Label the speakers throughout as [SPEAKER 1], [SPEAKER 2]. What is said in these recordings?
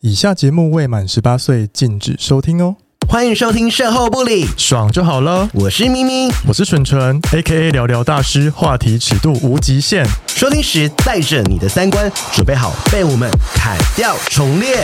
[SPEAKER 1] 以下节目未满十八岁禁止收听哦，
[SPEAKER 2] 欢迎收听《售后不理》，
[SPEAKER 1] 爽就好了。
[SPEAKER 2] 我是咪咪。
[SPEAKER 1] 我是纯纯，A K A 聊聊大师，话题尺度无极限。
[SPEAKER 2] 收听时带着你的三观，准备好被我们砍掉重练。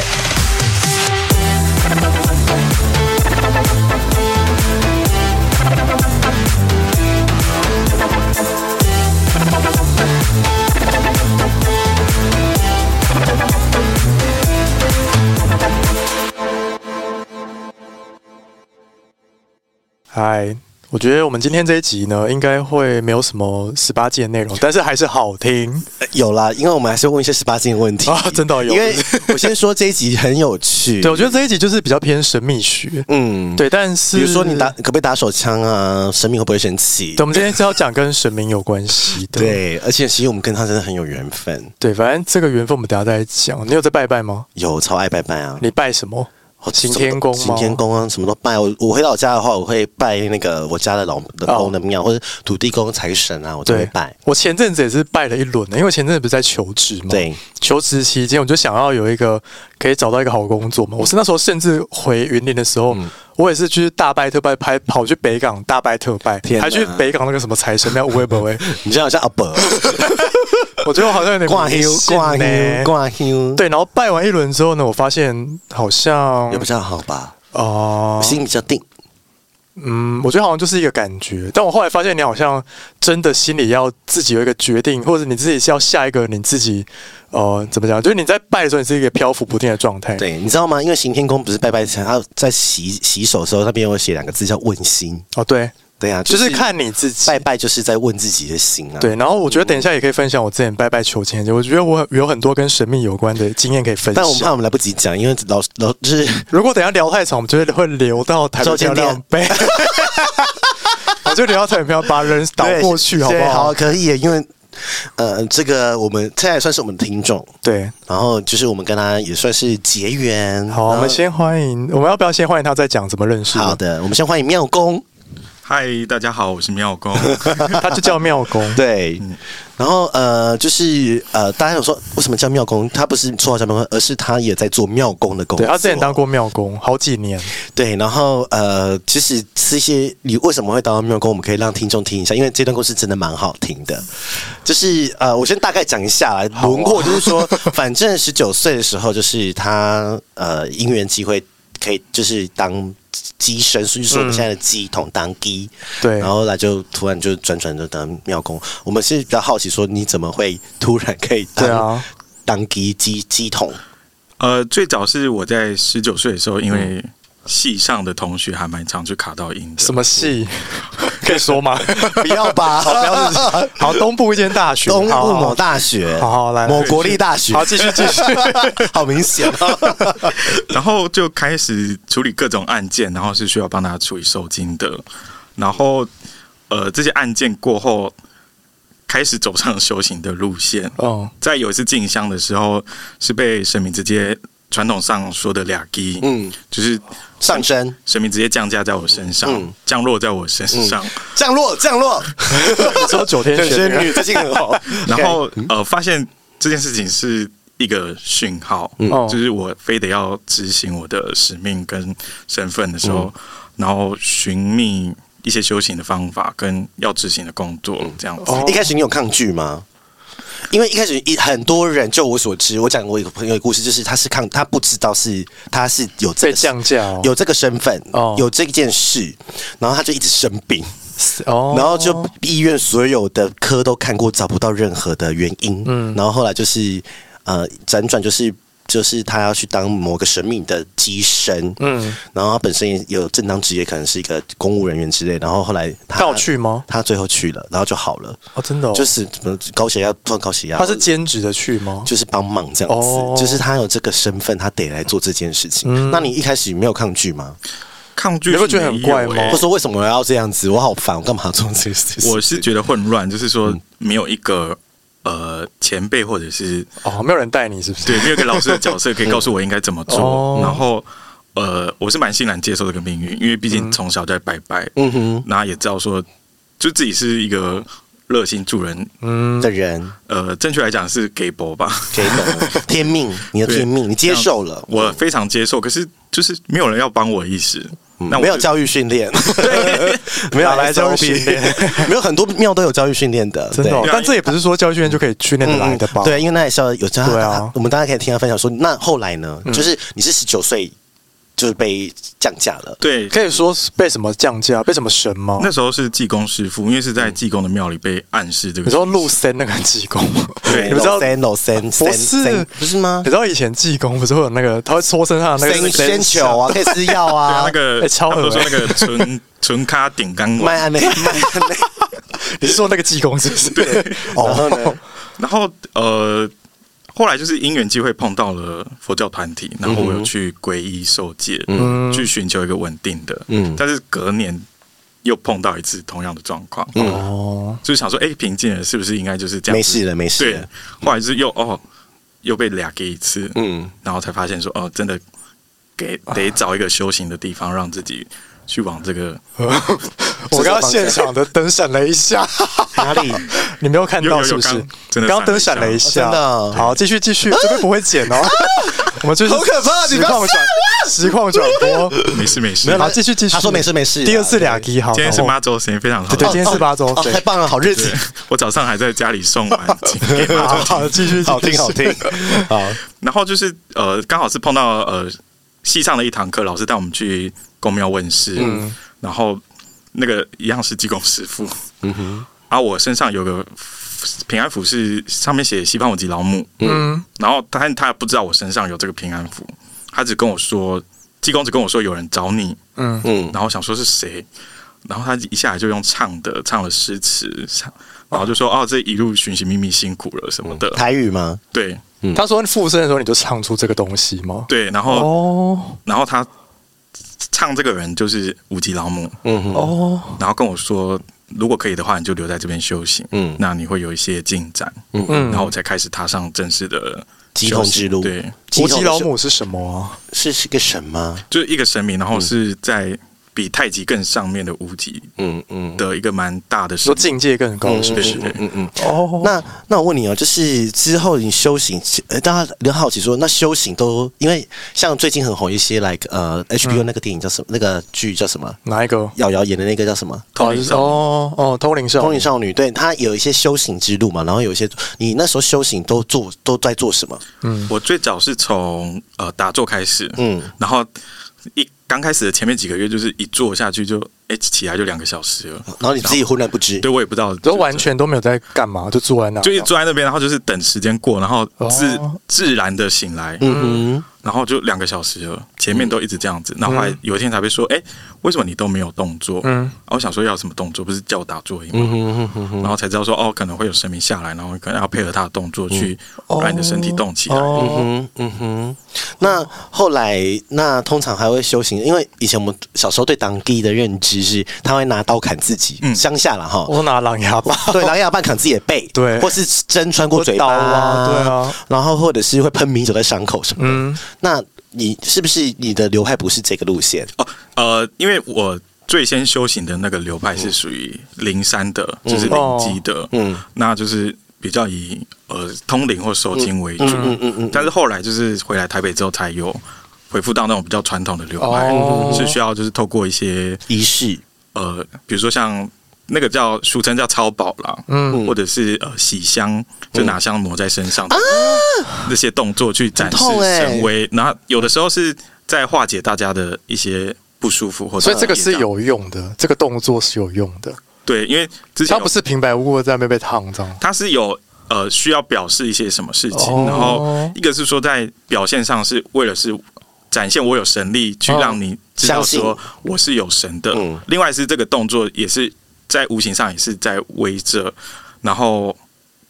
[SPEAKER 1] 嗨，我觉得我们今天这一集呢，应该会没有什么十八禁的内容，但是还是好 听
[SPEAKER 2] 呃有啦，因为我们还是问一些十八禁的问题，
[SPEAKER 1] 啊，真的有。
[SPEAKER 2] 因为我先说这一集很有趣
[SPEAKER 1] 对，。我觉得这一集就是比较偏神秘学，
[SPEAKER 2] 嗯，
[SPEAKER 1] 对，但是
[SPEAKER 2] 比如说你打，可不可以打手枪啊？神明会不会生气
[SPEAKER 1] 对，？我们今天是要讲跟神明有关系的。
[SPEAKER 2] 对，而且其实我们跟他真的很有缘分，
[SPEAKER 1] 对，反正这个缘分我们等一下再讲。你有在拜拜吗？
[SPEAKER 2] 有超爱拜拜啊！
[SPEAKER 1] 你拜什么？
[SPEAKER 2] 我
[SPEAKER 1] 行天宫吗
[SPEAKER 2] 行天宫啊，什么都拜。我我回老家的话，我会拜那个我家的老的
[SPEAKER 1] 哦
[SPEAKER 2] 公的庙，或者土地公、财神啊，我都会拜。
[SPEAKER 1] 我前阵子也是拜了一轮，因为我前阵子不是在求职嘛。
[SPEAKER 2] 对，
[SPEAKER 1] 求职期间，我就想要有一个可以找到一个好工作嘛。我是那时候甚至回云林的时候，
[SPEAKER 2] 嗯
[SPEAKER 1] 我也是去大拜特拜拍，跑去北港大拜特拜
[SPEAKER 2] 天，哪
[SPEAKER 1] 还去北港那个什么财神庙微博哎，
[SPEAKER 2] 你这样好像阿 伯
[SPEAKER 1] 我觉得我好像有点
[SPEAKER 2] 挂
[SPEAKER 1] 迷
[SPEAKER 2] 休
[SPEAKER 1] 信
[SPEAKER 2] 挂休
[SPEAKER 1] 呢
[SPEAKER 2] 挂休，
[SPEAKER 1] 对，然后拜完一轮之后呢，我发现好像
[SPEAKER 2] 也比较好吧，
[SPEAKER 1] 哦、
[SPEAKER 2] 心比较定。
[SPEAKER 1] 嗯，我觉得好像就是一个感觉。但我后来发现，你好像真的心里要自己有一个决定，或者你自己是要下一个你自己呃怎么讲？就是你在拜的时候，你是一个漂浮不定的状态。
[SPEAKER 2] 对，你知道吗？因为行天宫不是拜拜前，他在洗洗手的时候，那边有写两个字叫问心。
[SPEAKER 1] 哦，对，
[SPEAKER 2] 对啊，
[SPEAKER 1] 就是看你自己。
[SPEAKER 2] 拜拜就是在问自己的心啊。
[SPEAKER 1] 对，然后我觉得等一下也可以分享我之前拜拜求签，我觉得我有很多跟神秘有关的经验可以分
[SPEAKER 2] 但我们怕
[SPEAKER 1] 享。
[SPEAKER 2] 我们来不及讲，因为老老就是
[SPEAKER 1] 如果等一下聊太长，我们就会留到台北
[SPEAKER 2] 周间
[SPEAKER 1] 漂亮
[SPEAKER 2] 店
[SPEAKER 1] 杯， 我就聊到台北漂亮，把人倒过去好不
[SPEAKER 2] 对
[SPEAKER 1] 好？
[SPEAKER 2] 好，可以，因为呃，这个我们现在也算是我们的听众，
[SPEAKER 1] 对，
[SPEAKER 2] 然后就是我们跟他也算是结缘。
[SPEAKER 1] 好，我
[SPEAKER 2] 然后
[SPEAKER 1] 们先欢迎，我们要不要先欢迎他再讲怎么认识？
[SPEAKER 2] 好的，我们先欢迎妙公。
[SPEAKER 3] 嗨，大家好，我是妙公。
[SPEAKER 1] 他就叫妙 公。
[SPEAKER 2] 对，然后呃，就是呃，大家有说为什么叫妙公？他不是绰号叫妙公，而是他也在做妙公的工作。
[SPEAKER 1] 对，他啊之前当过妙公好几年。
[SPEAKER 2] 对，然后呃，其实这些你为什么会当到妙公，我们可以让听众听一下，因为这段故事真的蛮好听的。就是呃，我先大概讲一下来轮廓，就 是说，反正十九岁的时候，就是他呃因缘机会可以就是当机神，所以说我们现在的机桶当机，
[SPEAKER 1] 对
[SPEAKER 2] 然，后来就突然就转转就当妙公。我们是比较好奇说，你怎么会突然可以当
[SPEAKER 1] 对啊，
[SPEAKER 2] 当机机机桶？
[SPEAKER 3] 呃，最早是我在十九岁的时候，因为系上的同学还蛮常去卡到音的。
[SPEAKER 1] 什么戏可以说吗？
[SPEAKER 2] 不要吧，
[SPEAKER 1] 好，不要自己。好，东部一间大学，
[SPEAKER 2] 东
[SPEAKER 1] 好
[SPEAKER 2] 部某
[SPEAKER 1] 好
[SPEAKER 2] 大学，
[SPEAKER 1] 好好来
[SPEAKER 2] 某国立大学，
[SPEAKER 1] 好继续继续，
[SPEAKER 2] 好明显哦。
[SPEAKER 3] 然后就开始处理各种案件，然后是需要帮大家处理受精的。然后呃，这些案件过后，开始走上修行的路线。
[SPEAKER 1] 嗯，
[SPEAKER 3] 在有一次进香的时候，是被神明直接传统上说的俩鸡，
[SPEAKER 2] 嗯，
[SPEAKER 3] 就是
[SPEAKER 2] 上升，
[SPEAKER 3] 神明直接降价在我身上，
[SPEAKER 2] 嗯
[SPEAKER 3] 降落在我身上。
[SPEAKER 2] 降落，降落。
[SPEAKER 1] 你说九天玄女，啊
[SPEAKER 2] 女最近很红，
[SPEAKER 3] 然后
[SPEAKER 1] 嗯
[SPEAKER 3] 呃，发现这件事情是一个讯号，
[SPEAKER 1] 哦
[SPEAKER 3] 就是我非得要执行我的使命跟身份的时候，
[SPEAKER 1] 嗯
[SPEAKER 3] 然后寻觅一些修行的方法跟要执行的工作
[SPEAKER 1] 嗯
[SPEAKER 3] 这样子。
[SPEAKER 1] 哦
[SPEAKER 2] 一开始你有抗拒吗？因为一开始一很多人，就我所知，我讲我有个朋友的故事，就是他是抗，他不知道是他是有这
[SPEAKER 1] 被
[SPEAKER 2] 个
[SPEAKER 1] 降价哦
[SPEAKER 2] 有这个身份，
[SPEAKER 1] 哦
[SPEAKER 2] 有这件事，然后他就一直生病，
[SPEAKER 1] 哦
[SPEAKER 2] 然后就医院所有的科都看过，找不到任何的原因。嗯，然后后来就是呃，辗转就是就是他要去当某个神秘的机身，嗯，然后他本身也有正当职业，可能是一个公务人员之类。然后后来他
[SPEAKER 1] 他有去吗
[SPEAKER 2] 他最后去了，然后就好了，
[SPEAKER 1] 哦，真的哦，
[SPEAKER 2] 就是什么高血压断高血压，
[SPEAKER 1] 他是兼职的去吗？
[SPEAKER 2] 就是帮忙这样子，
[SPEAKER 1] 哦嗯
[SPEAKER 2] 就是他有这个身份，他得来做这件事情。那你一开始没有抗拒吗？
[SPEAKER 3] 抗拒
[SPEAKER 1] 你
[SPEAKER 3] 是
[SPEAKER 1] 会觉得很
[SPEAKER 3] 没有
[SPEAKER 1] 怪吗
[SPEAKER 3] 欸
[SPEAKER 2] 或者说为什么我要这样子？我好烦，我干嘛做这件事情？
[SPEAKER 3] 我是觉得混
[SPEAKER 1] 嗯
[SPEAKER 3] 乱，就是说没有一个呃前辈或者是
[SPEAKER 1] 哦，没有人带你是不是？
[SPEAKER 3] 对，没有一个老师的角色可以告诉我应该怎么做。
[SPEAKER 1] 哦
[SPEAKER 3] 然后，呃，我是蛮欣然接受这个
[SPEAKER 2] 嗯
[SPEAKER 3] 命运，因为毕竟从小在拜拜，嗯哼，那也知道说，就自己是一个热心助人，
[SPEAKER 1] 嗯，
[SPEAKER 2] 的人，
[SPEAKER 3] 呃，正确来讲是给博吧，
[SPEAKER 2] 给 懂天命，你的
[SPEAKER 3] 对
[SPEAKER 2] 天命，你 接受了，
[SPEAKER 3] 我非常接受，可是就是没有人要帮我的意思，那我
[SPEAKER 2] 嗯没有
[SPEAKER 3] 就
[SPEAKER 2] 教育训练， 没有
[SPEAKER 1] 哪来教育训练，
[SPEAKER 2] 没有很多庙都有教育训练的，
[SPEAKER 1] 真的哦、
[SPEAKER 3] 对
[SPEAKER 1] 但这也不是说教育训练就可以训练得来的吧？
[SPEAKER 2] 对，因为那也是要有这样
[SPEAKER 1] 对啊嗯
[SPEAKER 2] 我们大家可以听他分享说，那后来呢？就是你是十九岁就是被降价了，
[SPEAKER 3] 对，
[SPEAKER 1] 可以说是被什么降价，被什么神吗？
[SPEAKER 3] 那时候是济公师傅，因为是在济公的庙里被暗示这个
[SPEAKER 1] 你说陆森那个济公吗？
[SPEAKER 3] 对
[SPEAKER 1] 你们知道
[SPEAKER 2] 三楼三
[SPEAKER 1] 不是
[SPEAKER 2] 不是吗
[SPEAKER 1] 你？知道以前济公不是会有那个，他会搓身上的那个
[SPEAKER 2] 三仙 球啊，可以吃药
[SPEAKER 3] 对啊，
[SPEAKER 2] 啊
[SPEAKER 3] 那，个、
[SPEAKER 1] 哎超
[SPEAKER 3] 他们都
[SPEAKER 1] 恶
[SPEAKER 3] 说那
[SPEAKER 1] 欸
[SPEAKER 3] 个纯 纯咖顶钢
[SPEAKER 2] 卖
[SPEAKER 3] 管，
[SPEAKER 2] 安内卖安 内，
[SPEAKER 1] 你是说那个济公是不是？对，
[SPEAKER 2] 然后呢？
[SPEAKER 3] 然后呃，后来就是因缘机会碰到了佛教团体，然后我有去皈依受戒，
[SPEAKER 1] 嗯
[SPEAKER 3] 去寻求一个稳定的，
[SPEAKER 2] 嗯
[SPEAKER 3] 但是隔年又碰到一次同样的状况，
[SPEAKER 1] 哦，
[SPEAKER 3] 就是想说，哎、平静了，是不是应该就是这
[SPEAKER 2] 嗯
[SPEAKER 3] 样？
[SPEAKER 2] 没事了没事
[SPEAKER 3] 对
[SPEAKER 2] 了，
[SPEAKER 3] 后来就是又哦，又被俩给一次，
[SPEAKER 2] 嗯，
[SPEAKER 3] 然后才发现说，哦，真的给得找一个修行的地方，让自己去往这个
[SPEAKER 1] 我刚刚现场的灯闪了一下，
[SPEAKER 2] 哪里？
[SPEAKER 1] 你没有看到
[SPEAKER 3] 有有有
[SPEAKER 1] 是不是
[SPEAKER 3] 刚？真的
[SPEAKER 1] 刚刚灯闪了一
[SPEAKER 2] 闪
[SPEAKER 1] 下，
[SPEAKER 2] 了一下哦真的哦
[SPEAKER 1] 好，继续继续，这边不会剪哦。 我们就是
[SPEAKER 2] 好可怕你
[SPEAKER 1] 实
[SPEAKER 2] 不要
[SPEAKER 1] 况转实况转播，
[SPEAKER 3] 没事没事
[SPEAKER 2] 没有。啦
[SPEAKER 1] 好，继续继续。
[SPEAKER 2] 他说没事没事啊
[SPEAKER 1] 第二次俩集好，
[SPEAKER 3] 今天是
[SPEAKER 1] 然后
[SPEAKER 3] 妈祖时间非常好，
[SPEAKER 1] 对，今天是八周，
[SPEAKER 2] 哦，
[SPEAKER 1] 对
[SPEAKER 2] 太棒了，好日子
[SPEAKER 3] 对，我早上还在家里送完请给妈祖
[SPEAKER 1] 好好，继续，
[SPEAKER 2] 哦好
[SPEAKER 1] 继
[SPEAKER 2] 听
[SPEAKER 1] 续
[SPEAKER 2] 好听，嗯好，
[SPEAKER 3] 然后就是呃，刚好是碰到呃系上的一堂课，老师带我们去公庙问事，然后那个一样是济公师傅，嗯哼，啊，我身上有个平安符是上面写西方五级老母，
[SPEAKER 1] 嗯，
[SPEAKER 3] 然后但他不知道我身上有这个平安符，他只跟我说济公只跟我说有人找你，
[SPEAKER 1] 嗯
[SPEAKER 2] 嗯，
[SPEAKER 3] 然后想说是谁，然后他一下来就用唱的唱了诗词，唱，然后就说哦这一路寻寻觅觅辛苦了什么的，
[SPEAKER 2] 台语吗？
[SPEAKER 3] 对
[SPEAKER 2] 嗯
[SPEAKER 1] 他说附身的时候你就唱出这个东西吗？
[SPEAKER 3] 对，然后
[SPEAKER 1] 哦
[SPEAKER 3] 然后他唱这个人就是无极老母，
[SPEAKER 2] 嗯哼，
[SPEAKER 1] 哦，
[SPEAKER 3] 然后跟我说，如果可以的话，你就留在这边修行，
[SPEAKER 2] 嗯
[SPEAKER 3] 嗯，那你会有一些进展，
[SPEAKER 1] 嗯
[SPEAKER 3] 然后我才开始踏上正式的
[SPEAKER 2] 鸡同
[SPEAKER 3] 修行
[SPEAKER 2] 之路
[SPEAKER 3] 对，
[SPEAKER 1] 国籍老母是什么啊？
[SPEAKER 2] 是是个什么？
[SPEAKER 3] 就是一个神明，然后是在比太极更上面的无极
[SPEAKER 2] 嗯嗯，
[SPEAKER 3] 的一个蛮大的神
[SPEAKER 1] 说
[SPEAKER 3] 明，
[SPEAKER 1] 境界更高是不
[SPEAKER 3] 对
[SPEAKER 1] 是
[SPEAKER 3] 对？对，
[SPEAKER 2] 嗯嗯。
[SPEAKER 1] 哦，
[SPEAKER 2] 那那我问你哦，就是之后你修行，呃，大家很好奇说，那修行都因为像最近很红一些，like 呃
[SPEAKER 1] 嗯
[SPEAKER 2] HBO 那个电影叫什么？那个剧叫什么？
[SPEAKER 1] 哪一个？
[SPEAKER 2] 瑶瑶演的那个叫什么？
[SPEAKER 3] 通灵上
[SPEAKER 1] 哦哦，通灵
[SPEAKER 2] 《
[SPEAKER 1] 少
[SPEAKER 2] 通灵
[SPEAKER 1] 女，
[SPEAKER 2] 少女》对，她有一些修行之路嘛，然后有一些你那时候修行都做都在做什么？
[SPEAKER 3] 我最早是从呃打坐开始，
[SPEAKER 2] 嗯
[SPEAKER 3] 嗯，然后一刚开始的前面几个月，就是一坐下去就哎、起来就两个小时了，
[SPEAKER 2] 然后你自己浑然不知，
[SPEAKER 3] 对我也不知道，
[SPEAKER 1] 都完全都没有在干嘛，就坐在那，啊
[SPEAKER 3] 就一直坐在那边，然后就是等时间过，然后自、
[SPEAKER 1] 哦
[SPEAKER 3] 自然的醒来，
[SPEAKER 2] 嗯，
[SPEAKER 3] 然后就两个小时了，前面都一直这样子，然后后来
[SPEAKER 1] 嗯
[SPEAKER 3] 有一天才被说，哎、为什么你都没有动作？嗯，然后我想说要什么动作，不是叫我打坐而已吗？然后才知道说，哦，可能会有神明下来，然后可能要配合他的动作去让你的身体动起来。
[SPEAKER 1] 哦，
[SPEAKER 2] 嗯嗯哼，那后来那通常还会修行，因为以前我们小时候对当地的认知是，他会拿刀砍自己，
[SPEAKER 3] 嗯
[SPEAKER 2] 乡下了哈，
[SPEAKER 1] 我拿狼牙 棒，
[SPEAKER 2] 对，狼牙棒砍自己的背，
[SPEAKER 1] 对
[SPEAKER 2] 或是针穿过嘴巴
[SPEAKER 1] 刀啊对啊，
[SPEAKER 2] 然后或者是会喷米酒在伤口什么的。
[SPEAKER 1] 嗯
[SPEAKER 2] 那你是不是你的流派不是这个路线？
[SPEAKER 3] 哦，呃，因为我最先修行的那个流派是属于灵山的，就是灵机的，
[SPEAKER 2] 嗯
[SPEAKER 3] 嗯，那就是比较以呃通灵或受经为主，嗯嗯嗯。但是后来就是回来台北之后，才有恢复到那种比较传统的流派，
[SPEAKER 1] 哦
[SPEAKER 3] 是需要就是透过一些
[SPEAKER 2] 仪式
[SPEAKER 3] 呃，比如说像。那个叫俗称叫超宝啦，嗯，或者是呃洗香，
[SPEAKER 1] 嗯
[SPEAKER 3] 就拿香抹在身上的那些动作去展示
[SPEAKER 2] 啊很痛欸
[SPEAKER 3] 神威，然后有的时候是在化解大家的一些不舒服或者
[SPEAKER 1] 所以这个
[SPEAKER 3] 业障
[SPEAKER 1] 是有用的，这个动作是有用的，
[SPEAKER 3] 对，因为之前
[SPEAKER 1] 他
[SPEAKER 3] 有
[SPEAKER 1] 不是平白无故在那边被烫这样。
[SPEAKER 3] 他是有呃需要表示一些什么事情，
[SPEAKER 1] 哦
[SPEAKER 3] 然后一个是说在表现上是为了是展现我有神力，去
[SPEAKER 1] 哦
[SPEAKER 3] 让你知道
[SPEAKER 2] 相信
[SPEAKER 3] 说我是有神的。
[SPEAKER 2] 嗯
[SPEAKER 3] 另外是这个动作也是在无形上也是在威着，然后。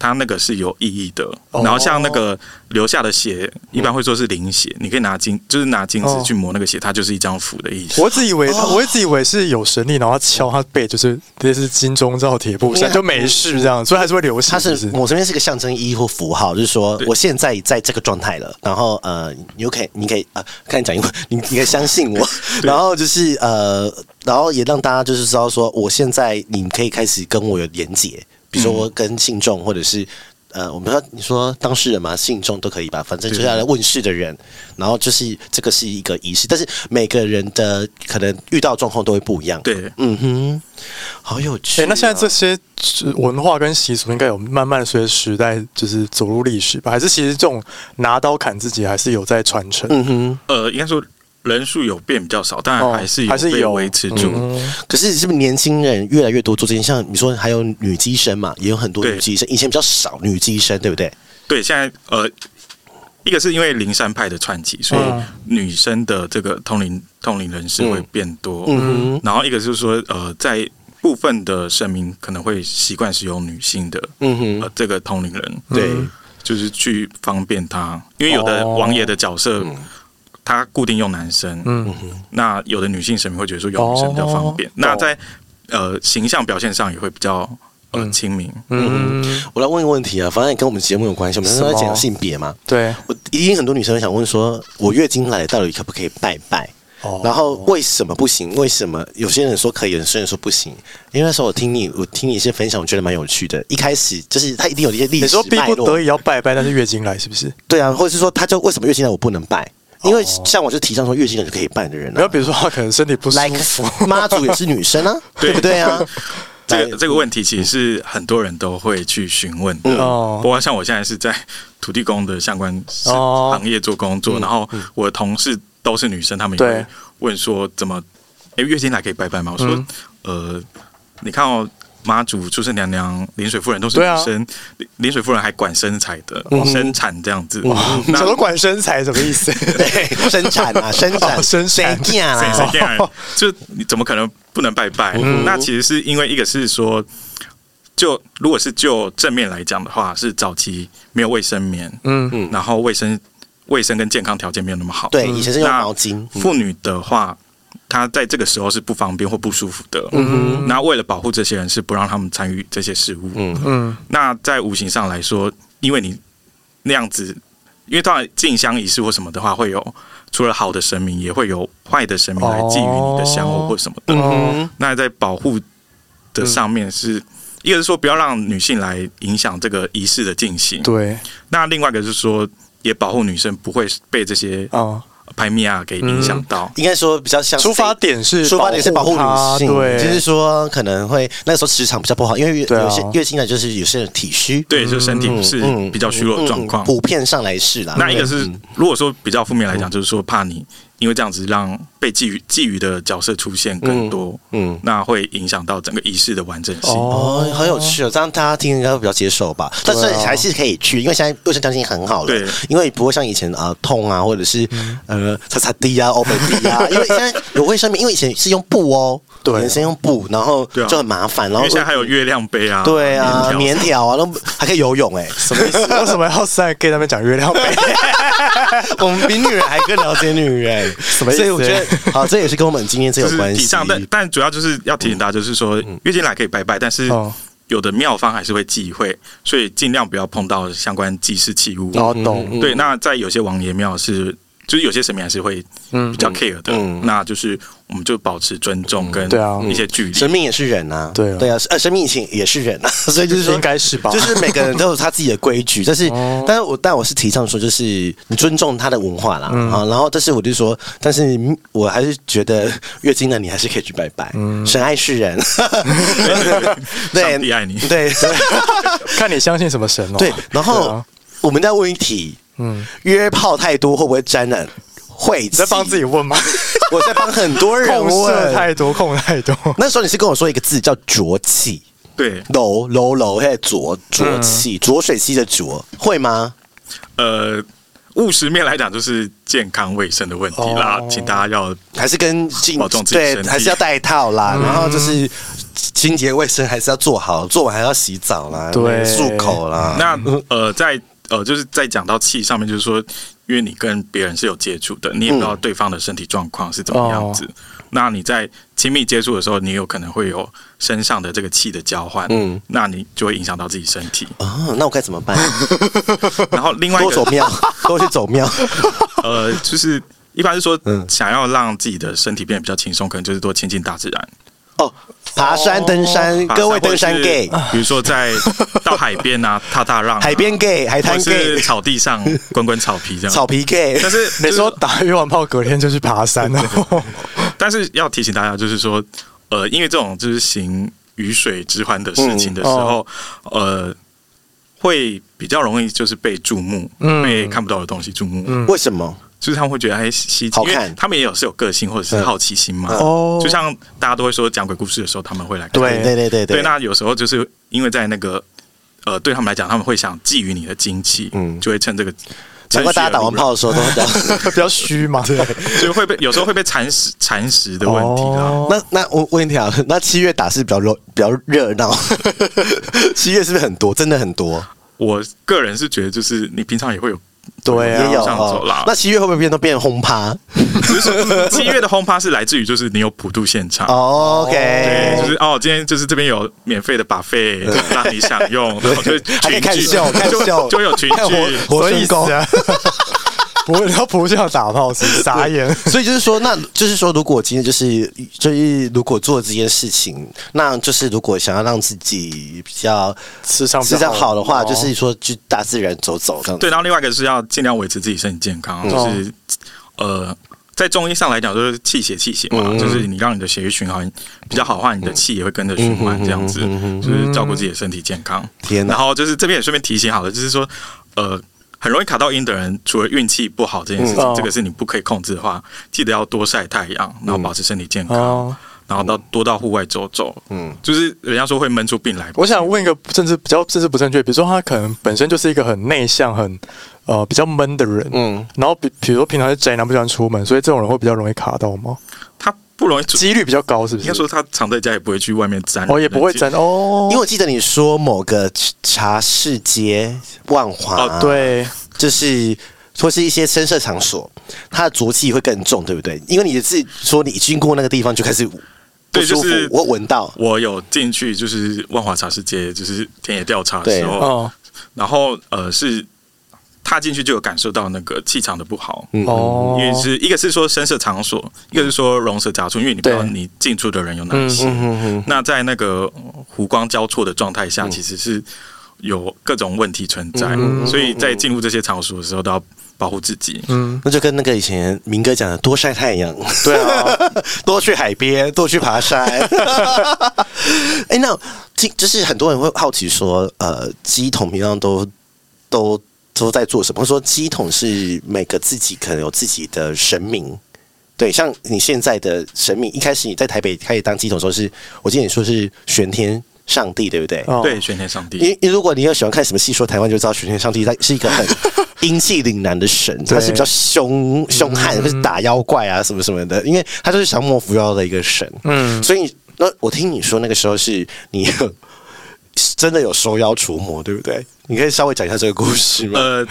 [SPEAKER 3] 它那个是有意义的，
[SPEAKER 1] 哦
[SPEAKER 3] 然后像那个留下的血，一般会说是灵血，你可以拿金，就是拿金子
[SPEAKER 1] 哦
[SPEAKER 3] 去磨那个血，它就是一张符的意思。
[SPEAKER 1] 我一直以为他，
[SPEAKER 2] 哦
[SPEAKER 1] 我一直以为是有神力，然后他敲他背，就是类似金钟罩铁布
[SPEAKER 2] 嗯
[SPEAKER 1] 衫，就没事这样，所以还是会流血。
[SPEAKER 2] 它是
[SPEAKER 1] 不是
[SPEAKER 2] 我身边是个象征意义或符号，就是说我现在在这个状态了，然后呃，你就可以，你可以呃，看你讲英文， 你你可以相信 我，然后就是呃，然后也让大家就是知道说，我现在你可以开始跟我有连结。比如说我跟信众或者是。呃，我们说你说当事人嘛，信众都可以吧，反正就是要来问世的人，然后就是这个是一个仪式，但是每个人的可能遇到状况都会不一样。，
[SPEAKER 3] 对，
[SPEAKER 2] 嗯哼，好有趣
[SPEAKER 1] 哎、
[SPEAKER 2] 哦、
[SPEAKER 1] 那现在这些文化跟习俗应该有慢慢随着时代就是走入历史吧？还是其实这种拿刀砍自己还是有在传承？
[SPEAKER 2] 嗯哼，
[SPEAKER 3] 呃，应该说人数有变比较少，当然
[SPEAKER 1] 哦
[SPEAKER 3] 还是
[SPEAKER 1] 还是
[SPEAKER 3] 有被
[SPEAKER 1] 有嗯
[SPEAKER 3] 维持住。
[SPEAKER 2] 可是是不是年轻人越来越多做这件事？像你说还有女机生嘛，也有很多
[SPEAKER 3] 对
[SPEAKER 2] 女机生，以前比较少女机生，对不对？
[SPEAKER 3] 对，现在呃，一个是因为灵山派的串起，所
[SPEAKER 1] 嗯
[SPEAKER 3] 以女生的这个通灵通灵人士会变多。
[SPEAKER 2] 嗯
[SPEAKER 3] 然后一个就是说，呃，在部分的神明可能会习惯使用女性的，
[SPEAKER 2] 嗯哼
[SPEAKER 3] 呃，这个通灵人，
[SPEAKER 2] 对，
[SPEAKER 3] 就是去方便他，因为有的
[SPEAKER 1] 嗯哦
[SPEAKER 3] 王爷的角色，他固定用男生，
[SPEAKER 1] 嗯，
[SPEAKER 3] 那有的女性神明会觉得说用女生比较方便，
[SPEAKER 1] 哦
[SPEAKER 3] 那
[SPEAKER 1] 懂
[SPEAKER 3] 在呃形象表现上也会比较呃亲民，
[SPEAKER 1] 嗯，
[SPEAKER 2] 我来问一个问题啊，反正也跟我们节目有关系，我们
[SPEAKER 1] 什
[SPEAKER 2] 刚
[SPEAKER 1] 么
[SPEAKER 2] 刚在讲性别嘛，
[SPEAKER 1] 对，
[SPEAKER 2] 我一定很多女生会想问说，我月经来了到底可不可以拜拜？
[SPEAKER 1] 哦
[SPEAKER 2] 然后为什么不行？为什么有些人说可以，有些人说不行？因为那时候我听你，我听你一些分享，我觉得蛮有趣的。一开始就是他一定有一些历
[SPEAKER 1] 你
[SPEAKER 2] 史
[SPEAKER 1] 说逼
[SPEAKER 2] 脉
[SPEAKER 1] 不
[SPEAKER 2] 络
[SPEAKER 1] 得，已要拜拜，但是月经来是不是？
[SPEAKER 2] 对啊，或者是说他就为什么月经来我不能拜？因为
[SPEAKER 1] 哦
[SPEAKER 2] 像我就提倡说月经来就可以拜的人
[SPEAKER 1] 然后
[SPEAKER 2] 啊
[SPEAKER 1] 比如说他可能身体不舒
[SPEAKER 2] ，like
[SPEAKER 1] 服，
[SPEAKER 2] 妈祖也是女生啊，对不对啊？
[SPEAKER 3] 这个
[SPEAKER 2] 来
[SPEAKER 3] 这个问题其实是很多人都会去询问的。
[SPEAKER 1] 哦
[SPEAKER 3] 不过像我现在是在土地公的相关是
[SPEAKER 1] 哦
[SPEAKER 3] 行业做工作，然后我的同事都是女生，她们也
[SPEAKER 1] 对
[SPEAKER 3] 会问说怎么，哎，月经来可以拜拜吗？我说，
[SPEAKER 1] 嗯
[SPEAKER 3] 呃，你看哦。妈祖、出生娘娘、临水夫人都是
[SPEAKER 1] 对啊嗯
[SPEAKER 3] 女生，临临水夫人还管身材的，生产这样子。
[SPEAKER 1] 你
[SPEAKER 3] 那
[SPEAKER 1] 想说管身材什么意 思？
[SPEAKER 2] 对生产啊，生产，
[SPEAKER 1] 哦生产
[SPEAKER 2] 谁嫁啊
[SPEAKER 3] 谁谁
[SPEAKER 2] 啦？ 嗯
[SPEAKER 3] 这样，就你怎么可能不能拜拜？那其实是因为一个是说，就如果是就正面来讲的话，是早期没有卫生棉，
[SPEAKER 1] 嗯
[SPEAKER 3] 嗯，然后卫生卫生跟健康条件没有那么好，
[SPEAKER 2] 对，以前是用
[SPEAKER 3] 那
[SPEAKER 2] 毛巾，嗯
[SPEAKER 3] 妇女的话。她在这个时候是不方便或不舒服的，嗯，那为了保护这些人，是不让他们参与这些事物，嗯，
[SPEAKER 1] 嗯，
[SPEAKER 3] 那在无形上来说，因为你那样子，因为当然进香仪式或什么的话，会有除了好的神明，也会有坏的神明来觊觎你的香火或什么的。
[SPEAKER 1] 嗯
[SPEAKER 3] 那在保护的上面是，一个是说不要让女性来影响这个仪式的进行，
[SPEAKER 1] 对，
[SPEAKER 3] 那另外一个是说。也保护女生不会被这些
[SPEAKER 2] 啊
[SPEAKER 1] 哦，
[SPEAKER 3] 拍米亚给影响到。
[SPEAKER 2] 应该说比较像
[SPEAKER 1] 出发点是
[SPEAKER 2] 嗯出发点是保护女性，
[SPEAKER 1] 对，
[SPEAKER 2] 就是说可能会那时候磁场比较不好，因为月
[SPEAKER 1] 对啊
[SPEAKER 2] 有些月经来就是有些人体虚，
[SPEAKER 3] 对，就身体是
[SPEAKER 2] 嗯，
[SPEAKER 3] 比较虚弱的状况
[SPEAKER 2] 嗯。普遍上来是啦。
[SPEAKER 3] 那一个是
[SPEAKER 2] 嗯，
[SPEAKER 3] 如果说比较负面来讲，就是说怕你因为这样子让被觊觎觊觎的角色出现更多，
[SPEAKER 2] 嗯。
[SPEAKER 3] 那会影响到整个仪式的完整性。
[SPEAKER 1] 哦
[SPEAKER 2] 哦，很有趣哦，这样大家听应该会比较接受吧。但是还是可以去，因为现在卫生条件很好了。
[SPEAKER 3] 对
[SPEAKER 2] 因为不会像以前啊、痛啊，或者是呃擦擦地啊、欧贝地啊，因为现在有卫生棉，因为以前是用布哦，
[SPEAKER 1] 对啊
[SPEAKER 2] 以前是用布，然后
[SPEAKER 3] 对啊
[SPEAKER 2] 就很麻烦，然
[SPEAKER 3] 因
[SPEAKER 2] 后
[SPEAKER 3] 为现在还有月亮杯啊，
[SPEAKER 2] 对啊，
[SPEAKER 3] 棉
[SPEAKER 2] 棉
[SPEAKER 3] 条
[SPEAKER 2] 条啊，都还可以游泳哎、
[SPEAKER 1] 什么意思？为什么要在 gay 那边讲月亮杯？
[SPEAKER 2] 我们比女人还更了解女人，什
[SPEAKER 1] 么意思
[SPEAKER 2] 所以我觉得，好，这也是跟我们今天这
[SPEAKER 3] 就
[SPEAKER 2] 有
[SPEAKER 3] 是
[SPEAKER 2] 关
[SPEAKER 3] 提
[SPEAKER 2] 系。嗯
[SPEAKER 3] 倡，但但主要就是要提醒大家，就是说月经来可以拜拜，但是
[SPEAKER 1] 哦
[SPEAKER 3] 有的庙方还是会忌讳，所以尽量不要碰到相关祭祀器物。
[SPEAKER 1] 哦，
[SPEAKER 2] 嗯
[SPEAKER 1] 懂，
[SPEAKER 3] 对，那在有些王爷庙是，就是有些神明还是会
[SPEAKER 2] 嗯
[SPEAKER 3] 比较 care 的，那就是我们就保持尊
[SPEAKER 2] 嗯
[SPEAKER 3] 重跟
[SPEAKER 1] 对啊
[SPEAKER 3] 一些距离。
[SPEAKER 2] 生命也是人啊，
[SPEAKER 1] 对啊
[SPEAKER 2] 对啊，呃，生命以前也是人啊， 所以就是说，
[SPEAKER 1] 应该是吧
[SPEAKER 2] 就是每个人都有他自己的规 矩，但是
[SPEAKER 1] 哦，
[SPEAKER 2] 但是我但我是提倡说，就是你尊重他的文化啦
[SPEAKER 1] 嗯
[SPEAKER 2] 啊，然后，但是我就说，但是你我还是觉得月经呢，你还是可以去拜拜，
[SPEAKER 1] 嗯
[SPEAKER 2] 神爱世 人，对，
[SPEAKER 3] 上帝爱你
[SPEAKER 2] 对。
[SPEAKER 1] 看你相信什么神哦。
[SPEAKER 2] 对，然后、
[SPEAKER 1] 对啊
[SPEAKER 2] 我们再问一题，嗯，约炮太多会不会沾染晦气？
[SPEAKER 1] 你在帮自己，问 吗？
[SPEAKER 2] 我在帮很多 人
[SPEAKER 1] 控色
[SPEAKER 2] 问。
[SPEAKER 1] 太多，控太多。
[SPEAKER 2] 那时候你是跟我说一个字叫浊气，
[SPEAKER 3] 对，
[SPEAKER 2] 楼楼楼，嘿，浊
[SPEAKER 3] 嗯
[SPEAKER 2] 浊气，浊水溪的浊，会吗？
[SPEAKER 3] 呃，务实面来讲，就是健康卫生的问题啦，
[SPEAKER 1] 哦
[SPEAKER 3] 请大家要
[SPEAKER 2] 还是跟清
[SPEAKER 3] 保重自己
[SPEAKER 2] 对
[SPEAKER 3] 身，体嗯
[SPEAKER 2] 还是要戴套啦，然后就是清洁卫生还是要做好，做完还要洗澡啦，
[SPEAKER 1] 对
[SPEAKER 2] 漱口啦。
[SPEAKER 3] 那呃，在呃，就是在讲到气上面，就是说，因为你跟别人是有接触的，你也不知道对方的身体状况是怎么样子。那你在亲密接触的时候，你有可能会有身上的这个气的交换，嗯，那你就会影响到自己身体。
[SPEAKER 2] 啊，那我该怎么办？
[SPEAKER 3] 然后另外一
[SPEAKER 2] 多走
[SPEAKER 3] 个
[SPEAKER 2] 庙，多去走庙。
[SPEAKER 3] 呃，就是一般是说
[SPEAKER 2] 嗯，
[SPEAKER 3] 想要让自己的身体变得比较轻松，可能就是多亲近大自然。
[SPEAKER 2] 哦，爬山、登山，
[SPEAKER 3] 哦爬
[SPEAKER 2] 各位登
[SPEAKER 3] 啊或
[SPEAKER 2] 山
[SPEAKER 3] 者是
[SPEAKER 2] gay，
[SPEAKER 3] 比如说在到海 边啊，踏踏浪啊、
[SPEAKER 2] 海边 gay，海
[SPEAKER 3] 或
[SPEAKER 2] 滩
[SPEAKER 3] 者
[SPEAKER 2] gay，
[SPEAKER 3] 是草地上滚滚草皮这样。
[SPEAKER 2] 草皮 gay，
[SPEAKER 3] 但是
[SPEAKER 1] 你说
[SPEAKER 3] 就是
[SPEAKER 1] 打约完炮隔天就去爬山哦？
[SPEAKER 3] 但是要提醒大家，就是说，呃，因为这种就是行鱼水之欢的事情的时候，
[SPEAKER 2] 嗯哦
[SPEAKER 3] 呃，会比较容易就是被注目，
[SPEAKER 1] 嗯
[SPEAKER 3] 被看不到的东西注目，
[SPEAKER 2] 为什么？
[SPEAKER 3] 就是他们会觉得哎稀奇，
[SPEAKER 2] 嗯好
[SPEAKER 3] 因
[SPEAKER 2] 看嗯
[SPEAKER 3] 为他们也有是有个性或者是好奇心嘛。
[SPEAKER 1] 哦
[SPEAKER 3] 就像大家都会说讲鬼故事的时候，他们会来看
[SPEAKER 1] 对
[SPEAKER 2] 对对对
[SPEAKER 3] 对，那有时候就是因为在那个呃，对他们来讲，他们会想觊觎你的精气，
[SPEAKER 2] 嗯
[SPEAKER 3] 就会趁这个。
[SPEAKER 2] 难怪大家打完炮的时候都会这样。
[SPEAKER 1] 比较虚嘛，对。
[SPEAKER 3] 就会被有时候会被蚕食蚕食的问题啦。
[SPEAKER 1] 哦
[SPEAKER 2] 那那我问一条，那七月打是比较热比较热闹， 七月是不是很多？真的很多，
[SPEAKER 3] 我个人是觉得，就是你平常也 会有，
[SPEAKER 1] 对啊，
[SPEAKER 2] 也有
[SPEAKER 3] 往上走啦
[SPEAKER 2] 哦。那七月会不会变都变轰趴、
[SPEAKER 3] 只是说七月的轰趴是来自于就是你有普渡现场。
[SPEAKER 2] 哦、
[SPEAKER 3] 对，就
[SPEAKER 2] ？OK，
[SPEAKER 3] 是哦，今天就是这边有免费的把费让你享用，然后就
[SPEAKER 2] 还可以
[SPEAKER 3] 群
[SPEAKER 2] 看
[SPEAKER 3] 聚
[SPEAKER 2] 秀看
[SPEAKER 3] 就
[SPEAKER 2] 秀
[SPEAKER 3] 就有群
[SPEAKER 2] 看
[SPEAKER 3] 聚，
[SPEAKER 2] 活活
[SPEAKER 1] 所以
[SPEAKER 2] 身高
[SPEAKER 1] 意思。啊 不会，他不像打炮是不是傻眼。
[SPEAKER 2] 所以就是说，那就是说，如果今天就是就是如果做这件事情，那就是如果想要让自己比较
[SPEAKER 1] 吃上
[SPEAKER 2] 吃上好的话，
[SPEAKER 1] 哦
[SPEAKER 2] 就是说去大自然走走这样子。
[SPEAKER 3] 对，然后另外一个是要尽量维持自己身体健康，
[SPEAKER 1] 嗯
[SPEAKER 3] 就是呃，在中医上来讲就是气血气血嘛，
[SPEAKER 1] 嗯
[SPEAKER 3] 就是你让你的血液循环比较好的话，你的气也会跟着循
[SPEAKER 1] 嗯
[SPEAKER 3] 环，这样子就是照顾自己的身体健康。
[SPEAKER 2] 天哪
[SPEAKER 3] 然后就是这边也顺便提醒好了，就是说呃。很容易卡到阴的人，除了运气不好这件事情，
[SPEAKER 1] 嗯
[SPEAKER 3] 这个是你不可以控制的话，记得要多晒太阳，然后保持身体健康，
[SPEAKER 1] 嗯哦，
[SPEAKER 3] 然后到多到户外走走。嗯，就是人家说会闷出病来，
[SPEAKER 1] 我想问一个政治比较政治不正确，比如说他可能本身就是一个很内向、很呃比较闷的人，嗯，然后比比如说平常是宅男，不喜欢出门，所以这种人会比较容易卡到吗？
[SPEAKER 3] 他不容易出，
[SPEAKER 1] 几率比较高，是不
[SPEAKER 3] 应
[SPEAKER 1] 是
[SPEAKER 3] 该？说他藏在家也不会去外面沾人际，
[SPEAKER 1] 哦，也不会沾哦
[SPEAKER 2] 因为，我记得你说某个茶室街、万华，
[SPEAKER 3] 哦
[SPEAKER 1] 对，
[SPEAKER 2] 就是或是一些深色场所，它的浊气会更重，对不对？因为你自己说你经过那个地方就开始不
[SPEAKER 3] 对就
[SPEAKER 2] 舒服，
[SPEAKER 3] 是
[SPEAKER 2] 我闻到。
[SPEAKER 3] 我有进去，就是万华茶世界，就是田野调查的时候，
[SPEAKER 1] 哦
[SPEAKER 3] 然后呃是踏进去就有感受到那个气场的不好，
[SPEAKER 2] 嗯
[SPEAKER 1] 哦，
[SPEAKER 3] 嗯因为是一个是说深色场所，一个是说容色杂处，因为你不知道
[SPEAKER 1] 对嗯
[SPEAKER 3] 你进出的人有哪些。那在那个湖光交错的状态
[SPEAKER 1] 嗯
[SPEAKER 3] 下，其实是有各种问题存在，所以在进入这些场所的时候都要保护自己。
[SPEAKER 1] 嗯
[SPEAKER 2] 那就跟那个以前明哥讲的，多晒太 阳，
[SPEAKER 1] 对啊，
[SPEAKER 2] 多去海边，多去爬山。 哎、那听就是很多人会好奇说，呃，鸡桶平常都都都在做什么？或者说鸡桶是每个自己可能有自己的神明。对，像你现在的神明，一开始你在台北开始当鸡桶的时候是，我记得你说是玄天上帝，对不对？
[SPEAKER 1] 哦
[SPEAKER 3] 对，玄天上帝。
[SPEAKER 2] 因因为如果你有喜欢看什么戏说台湾，就知道玄天上帝他是一个 很阴气凛然的神，他是比较凶凶
[SPEAKER 1] 嗯
[SPEAKER 2] 悍，会打妖怪啊什么什么的，因为他就是降魔伏妖的一个神。嗯，所以那我听你说那个时候是你是 真的有收妖除魔，对不对？你可以稍微讲一下这个故 事吗？
[SPEAKER 3] 呃，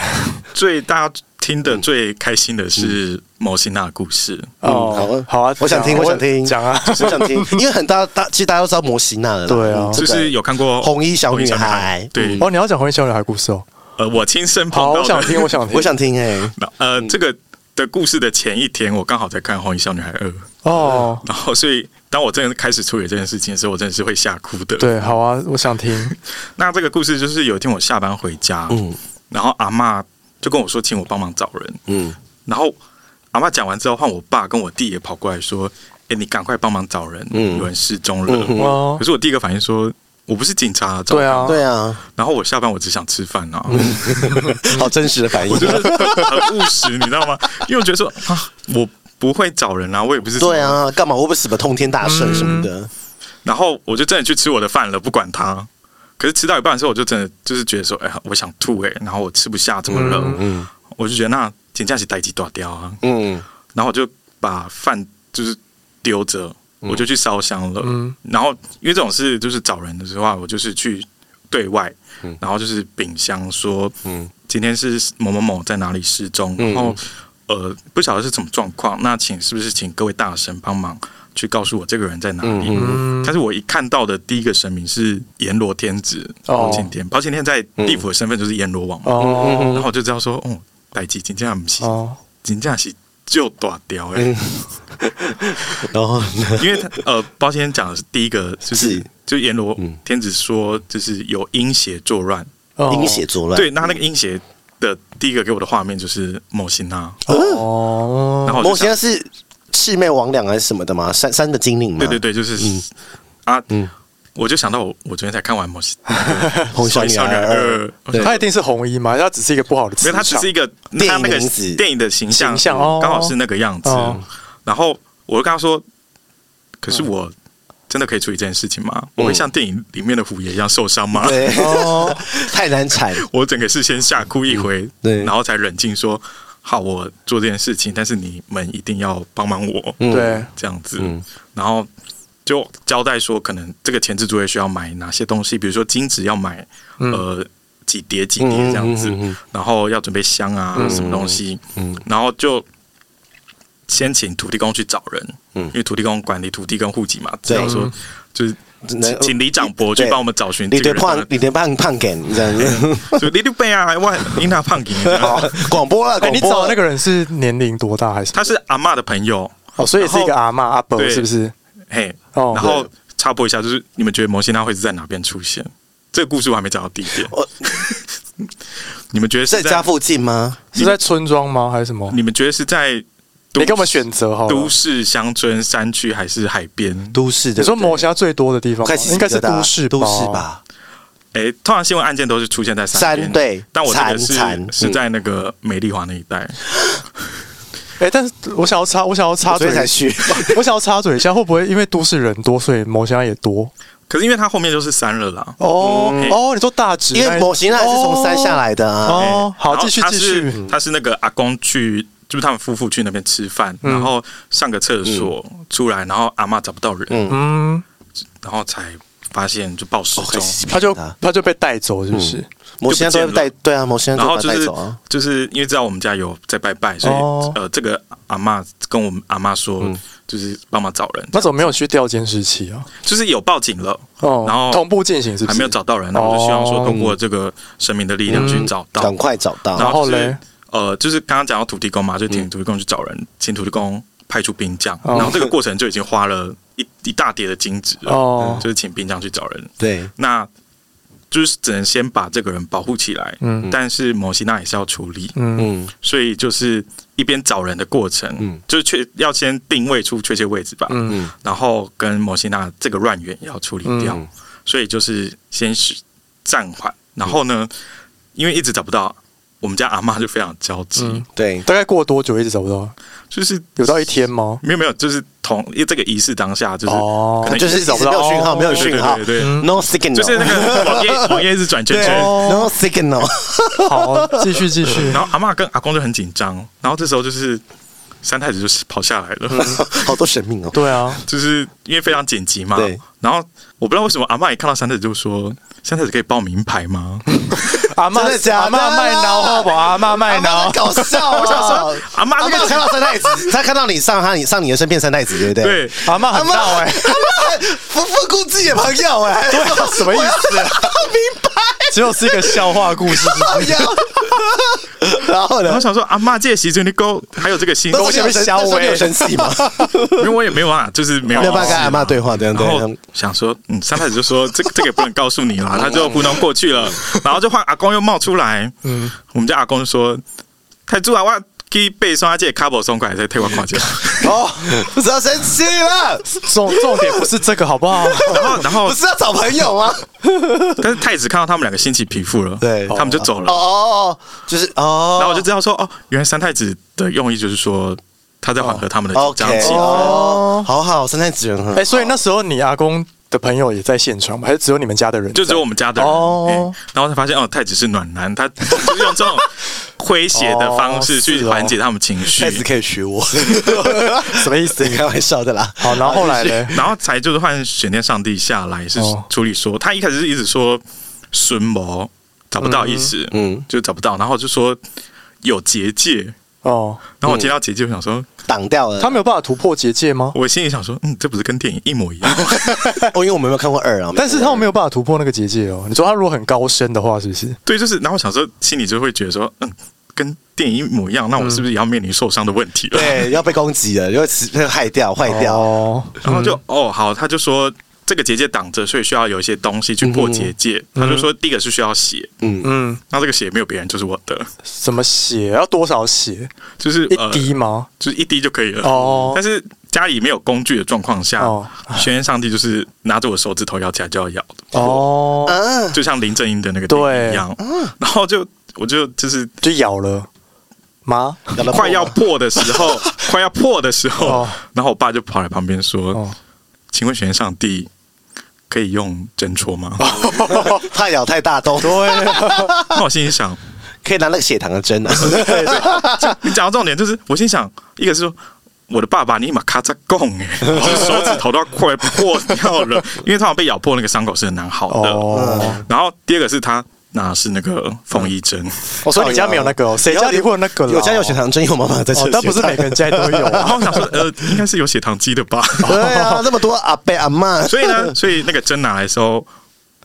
[SPEAKER 3] 最大家听的最开心的是摩西娜的故事。
[SPEAKER 1] 哦
[SPEAKER 2] 嗯，
[SPEAKER 1] 好啊，
[SPEAKER 2] 我想听，
[SPEAKER 1] 讲
[SPEAKER 2] 我想听，
[SPEAKER 1] 讲啊，
[SPEAKER 2] 我想听，因为很大大，其实大家都知道摩西娜了啦，
[SPEAKER 1] 对啊
[SPEAKER 2] 嗯这
[SPEAKER 3] 就
[SPEAKER 2] 个
[SPEAKER 3] 是有看过
[SPEAKER 2] 红衣小女孩
[SPEAKER 3] 对，
[SPEAKER 1] 哦，你要讲红衣小女孩故事哦，
[SPEAKER 3] 呃，我亲身碰
[SPEAKER 1] 好，
[SPEAKER 3] 到的，
[SPEAKER 1] 我想 听，我嗯想听，
[SPEAKER 2] 我想听哎、
[SPEAKER 3] 呃，这个的故事的前一天，我刚好在看《红衣小女孩二》，
[SPEAKER 1] 哦，
[SPEAKER 3] 然后所以当我真的开始处理这件事情的时候，我真的是会吓哭的。，
[SPEAKER 1] 对，好啊，我想听，
[SPEAKER 3] 那这个故事就是有一天我下班回家，嗯，然后阿嬷就跟我说，请我帮忙找人，
[SPEAKER 2] 嗯，
[SPEAKER 3] 然后阿嬷讲完之后，换我爸跟我弟也跑过来说：“哎、你赶快帮忙找人，
[SPEAKER 1] 嗯
[SPEAKER 3] 有人失踪了。
[SPEAKER 1] 哦
[SPEAKER 3] 可，是我第一个反应说：“我不是警察，找
[SPEAKER 1] 对啊
[SPEAKER 3] 他
[SPEAKER 2] 对 啊，
[SPEAKER 3] 然后我下班我只想吃饭啊，
[SPEAKER 2] 好真实的反应，
[SPEAKER 3] 就是很务实，你知道吗？因为我觉得说啊，我不会找人啊，我也不是什么
[SPEAKER 2] 对，啊，干嘛？我不是什么通天大圣什
[SPEAKER 1] 嗯
[SPEAKER 2] 么的。
[SPEAKER 3] 然后我就真的去吃我的饭了，不管他。可是吃到一半的时候，我就真的就是觉得说，哎、呀，我想吐哎、然后我吃不下，这么热，我就觉得那请假是待机断掉啊，
[SPEAKER 2] 嗯，
[SPEAKER 3] 然后我就把饭就是丢着，
[SPEAKER 1] 嗯
[SPEAKER 3] 我就去烧香了。然后因为这种事就是找人的时候啊，我就是去对外，
[SPEAKER 1] 嗯
[SPEAKER 3] 然后就是秉香说，今天是某某某在哪里失踪，
[SPEAKER 1] 嗯
[SPEAKER 3] 然后呃不晓得是什么状况，那请是不是请各位大神帮忙去告诉我这个人在哪里？
[SPEAKER 1] 嗯
[SPEAKER 3] 但是我一看到的第一个神明是阎罗天子
[SPEAKER 1] 哦
[SPEAKER 3] 包青天，包青天在地府的身份就是阎罗王嘛，
[SPEAKER 2] 嗯
[SPEAKER 1] 哦，
[SPEAKER 3] 然后我就知道说，哦，代际金价不是
[SPEAKER 1] 哦，
[SPEAKER 3] 真正是就大掉哎、
[SPEAKER 2] 然后呢，
[SPEAKER 3] 因为他呃，包先生讲的是第一个，就是
[SPEAKER 2] 是
[SPEAKER 3] 就阎罗天子说，就是有阴邪作乱。
[SPEAKER 2] 嗯
[SPEAKER 1] 哦
[SPEAKER 2] 阴血作乱，
[SPEAKER 3] 对，那那个阴邪的第一个给我的画面就是某型啊，然
[SPEAKER 1] 哦，
[SPEAKER 3] 后我就
[SPEAKER 2] 魔仙
[SPEAKER 3] 想
[SPEAKER 2] 是魑魅魍魉还是什么的吗？三三的精灵吗？
[SPEAKER 3] 对对对，就是、
[SPEAKER 2] 嗯
[SPEAKER 3] 啊，我就想到我我昨天才看完某型，
[SPEAKER 2] 红啊小女啊
[SPEAKER 3] 小女呃
[SPEAKER 2] 孩
[SPEAKER 3] 儿
[SPEAKER 2] 二，
[SPEAKER 3] 二
[SPEAKER 2] 对
[SPEAKER 1] 他一定是红衣嘛，他只是一个不好的
[SPEAKER 3] 因
[SPEAKER 1] 磁
[SPEAKER 3] 为它
[SPEAKER 1] 场，
[SPEAKER 3] 只是一个
[SPEAKER 2] 电影
[SPEAKER 3] 它那个
[SPEAKER 2] 名字
[SPEAKER 3] 电影的形象，
[SPEAKER 1] 形象哦
[SPEAKER 3] 刚好是那个样子
[SPEAKER 1] 哦。
[SPEAKER 3] 然后我就跟他说：“可
[SPEAKER 2] 嗯
[SPEAKER 3] 是我真的可以处理这件事情吗？我会像电影里面的虎爷一样受伤吗？”
[SPEAKER 2] 对，
[SPEAKER 1] 哦，
[SPEAKER 2] 太难产。
[SPEAKER 3] 我整个是先吓哭一回，
[SPEAKER 2] 嗯对
[SPEAKER 3] 然后才冷静说：“好，我做这件事情，但是你们一定要帮忙我。”
[SPEAKER 2] 嗯
[SPEAKER 1] 对，
[SPEAKER 3] 这样子，
[SPEAKER 2] 嗯
[SPEAKER 3] 然后就交代说，可能这个前置作业需要买哪些东西，比如说金纸要买，呃，几叠几叠这样子，
[SPEAKER 2] 嗯嗯嗯嗯嗯嗯
[SPEAKER 3] 然后要准备香啊，什么东西，然后就先请土地公去找人，
[SPEAKER 2] 嗯
[SPEAKER 3] 因为土地公管理土地跟户籍嘛，只
[SPEAKER 2] 对
[SPEAKER 3] 要说就是
[SPEAKER 2] 只能
[SPEAKER 3] 请请李长伯去
[SPEAKER 2] 对
[SPEAKER 3] 帮我们找寻
[SPEAKER 2] 你
[SPEAKER 3] 这个
[SPEAKER 2] 的
[SPEAKER 3] 人啊到
[SPEAKER 2] 胖，
[SPEAKER 3] 底，
[SPEAKER 2] 你的胖胖梗这样 子。
[SPEAKER 3] 就李六贝啊，哇，你那胖 给你这样，
[SPEAKER 2] 好广播了，
[SPEAKER 1] 哎，
[SPEAKER 2] 广
[SPEAKER 1] 你
[SPEAKER 2] 播
[SPEAKER 1] 找的那
[SPEAKER 2] 个
[SPEAKER 1] 个人是年龄多大还是？
[SPEAKER 3] 哦他是阿嬷的朋友，
[SPEAKER 1] 哦，所以是一个阿嬷阿伯
[SPEAKER 3] 对
[SPEAKER 1] 是不是？
[SPEAKER 3] 嘿，
[SPEAKER 1] 哦
[SPEAKER 3] 然后插播一下，就是你们觉得魔仙他会是在哪边出现？这个故事我还没讲到第一点
[SPEAKER 2] 我。
[SPEAKER 3] 你们觉得是
[SPEAKER 2] 在家附近吗？
[SPEAKER 1] 是在村庄吗？还是什么？
[SPEAKER 3] 你们觉得是在都
[SPEAKER 1] 你给我们选哦择好
[SPEAKER 3] 都
[SPEAKER 1] 了。
[SPEAKER 3] 市、乡村、山区还是海边？
[SPEAKER 2] 都市的，
[SPEAKER 1] 你说魔侠最多的地方吗，
[SPEAKER 2] 快起鸡
[SPEAKER 1] 应该是
[SPEAKER 2] 皮疙瘩
[SPEAKER 1] 都市
[SPEAKER 2] 都市？吧？
[SPEAKER 3] 哎，通常新闻案件都是出现在山边
[SPEAKER 2] 山对
[SPEAKER 3] 但我这个
[SPEAKER 2] 残残
[SPEAKER 3] 是是在那个美丽华那一带。
[SPEAKER 1] 哎，但是我想要插，我想要插
[SPEAKER 2] 所
[SPEAKER 1] 嘴
[SPEAKER 2] 以，才去
[SPEAKER 1] 我想要插嘴一下，会不会因为都市人多，所以魔侠也多？
[SPEAKER 3] 可是因为它后面就是山了啦。
[SPEAKER 1] 哦
[SPEAKER 3] 嗯
[SPEAKER 1] 哦，你说大直那一，
[SPEAKER 2] 因为模型那是从山下来的啊。
[SPEAKER 1] 哦，好，
[SPEAKER 3] 然后
[SPEAKER 1] 继续
[SPEAKER 3] 哎他
[SPEAKER 1] 继
[SPEAKER 3] 是嗯
[SPEAKER 1] 续。
[SPEAKER 3] 他是那个阿公去，就是他们夫妇去那边吃饭，
[SPEAKER 1] 嗯
[SPEAKER 3] 然后上个厕所出来，然后阿嬷找不到人，
[SPEAKER 1] 嗯，
[SPEAKER 3] 然后才发现就报失
[SPEAKER 2] 快
[SPEAKER 3] 踪。
[SPEAKER 2] 起鸡皮
[SPEAKER 1] 他就
[SPEAKER 2] 疙瘩
[SPEAKER 1] 他就被带走，是不是？
[SPEAKER 2] 魔仙都
[SPEAKER 3] 就不
[SPEAKER 2] 会
[SPEAKER 3] 见了
[SPEAKER 2] 带，对啊，魔仙都
[SPEAKER 3] 然后
[SPEAKER 2] 会
[SPEAKER 3] 就
[SPEAKER 2] 带
[SPEAKER 3] 是
[SPEAKER 2] 走啊。
[SPEAKER 3] 就是因为知道我们家有在拜拜，所以、
[SPEAKER 1] 哦嗯
[SPEAKER 3] 呃，这个阿嬷跟我们阿嬷说，就是帮忙找人，
[SPEAKER 1] 那怎么没有去调监视器啊？
[SPEAKER 3] 就是有报警了，
[SPEAKER 1] 哦，
[SPEAKER 3] 然后
[SPEAKER 1] 同步进行是不
[SPEAKER 3] 还
[SPEAKER 1] 是？
[SPEAKER 3] 没有找到人，那我就希望说
[SPEAKER 1] 哦嗯
[SPEAKER 3] 通过这个神明的力量去找到。
[SPEAKER 2] 赶快找到，
[SPEAKER 3] 然后就
[SPEAKER 1] 然后
[SPEAKER 3] 是
[SPEAKER 1] 嘞嗯
[SPEAKER 3] 呃，就是刚刚讲到土地公嘛，就请土地公去找人，请土地公派出兵将，
[SPEAKER 1] 哦
[SPEAKER 3] 然后这个过程就已经花了一 一大叠的金纸了，
[SPEAKER 1] 哦
[SPEAKER 3] 就是请兵将去找人，
[SPEAKER 2] 对，
[SPEAKER 3] 那就是只能先把这个人保护起来，
[SPEAKER 1] 嗯
[SPEAKER 3] 但是摩西娜也是要处理，
[SPEAKER 1] 嗯
[SPEAKER 2] 嗯，
[SPEAKER 3] 所以就是一边找人的过程，
[SPEAKER 2] 嗯
[SPEAKER 3] 就是确要先定位出确切位置吧，
[SPEAKER 1] 嗯
[SPEAKER 2] 嗯
[SPEAKER 3] 然后跟摩西娜这个乱源也要处理掉，
[SPEAKER 2] 嗯
[SPEAKER 3] 所以就是先是暂缓，然后呢，因为一直找不到，我们家阿妈就非常焦急，
[SPEAKER 1] 嗯，
[SPEAKER 2] 对，
[SPEAKER 1] 大概过多久一直找不到？
[SPEAKER 3] 就是
[SPEAKER 1] 有到一天吗？
[SPEAKER 3] 没有没有，就是同因为这个仪式当下就是、
[SPEAKER 1] 哦
[SPEAKER 3] 可能
[SPEAKER 2] 就是
[SPEAKER 1] 找不到
[SPEAKER 2] 没有讯号，没有
[SPEAKER 3] 哦对对
[SPEAKER 2] 讯号
[SPEAKER 3] 对对对
[SPEAKER 2] ，no signal，
[SPEAKER 3] 就是那个网页 网页一直转圈
[SPEAKER 2] 对哦
[SPEAKER 3] 圈。
[SPEAKER 2] ，no signal，
[SPEAKER 1] 啊好，继续继续
[SPEAKER 3] 然。后阿妈跟阿公就很紧张，然后这时候就是三太子就是跑下来了，
[SPEAKER 2] 好多神明哦。
[SPEAKER 1] 对啊，
[SPEAKER 3] 就是因为非常紧急嘛
[SPEAKER 2] 对。
[SPEAKER 3] 然后我不知道为什么阿妈一看到三太子就说：“三太子可以报名牌吗
[SPEAKER 1] 阿妈
[SPEAKER 2] 真的假的
[SPEAKER 1] 阿妈卖脑，好不好？阿妈卖脑
[SPEAKER 2] 好，搞笑啊！我想说，
[SPEAKER 3] 阿嬷
[SPEAKER 2] 阿
[SPEAKER 3] 这个
[SPEAKER 2] 妈看到三太子，他看到你上他你上你的身边三太子，对不？”对？
[SPEAKER 3] 对，
[SPEAKER 1] 阿妈很闹哎，
[SPEAKER 2] 不不顾自己的朋友哎，对，
[SPEAKER 1] 什么意思？
[SPEAKER 2] 明白。
[SPEAKER 1] 只有是一个笑话故 事，
[SPEAKER 2] 好呀， 然后
[SPEAKER 3] 然后
[SPEAKER 2] 呢？
[SPEAKER 3] 想说阿妈这习尊你够，还有这个心，
[SPEAKER 2] 那时候
[SPEAKER 1] 我
[SPEAKER 2] 你
[SPEAKER 1] 想被
[SPEAKER 2] 有生
[SPEAKER 1] 消
[SPEAKER 2] 那时候你有
[SPEAKER 1] 委
[SPEAKER 2] 生气吗？
[SPEAKER 3] 因为我也没有办法，就是没有
[SPEAKER 2] 没有办法跟阿
[SPEAKER 3] 办
[SPEAKER 2] 妈对话，这样
[SPEAKER 3] 然后
[SPEAKER 2] 对。
[SPEAKER 3] 想说，嗯，三太子就说这个这个也不能告诉你啦，他就糊弄过去 了。然后就换阿公又冒出来，嗯，我们家阿公说：“太子啊，我去背双阿姐卡布松过来，再替我看 一下。
[SPEAKER 2] 哦，不是要生气了，
[SPEAKER 1] 重重点不是这个好 不好？
[SPEAKER 3] 然后，然后
[SPEAKER 2] 不是要找朋友吗？
[SPEAKER 3] 但是太子看到他们两个掀起皮肤了，
[SPEAKER 2] 对
[SPEAKER 3] 他们就走了。
[SPEAKER 2] 哦，就是哦，
[SPEAKER 3] 然后我就知道说，哦，原来三太子的用意就是说他在缓和他们的紧张
[SPEAKER 2] OK，
[SPEAKER 3] 气氛。
[SPEAKER 2] 哦，好好，三太子人嗯很
[SPEAKER 1] 哎，所以那时候你阿公的朋友也在现场吗？还是只有你们家的人在？
[SPEAKER 3] 就只有我们家的人，
[SPEAKER 1] 哦
[SPEAKER 3] 哎然后才发现哦，太子是暖男，他就是用 这种诙谐的方式去
[SPEAKER 1] 哦是哦
[SPEAKER 3] 缓解他们情绪
[SPEAKER 2] 太，子可以 学我，
[SPEAKER 1] 什么意思？
[SPEAKER 2] 开玩笑的啦。
[SPEAKER 1] 好，然后后 来嘞，
[SPEAKER 3] 然后才就是换选天上帝下来是
[SPEAKER 1] 哦
[SPEAKER 3] 处理说，他一开始是一直说孙谋找不到意思，嗯
[SPEAKER 2] 嗯，
[SPEAKER 3] 就找不到，然后就说有结界，
[SPEAKER 1] 哦，
[SPEAKER 3] 然后我听到结界，我想说，
[SPEAKER 2] 挡掉了
[SPEAKER 1] 他没有办法突破结界吗？
[SPEAKER 3] 我心里想说，嗯，这不是跟电影一模一样吗？
[SPEAKER 2] 哦，因为我们没有看过二啊，
[SPEAKER 1] 但是他们没有办法突破那个结界哦。你说他如果很高深的话，是不是？
[SPEAKER 3] 对，就是，然后我想说，心里就会觉得说，嗯，跟电影一模一样，那我是不是也要面临受伤的问题了？
[SPEAKER 2] 对，要被攻击了，因为磁会害掉、坏掉。
[SPEAKER 1] 哦，
[SPEAKER 3] 然后就、哦好，他就说这个结界挡着，所以需要有一些东西去破结界。他就说第一个是需要血，
[SPEAKER 1] 嗯，
[SPEAKER 3] 那这个血没有别人，就是我 的，
[SPEAKER 1] 什么血要多少血？
[SPEAKER 3] 就是
[SPEAKER 1] 一
[SPEAKER 3] 呃，
[SPEAKER 1] 滴吗？
[SPEAKER 3] 就是一滴就可以了。
[SPEAKER 1] 哦
[SPEAKER 3] 但是家里没有工具的状况下，
[SPEAKER 1] 哦
[SPEAKER 3] 轩辕上帝就是拿着我手指头咬起来就要咬的，
[SPEAKER 1] 哦，
[SPEAKER 2] 嗯，
[SPEAKER 3] 就像林正英的那个电影一样。
[SPEAKER 1] 啊
[SPEAKER 3] 然后就我就就是
[SPEAKER 1] 就咬了吗？
[SPEAKER 2] 咬得破
[SPEAKER 3] 快要破的时 候，快要破的时候，
[SPEAKER 1] 哦
[SPEAKER 3] 然后我爸就跑来旁边说：“
[SPEAKER 1] 哦
[SPEAKER 3] 请问玄上帝可以用针戳吗？”
[SPEAKER 2] 怕咬太大洞，对，
[SPEAKER 3] 那我心里想，
[SPEAKER 2] 可以拿那个血糖的针啊。
[SPEAKER 3] 你讲到重点就是，我心想，一个是说。我的爸爸尼玛咔嚓供哎，我手指头都要快破掉了，因为他好像被咬破那个伤口是很难好的。
[SPEAKER 1] 哦
[SPEAKER 3] 然后第二个是他拿的是那个缝衣针，
[SPEAKER 1] 我说你家没有那个哦，谁家里会有那个啦？
[SPEAKER 2] 有家有血糖针，有妈妈在吃
[SPEAKER 1] 哦
[SPEAKER 2] 血，
[SPEAKER 1] 但
[SPEAKER 2] 糖。
[SPEAKER 1] 不是每个人家里都有
[SPEAKER 3] 然
[SPEAKER 1] 啊。
[SPEAKER 3] 后我想说，呃，应该是有血糖机的吧。
[SPEAKER 2] 对啊，那么多阿伯阿妈，
[SPEAKER 3] 所以呢，所以那个针拿来的时候，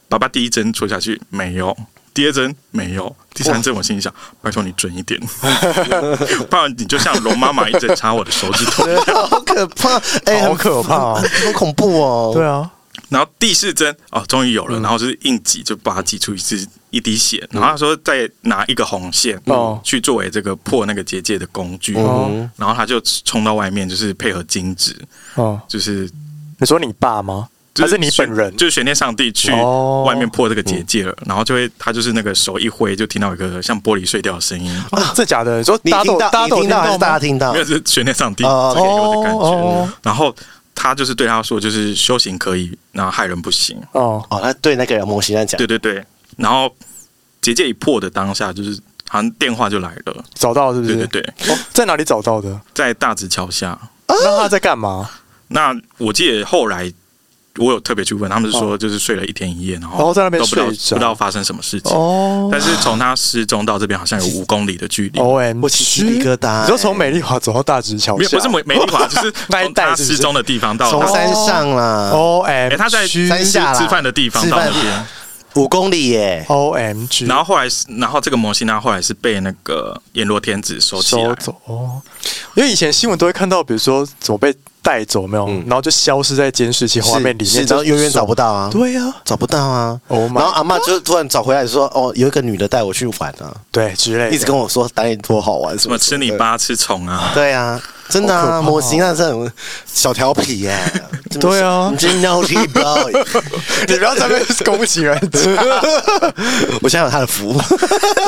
[SPEAKER 3] 爸爸第一针戳下去没有，第二针没有，第三针我心里想，拜托你准一点，不然你就像龙妈妈一针插我的手指头。
[SPEAKER 2] 好可怕，哎，
[SPEAKER 1] 啊 好
[SPEAKER 2] 很
[SPEAKER 1] 可怕哦
[SPEAKER 2] 好恐怖哦。
[SPEAKER 1] 对啊，
[SPEAKER 3] 然后第四针哦，终于有
[SPEAKER 1] 嗯
[SPEAKER 3] 了，然后就是硬挤，就把它挤出一支一滴血，然后他说再拿一个红线、
[SPEAKER 1] 哦
[SPEAKER 3] 去作为这个破那个结界的工具，
[SPEAKER 1] 哦
[SPEAKER 3] 然后他就冲到外面，就是配合金纸，
[SPEAKER 1] 哦，
[SPEAKER 3] 就是。
[SPEAKER 1] 你说你爸吗？
[SPEAKER 3] 就
[SPEAKER 1] 还是你本人
[SPEAKER 3] 悬？就是悬念上帝去
[SPEAKER 1] 哦嗯
[SPEAKER 3] 外面破这个结界了，然后就会他就是那个手一挥，就听到一个像玻璃碎掉的声音，
[SPEAKER 1] 啊，这假的？你说
[SPEAKER 2] 你
[SPEAKER 1] 大家
[SPEAKER 2] 听
[SPEAKER 1] 都
[SPEAKER 2] 到，
[SPEAKER 1] 大家
[SPEAKER 2] 你
[SPEAKER 1] 都有
[SPEAKER 2] 听到还是
[SPEAKER 1] 吗
[SPEAKER 2] 大家听到
[SPEAKER 3] 没？有是悬念上帝
[SPEAKER 2] 哦
[SPEAKER 3] 这给我的感
[SPEAKER 1] 啊哦哦
[SPEAKER 3] 觉。然后他就是对他说，就是修行可以，那害人不行。
[SPEAKER 1] 哦
[SPEAKER 2] 哦，他对那个摩西在讲
[SPEAKER 3] 对，对对，然后结界一破的当下，就是好像电话就来了，
[SPEAKER 1] 找到是不
[SPEAKER 3] 对
[SPEAKER 1] 是？
[SPEAKER 3] 对对，啊
[SPEAKER 1] 哦，在哪里找到的？
[SPEAKER 3] 在大直桥下。
[SPEAKER 1] 那他在干嘛？
[SPEAKER 3] 那我记得后来我有特别去问，他们是说就是睡了一天一夜，然
[SPEAKER 1] 哦然
[SPEAKER 3] 后
[SPEAKER 1] 后在那边
[SPEAKER 3] 都不知道
[SPEAKER 1] 睡
[SPEAKER 3] 不
[SPEAKER 1] 着
[SPEAKER 3] 知道发生什么事情。
[SPEAKER 1] 哦
[SPEAKER 3] 但是从他失踪到这边好像有五公里的距离，
[SPEAKER 1] ，O M，
[SPEAKER 2] 我起鸡皮疙瘩
[SPEAKER 1] 你说从美丽华走到大直桥
[SPEAKER 3] 没有
[SPEAKER 1] 下，
[SPEAKER 3] 不是美美丽 华，就是
[SPEAKER 1] 那一
[SPEAKER 3] 从
[SPEAKER 1] 带
[SPEAKER 3] 他
[SPEAKER 1] 是不是
[SPEAKER 3] 失踪的地方到
[SPEAKER 2] 从
[SPEAKER 3] 他
[SPEAKER 2] 山上啦，
[SPEAKER 1] O
[SPEAKER 3] 哎
[SPEAKER 1] M，
[SPEAKER 3] 他在吃
[SPEAKER 2] 山下啦
[SPEAKER 3] 吃饭的地方
[SPEAKER 2] 吃
[SPEAKER 3] 到
[SPEAKER 2] 饭
[SPEAKER 3] 那
[SPEAKER 2] 的地
[SPEAKER 3] 边，
[SPEAKER 2] 五公里耶，
[SPEAKER 1] O M G，
[SPEAKER 3] 然后后来是，然后这个摩西娜后来是被那个阎罗天子收起啊
[SPEAKER 1] 收
[SPEAKER 3] 来，
[SPEAKER 1] 走哦，因为以前新闻都会看到，比如说怎么被带走有没有，然后就消失在监视器画面里
[SPEAKER 2] 是
[SPEAKER 1] 面，
[SPEAKER 2] 是然后
[SPEAKER 1] 就
[SPEAKER 2] 永远找不到啊，
[SPEAKER 1] 对啊，
[SPEAKER 2] 找不到啊。
[SPEAKER 1] Oh
[SPEAKER 2] 然
[SPEAKER 1] my
[SPEAKER 2] 后阿妈就突然找回来说：“哦，有一个女的带我去玩啊，
[SPEAKER 1] 对之类的，
[SPEAKER 2] 一 直跟我说打野多好玩，什
[SPEAKER 3] 什么吃你
[SPEAKER 2] 的。
[SPEAKER 3] 吧，吃虫啊，
[SPEAKER 2] 对啊，真的
[SPEAKER 1] 好可怕
[SPEAKER 2] 啊，
[SPEAKER 1] 哦
[SPEAKER 2] 模型啊，这种小调 皮耶、真的是
[SPEAKER 1] 对啊
[SPEAKER 2] 你真 naughty boy。
[SPEAKER 1] 你不要在那边攻击人家，
[SPEAKER 2] 我现在有他的服 务，
[SPEAKER 3] 哦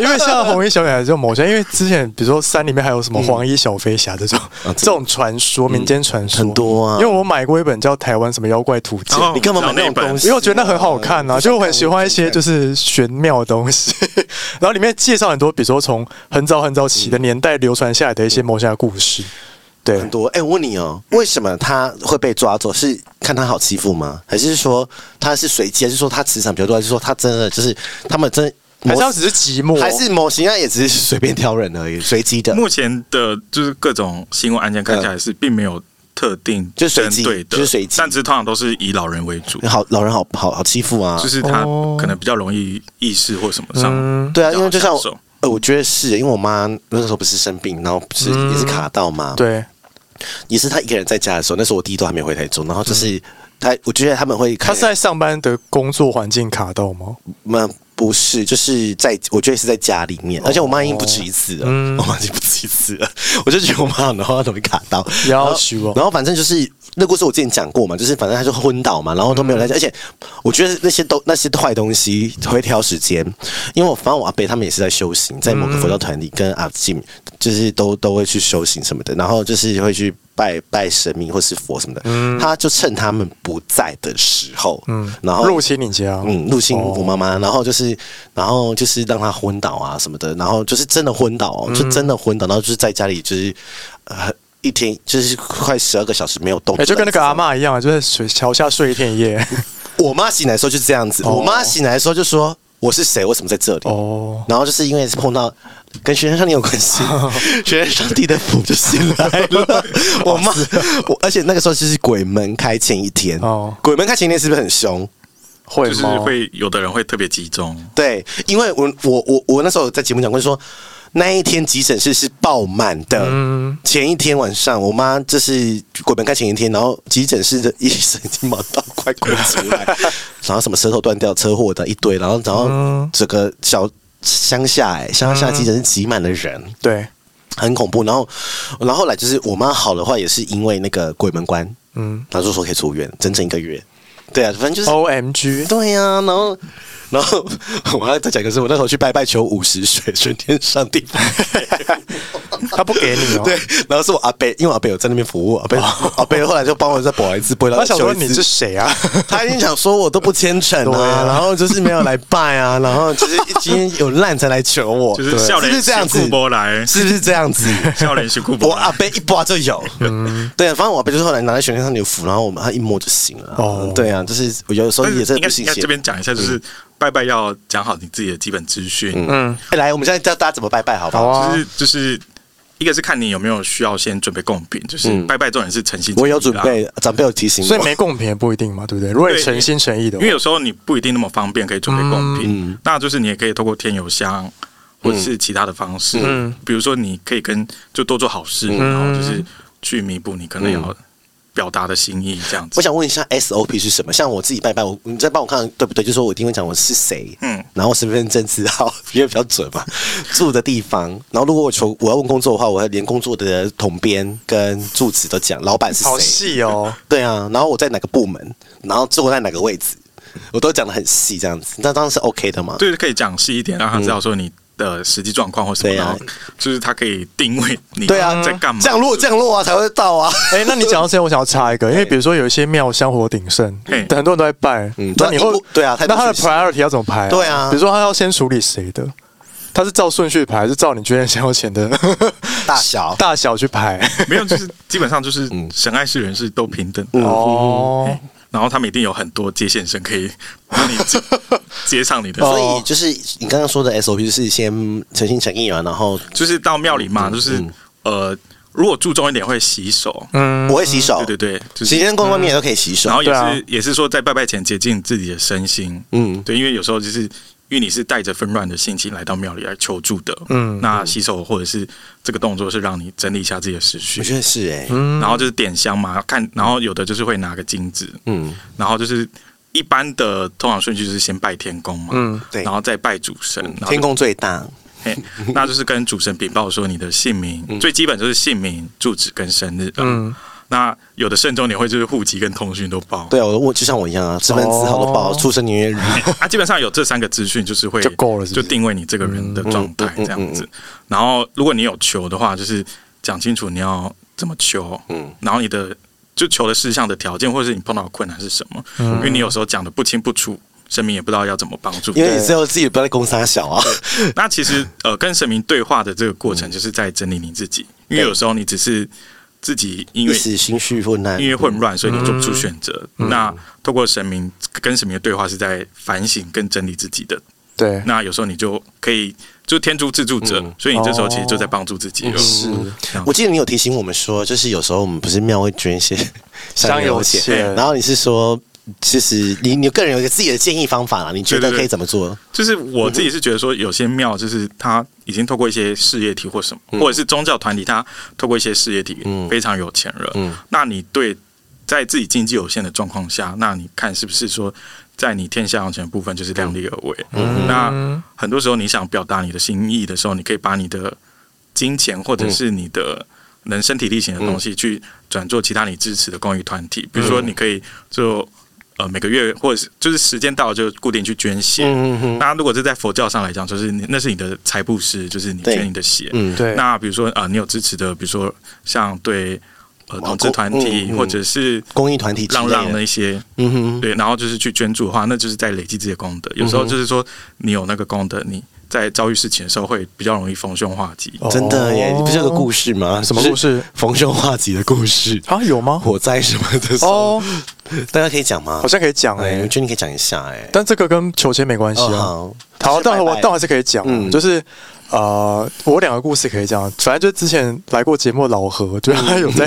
[SPEAKER 1] 因为像红衣小女孩这种某些，因为之前比如说山里面还有什
[SPEAKER 2] 嗯
[SPEAKER 1] 么黄衣小飞侠这
[SPEAKER 2] 啊
[SPEAKER 1] 种、这种传说，民间传说、
[SPEAKER 2] 很多啊哦
[SPEAKER 1] 因为我买过一本叫《台湾什么妖怪图鉴
[SPEAKER 3] 然》，后
[SPEAKER 2] 你干嘛买
[SPEAKER 3] 然后
[SPEAKER 2] 那
[SPEAKER 3] 那
[SPEAKER 2] 种东
[SPEAKER 3] 本
[SPEAKER 2] 西啊
[SPEAKER 1] 因为我觉得那很好看啊，
[SPEAKER 2] 是啊
[SPEAKER 1] 就我很喜欢一些就是玄妙的东西， 然后里面介绍很多，比如说从很早很早起的年代流传下来的一些某些故事，对，
[SPEAKER 2] 很多。哎、我问你哦，为什么他会被抓走？是看他好欺负吗？还是说他是随机？还是说他磁场比较多？还是说他真的就是他们真的
[SPEAKER 1] 还是他只是寂寞，
[SPEAKER 2] 还是模型啊，也只是随便挑人而已，随机的。
[SPEAKER 3] 目前的就是各种新闻案件看下来是并没有特定
[SPEAKER 2] 就是随
[SPEAKER 3] 针
[SPEAKER 2] 机
[SPEAKER 3] 对的，
[SPEAKER 2] 就是随机嗯
[SPEAKER 3] 但是通常都是以老人为主，
[SPEAKER 2] 好，老人好好好欺负啊！
[SPEAKER 3] 就是他
[SPEAKER 1] 哦
[SPEAKER 3] 可能比较容易意识或什么上，
[SPEAKER 1] 嗯
[SPEAKER 2] 对啊，因为
[SPEAKER 3] 比
[SPEAKER 2] 就
[SPEAKER 3] 较
[SPEAKER 2] 像
[SPEAKER 3] 好
[SPEAKER 2] 我
[SPEAKER 3] 享受
[SPEAKER 2] 呃，我觉得是，因为我妈那时候不是生病，然后不是也是卡到嘛，，
[SPEAKER 1] 嗯对，
[SPEAKER 2] 也是她一个人在家的时候，那时候我弟都还没回台中，然后就是她，我觉得他们会
[SPEAKER 1] 他
[SPEAKER 2] 看，
[SPEAKER 1] 嗯是在上班的工作环境卡到吗？
[SPEAKER 2] 嗯不是，就是在我觉得是在家里
[SPEAKER 1] 哦
[SPEAKER 2] 面，而且我妈已经不止一次了，
[SPEAKER 1] 嗯
[SPEAKER 2] 我妈已经不止一次了， 我就觉得我妈然后容易卡到，然
[SPEAKER 1] 要
[SPEAKER 2] 后
[SPEAKER 1] 求哦
[SPEAKER 2] 然后反正就是那故事我之前讲过嘛，就是反正他就昏倒嘛，然后都
[SPEAKER 1] 嗯
[SPEAKER 2] 没有人在家，而且我觉得那些都那些坏东西会挑时间，因为我反正我阿伯他们也是在修行，在
[SPEAKER 1] 嗯
[SPEAKER 2] 某个佛教团里跟阿进就是都都会去修行什么的，然后就是会去。拜拜神明或是佛什么的，
[SPEAKER 1] 嗯
[SPEAKER 2] 他就趁他们不在的时候，嗯然后
[SPEAKER 1] 入侵你家，
[SPEAKER 2] 嗯，入侵
[SPEAKER 1] 哦
[SPEAKER 2] 我妈妈，然后就是，然后就是让她昏倒啊什么的，然后就是真的昏倒、
[SPEAKER 1] 嗯
[SPEAKER 2] 哦，就真的昏倒，然后就是在家里就是呃一天就是快十二个小时没有动，
[SPEAKER 1] 哎、就跟那个阿，嬷一样，就在水桥下睡一天一 夜。
[SPEAKER 2] 我妈醒来的时候就这样子，我妈醒来的时候就说我是谁，为什么在这里？
[SPEAKER 1] 哦，
[SPEAKER 2] 然后就是因为是碰到跟学生上帝有关系， 学生上帝的福就醒来
[SPEAKER 1] 哦
[SPEAKER 2] 了。
[SPEAKER 1] 啊
[SPEAKER 2] 我妈，我而且那个时候就是鬼门开前一天，
[SPEAKER 1] 哦
[SPEAKER 2] 鬼门开前一天是不是很凶？
[SPEAKER 1] 会
[SPEAKER 3] 就是
[SPEAKER 1] 吗？
[SPEAKER 3] 会有的人会特别集中，
[SPEAKER 2] 对，因为我我我我那时候有在节目讲过，就说那一天急诊室是爆满的。
[SPEAKER 1] 嗯，
[SPEAKER 2] 前一天晚上，我妈就是鬼门开前一天，然后急诊室的医生已经忙到快哭出 来，然后什么舌头断掉、车祸的一堆，然后然后
[SPEAKER 1] 嗯
[SPEAKER 2] 整个小乡下、哎，乡下急诊室挤满了人。
[SPEAKER 1] 对，
[SPEAKER 2] 很恐怖，然后，然后后来就是我妈好的话，也是因为那个鬼门关，
[SPEAKER 1] 嗯
[SPEAKER 2] 她就说可以出院，整整一个月。对啊，反正就是
[SPEAKER 1] ，O M G，
[SPEAKER 2] 对呀、然后，然后我要再讲一个事，我那时候去拜拜求五十岁，顺天上帝。
[SPEAKER 1] 他不给你哦。
[SPEAKER 2] 对，，然后是我阿贝，因为我阿贝有在那边服务，阿贝、阿贝后来就帮我再补一次，补
[SPEAKER 1] 他
[SPEAKER 2] 到
[SPEAKER 1] 哦想
[SPEAKER 2] 求
[SPEAKER 1] 说
[SPEAKER 2] 一次
[SPEAKER 1] 你是谁啊？
[SPEAKER 2] 他一定想说我都不虔 诚
[SPEAKER 1] 对
[SPEAKER 2] 啊，
[SPEAKER 1] 啊
[SPEAKER 2] 然后就是没有来拜啊，然后就是今天有烂才来求我，
[SPEAKER 3] 就是笑
[SPEAKER 2] 是哦
[SPEAKER 3] 脸
[SPEAKER 2] 不是这样
[SPEAKER 3] 辛
[SPEAKER 2] 子
[SPEAKER 3] 苦？波 来，
[SPEAKER 2] 是不是这 样子？
[SPEAKER 3] 笑脸辛苦
[SPEAKER 2] 我
[SPEAKER 3] 波
[SPEAKER 2] 阿
[SPEAKER 3] 来，
[SPEAKER 2] 贝一刮就有，
[SPEAKER 1] 嗯
[SPEAKER 2] 对，啊反正我阿贝就是后来拿在悬崖上有符，然后我们他一摸就醒了啊。
[SPEAKER 1] 哦
[SPEAKER 2] 对啊，就是我有时候
[SPEAKER 3] 但是
[SPEAKER 2] 也真
[SPEAKER 3] 应
[SPEAKER 2] 的
[SPEAKER 3] 该
[SPEAKER 2] 不
[SPEAKER 3] 应
[SPEAKER 2] 信
[SPEAKER 3] 该
[SPEAKER 2] 邪嗯
[SPEAKER 3] 这。边讲一下，就是拜拜要讲好你自己的基本资讯，
[SPEAKER 1] 嗯，
[SPEAKER 2] 哎来，我们现在教大家怎么拜拜， 好不
[SPEAKER 1] 好
[SPEAKER 2] 好？
[SPEAKER 1] 啊
[SPEAKER 3] 就，是就是一个是看你有没有需要先准备贡品，就是拜拜重点是诚心，
[SPEAKER 2] 嗯我有准，备，长辈有提醒我，
[SPEAKER 1] 所以没贡品也不一定嘛，对不对？如果你诚心诚意的
[SPEAKER 2] 啊
[SPEAKER 3] 因
[SPEAKER 1] 话，
[SPEAKER 3] 为有时候你不一定那么方便可以准备贡品，
[SPEAKER 2] 嗯
[SPEAKER 3] 那就是你也可以透过添油香。或者是其他的方式，
[SPEAKER 1] 嗯
[SPEAKER 3] 比如说你可以跟就多做好事，
[SPEAKER 2] 嗯
[SPEAKER 3] 然后就是去弥补你可能要表达的心意这样子
[SPEAKER 2] 我。想问一下 SOP 是什么？像我自己拜拜，我你再帮我看对不对？就说我一定会讲我是谁，嗯
[SPEAKER 3] 嗯，
[SPEAKER 2] 然后身份证字号 因为比较准嘛，住的地方，然后如果我求我要问工作的话，我要连工作的统编跟住址都讲，老板是
[SPEAKER 1] 好
[SPEAKER 2] 谁，
[SPEAKER 1] 细哦。
[SPEAKER 2] 对啊，然后我在哪个部门，然后坐在哪个位置，我都讲的很细这样子，那当然是 OK 的嘛。
[SPEAKER 3] 对，可以讲细一点，让他知道说你的实际状况或什么，
[SPEAKER 2] 对啊
[SPEAKER 3] 然后就是他可以定位你
[SPEAKER 2] 对啊
[SPEAKER 3] 在干嘛。
[SPEAKER 2] 降落降落啊才会到啊，
[SPEAKER 1] 哎、那你讲到这，我想要插一 个，因为比如说有一些庙香火鼎盛，
[SPEAKER 3] 嘿
[SPEAKER 1] 很多人都在拜，
[SPEAKER 2] 嗯
[SPEAKER 1] 那你会
[SPEAKER 2] 对啊太多
[SPEAKER 1] 那他的
[SPEAKER 2] 讯息
[SPEAKER 1] priority 要怎么排、
[SPEAKER 2] 对啊
[SPEAKER 1] 比如说他要先处理谁的，他是照顺序排，还是照你觉得想要钱的
[SPEAKER 2] 大小
[SPEAKER 1] 大小去排？
[SPEAKER 3] 没有，就是基本上就是
[SPEAKER 2] 嗯
[SPEAKER 3] 神爱世人是都平等的，
[SPEAKER 1] 哦，
[SPEAKER 3] 然后他们一定有很多接线生可以帮你 接接上你的。
[SPEAKER 2] 所以就是你刚刚说的 SOP 就是先诚心诚意嘛，然后
[SPEAKER 3] 就是到庙里嘛，就是呃，如果注重一点会洗手，
[SPEAKER 1] 嗯，
[SPEAKER 2] 我会洗手，
[SPEAKER 3] 对对对，就
[SPEAKER 2] 洗
[SPEAKER 3] 是。
[SPEAKER 2] 天宫外面也都可以洗手
[SPEAKER 3] 然。后也
[SPEAKER 1] 对啊
[SPEAKER 3] 是也是说在拜拜前洁净自己的身心，
[SPEAKER 2] 嗯
[SPEAKER 3] 嗯，对，因为有时候就是因为你是带着纷乱的心情来到庙里来求助的，嗯，那洗手或者是这个动作是让你整理一下自己的思绪
[SPEAKER 2] 我，觉得是哎、
[SPEAKER 3] 然后就是点香嘛，看，然后有的就是会拿个金子，
[SPEAKER 2] 嗯，
[SPEAKER 3] 然后就是一般的通常顺序就是先拜天公嘛，
[SPEAKER 1] 嗯
[SPEAKER 2] 对
[SPEAKER 3] 然后再拜主神，然后就
[SPEAKER 2] 天宫最大，
[SPEAKER 3] 嘿，那就是跟主神禀报说你的姓名，最基本就是姓名、住址跟生日。嗯
[SPEAKER 1] 嗯，
[SPEAKER 3] 那有的慎重点会就是户籍跟通讯都报。
[SPEAKER 2] 对啊，我我就像我一样啊，身份证号都报，
[SPEAKER 1] 哦
[SPEAKER 2] 出生年月 日，
[SPEAKER 3] 啊，基本上有这三个资讯就是会
[SPEAKER 1] 就够了是不是嗯
[SPEAKER 3] 就定位你这个人的状态这样子。然后如果你有求的话，就是讲清楚你要怎么求，嗯，然后你的就求的事项的条件，或者是你碰到的困难是什么，
[SPEAKER 1] 嗯
[SPEAKER 3] 因为你有时候讲的不清不楚。神明也不知道要怎么帮助，
[SPEAKER 2] 因为你只有自己不在公司小啊，
[SPEAKER 3] 那其实呃，跟神明对话的这个过
[SPEAKER 2] 嗯
[SPEAKER 3] 程，就是在整理你自己，因为有时候你只是自己因
[SPEAKER 2] 一
[SPEAKER 3] 为
[SPEAKER 2] 时嗯心绪混乱
[SPEAKER 3] 因，为混乱，所以你做不出选择。那透过神明跟神明的对话，是在反省跟整理自己的。
[SPEAKER 1] 对，
[SPEAKER 3] 那有时候你就可以就天助自助者，
[SPEAKER 2] 嗯
[SPEAKER 3] 所以你这时候其实
[SPEAKER 2] 哦
[SPEAKER 3] 就在帮助自己了。嗯
[SPEAKER 1] 是
[SPEAKER 3] 这样
[SPEAKER 2] 我记得你有提醒我们说，就是有时候我们不是庙会捐一 些香
[SPEAKER 1] 香
[SPEAKER 2] 油
[SPEAKER 1] 油
[SPEAKER 2] 钱，
[SPEAKER 1] 钱
[SPEAKER 2] 然后你是说，其实你你个人有一个自己的建议方法啦，你觉得
[SPEAKER 3] 对对对
[SPEAKER 2] 可以怎么做？
[SPEAKER 3] 就是我自己是觉得说，有些庙就是他已经透过一些事业体或什么，或者是宗教团体，他透过一些事业体非常有钱了。那你对在自己经济有限的状况下，那你看是不是说，在你天下扬钱的部分就是量力而为？那很多时候你想表达你的心意的时候，你可以把你的金钱或者是你的能身体力行的东西去转做其他你支持的公益团体，比如说你可以做。呃，每个月或者是就是时间到了就固定去捐血，
[SPEAKER 2] 嗯嗯
[SPEAKER 3] 那如果是在佛教上来讲，就是你那是你的财布施，就是你
[SPEAKER 2] 对
[SPEAKER 3] 捐你的血。
[SPEAKER 2] 嗯，
[SPEAKER 1] 对，
[SPEAKER 3] 那比如说啊、呃你有支持的，比如说像对呃同志团体、
[SPEAKER 2] 嗯嗯
[SPEAKER 3] 或者是
[SPEAKER 2] 公益团体之类
[SPEAKER 3] 浪
[SPEAKER 2] 的
[SPEAKER 3] 浪那一些，
[SPEAKER 2] 嗯嗯哼，
[SPEAKER 3] 对，然后就是去捐助的话，那就是在累积自己的功德。有时候就是说你有那个功德，你在遭遇事情的时候会比较容易逢凶化吉。
[SPEAKER 1] 哦
[SPEAKER 2] 真的耶，你不是有个故事吗？
[SPEAKER 1] 什么故事？
[SPEAKER 2] 逢凶化吉的故事，
[SPEAKER 1] 啊，有吗？
[SPEAKER 2] 火灾什么的时候
[SPEAKER 1] 哦，
[SPEAKER 2] 大家可以讲吗？
[SPEAKER 1] 好像可以讲哎、
[SPEAKER 2] 哎，我觉得你可以讲一下哎。
[SPEAKER 1] 但这个跟求签没关系
[SPEAKER 2] 哦
[SPEAKER 1] 啊。
[SPEAKER 2] 好
[SPEAKER 1] 好，但我但我
[SPEAKER 2] 到
[SPEAKER 1] 还是可以讲，啊
[SPEAKER 2] 嗯
[SPEAKER 1] 就是呃，我有两个故事可以讲，啊反正就之前来过节目的老何，就是他有 在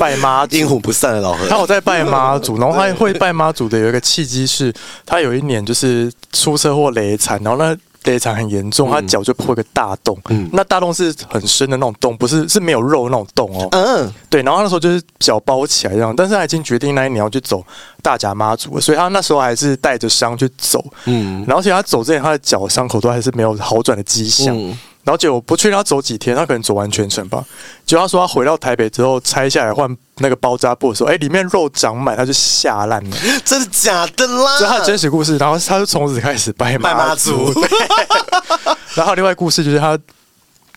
[SPEAKER 1] 拜妈祖
[SPEAKER 2] 阴，魂不散的老何，
[SPEAKER 1] 他有在拜妈祖，然后他会拜妈祖的有一个契机是，他有一年就是出车祸累残，然后那肋肠很严重，他脚就破一个大洞，
[SPEAKER 2] 嗯
[SPEAKER 1] 那大洞是很深的那种洞，不是是没有肉的那种洞哦。
[SPEAKER 2] 嗯，
[SPEAKER 1] 对，然后他那时候就是脚包起来这样，但是他已经决定那一年要去走大甲妈祖了，所以他那时候还是带着伤去走。
[SPEAKER 2] 嗯
[SPEAKER 1] 嗯，然后而且他走之前，他的脚伤口都还是没有好转的迹象。
[SPEAKER 2] 嗯
[SPEAKER 1] 然后结果不确定他走几天，他可能走完全程吧。结果他说他回到台北之后拆下来换那个包扎布的时候，哎，里面肉长满，他就吓烂了。
[SPEAKER 2] 真的假的啦？
[SPEAKER 1] 这是他的真实故事，然后他就从此开始拜
[SPEAKER 2] 拜妈
[SPEAKER 1] 妈
[SPEAKER 2] 祖
[SPEAKER 1] 祖。 然后还有另外一个故事就是他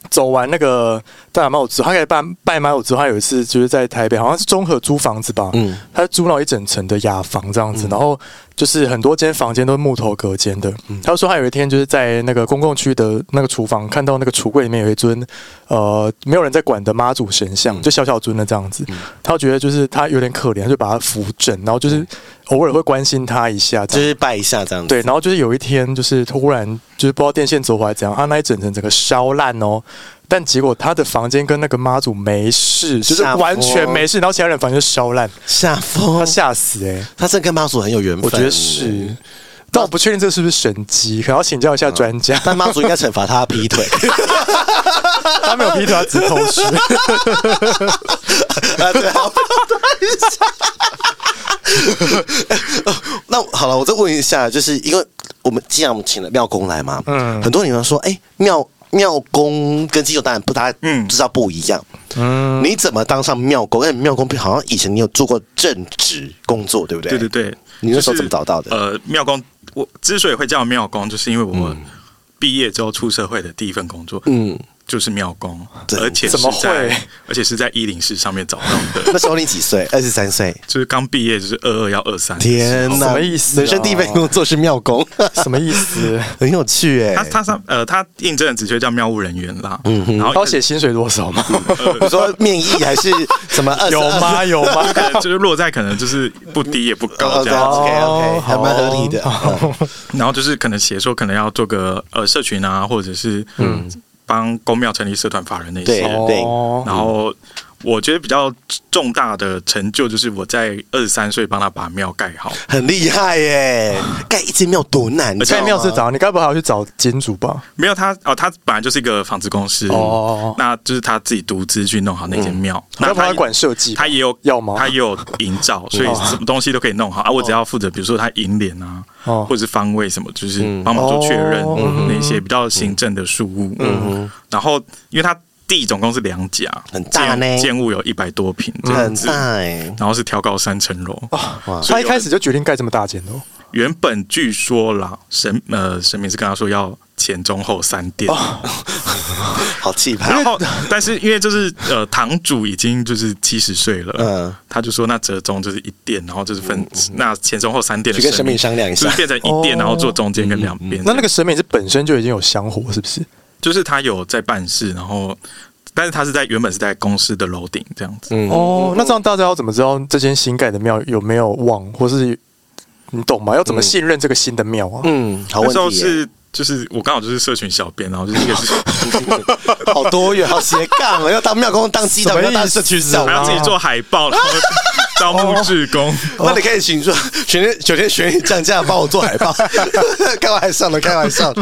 [SPEAKER 1] 走完那个大甲妈祖之后，他开始拜拜妈祖之后，他有一次就是在台北，好像是中和租房子吧，
[SPEAKER 2] 嗯
[SPEAKER 1] 嗯，他租到一整层的雅房这样子，然后就是很多间房间都是木头隔间的。
[SPEAKER 2] 嗯
[SPEAKER 1] 他就说他有一天就是在那个公共区的那个厨房看到那个橱柜里面有一尊呃没有人在管的妈祖神
[SPEAKER 2] 嗯
[SPEAKER 1] 像，就小小尊的这样子，他就觉得就是他有点可怜，他就把他扶正，然后就是
[SPEAKER 2] 嗯
[SPEAKER 1] 偶尔会关心他一下，
[SPEAKER 2] 就
[SPEAKER 1] 这样。
[SPEAKER 2] 是拜一下这样子。
[SPEAKER 1] 对，然后就是有一天，就是突然就是不知道电线走火还是怎样，他那一整层整个烧烂哦。但结果他的房间跟那个妈祖没事，就是
[SPEAKER 2] 吓疯
[SPEAKER 1] 完全没事，然后其他人房间就烧烂，
[SPEAKER 2] 下风
[SPEAKER 1] 他，吓死哎、
[SPEAKER 2] 他真的跟妈祖很有缘分，
[SPEAKER 1] 我觉得是。，但我不确定这是不是神机，可能要请教一
[SPEAKER 2] 嗯
[SPEAKER 1] 下专家。
[SPEAKER 2] 但妈祖应该惩罚他劈腿，
[SPEAKER 1] 他没有劈腿，他只是偷吃。
[SPEAKER 2] 啊，对，好， 哎哦那好了，我再问一下，就是因为我们既然我们请了庙公来嘛，嗯，
[SPEAKER 1] 嗯
[SPEAKER 2] 很多女人说，哎、庙庙公跟基督当然不，大家
[SPEAKER 3] 嗯
[SPEAKER 2] 知道不一样。
[SPEAKER 1] 嗯，
[SPEAKER 2] 你怎么当上庙公？因为庙公好像以前你有做过正职工作，对不对？
[SPEAKER 3] 对对对，
[SPEAKER 2] 你那时候
[SPEAKER 3] 就是
[SPEAKER 2] 怎么找到的
[SPEAKER 3] 呃，庙公，我之所以会叫庙公，就是因为我毕业之后出社会的第一份工作，
[SPEAKER 2] 嗯，
[SPEAKER 3] 就是庙公，
[SPEAKER 2] 对
[SPEAKER 3] 而且
[SPEAKER 1] 怎么
[SPEAKER 3] 是
[SPEAKER 1] 会
[SPEAKER 3] 在而且是在一零四上面找 到的，
[SPEAKER 2] 那时候你几岁？二十三岁。
[SPEAKER 3] 就是刚毕业就是二二幺二三，
[SPEAKER 2] 天哪，
[SPEAKER 1] 什么意思啊
[SPEAKER 2] 人生第一份工作是庙公，
[SPEAKER 1] 什么意思？
[SPEAKER 2] 很有趣哎、
[SPEAKER 3] 他他上呃他应征的职缺叫庙务人员啦，
[SPEAKER 2] 嗯
[SPEAKER 3] 然后呃
[SPEAKER 1] 他有写薪水多少吗？
[SPEAKER 2] 你说面议还是 什么二
[SPEAKER 1] 有吗？有吗？
[SPEAKER 3] 可能就是落在可能就是不低也不高这样子，
[SPEAKER 2] OK
[SPEAKER 1] 哦
[SPEAKER 2] OK，还蛮合理的。
[SPEAKER 3] 然后就是可能写说可能要做个呃社群啊，或者是嗯帮公庙成立社团法人那
[SPEAKER 2] 对
[SPEAKER 3] 些，
[SPEAKER 2] 对
[SPEAKER 1] 哦
[SPEAKER 3] 然后我觉得比较重大的成就就是我在二十三岁帮他把庙盖好，
[SPEAKER 2] 很厉害耶！盖一间庙多难，你知道
[SPEAKER 1] 在
[SPEAKER 2] 吗
[SPEAKER 1] 庙是找你，该不会还要去找金主吧？
[SPEAKER 3] 没有他哦，他本来就是一个纺织公司，
[SPEAKER 1] 哦嗯
[SPEAKER 3] 那就是他自己独资去弄好那间庙，
[SPEAKER 1] 要
[SPEAKER 3] 那
[SPEAKER 1] 不然他管设计吧，
[SPEAKER 3] 他也有
[SPEAKER 1] 要吗？
[SPEAKER 3] 他也有营造，所以什么东西都可以弄好啊。我只要负责，比如说他银联啊，
[SPEAKER 1] 哦嗯
[SPEAKER 3] 或者是方位什么，就是帮忙做确认
[SPEAKER 1] 哦
[SPEAKER 3] 那些比较行政的事务。嗯，然后因为他地总共是两甲，
[SPEAKER 2] 很大
[SPEAKER 3] 建
[SPEAKER 2] 呢
[SPEAKER 3] 建物有一百多平这样
[SPEAKER 2] 很
[SPEAKER 3] 子，
[SPEAKER 2] 大哎，
[SPEAKER 3] 然后是挑高三层楼。
[SPEAKER 2] 哇
[SPEAKER 1] 哦
[SPEAKER 2] 嗯
[SPEAKER 1] 他一开始就决定盖这么大间的哦，
[SPEAKER 3] 原本据说啦，神呃神明是跟他说要前中后三殿，
[SPEAKER 2] 哦好气派
[SPEAKER 3] 然。后， 但是因为就是呃，堂主已经就是七十岁了，
[SPEAKER 2] 嗯
[SPEAKER 3] 他就说那折中就是一店，然后就是分、那前中后三店的
[SPEAKER 2] 去跟神
[SPEAKER 3] 神
[SPEAKER 2] 明商量一下嗯
[SPEAKER 3] 就是变成一店，
[SPEAKER 1] 哦
[SPEAKER 3] 然后做中间跟两边。
[SPEAKER 1] 那那个神明是本身就已经有香火，是不是？
[SPEAKER 3] 就是他有在办事，然后但是他是在原本是在公司的楼顶这样
[SPEAKER 2] 嗯
[SPEAKER 3] 子，
[SPEAKER 1] 哦，那这样大家要怎么知道这间新盖的庙有没有旺，或是你懂吗？要怎么信任这个新的庙啊？
[SPEAKER 2] 嗯，好
[SPEAKER 3] 那时候
[SPEAKER 2] 问题耶，
[SPEAKER 3] 是。就是我刚好就是社群小编，然后就是一个是
[SPEAKER 2] 好多元，好斜杠哦，要当庙公，当鸡
[SPEAKER 1] 什
[SPEAKER 2] 头，
[SPEAKER 1] 么
[SPEAKER 2] 要当
[SPEAKER 1] 意思
[SPEAKER 2] 社啊区长
[SPEAKER 3] 还。要自己做海报， 然后招募志工，
[SPEAKER 2] 哦那你可以请说，选天九天玄降价帮我做海 报，开玩笑的，开玩笑的，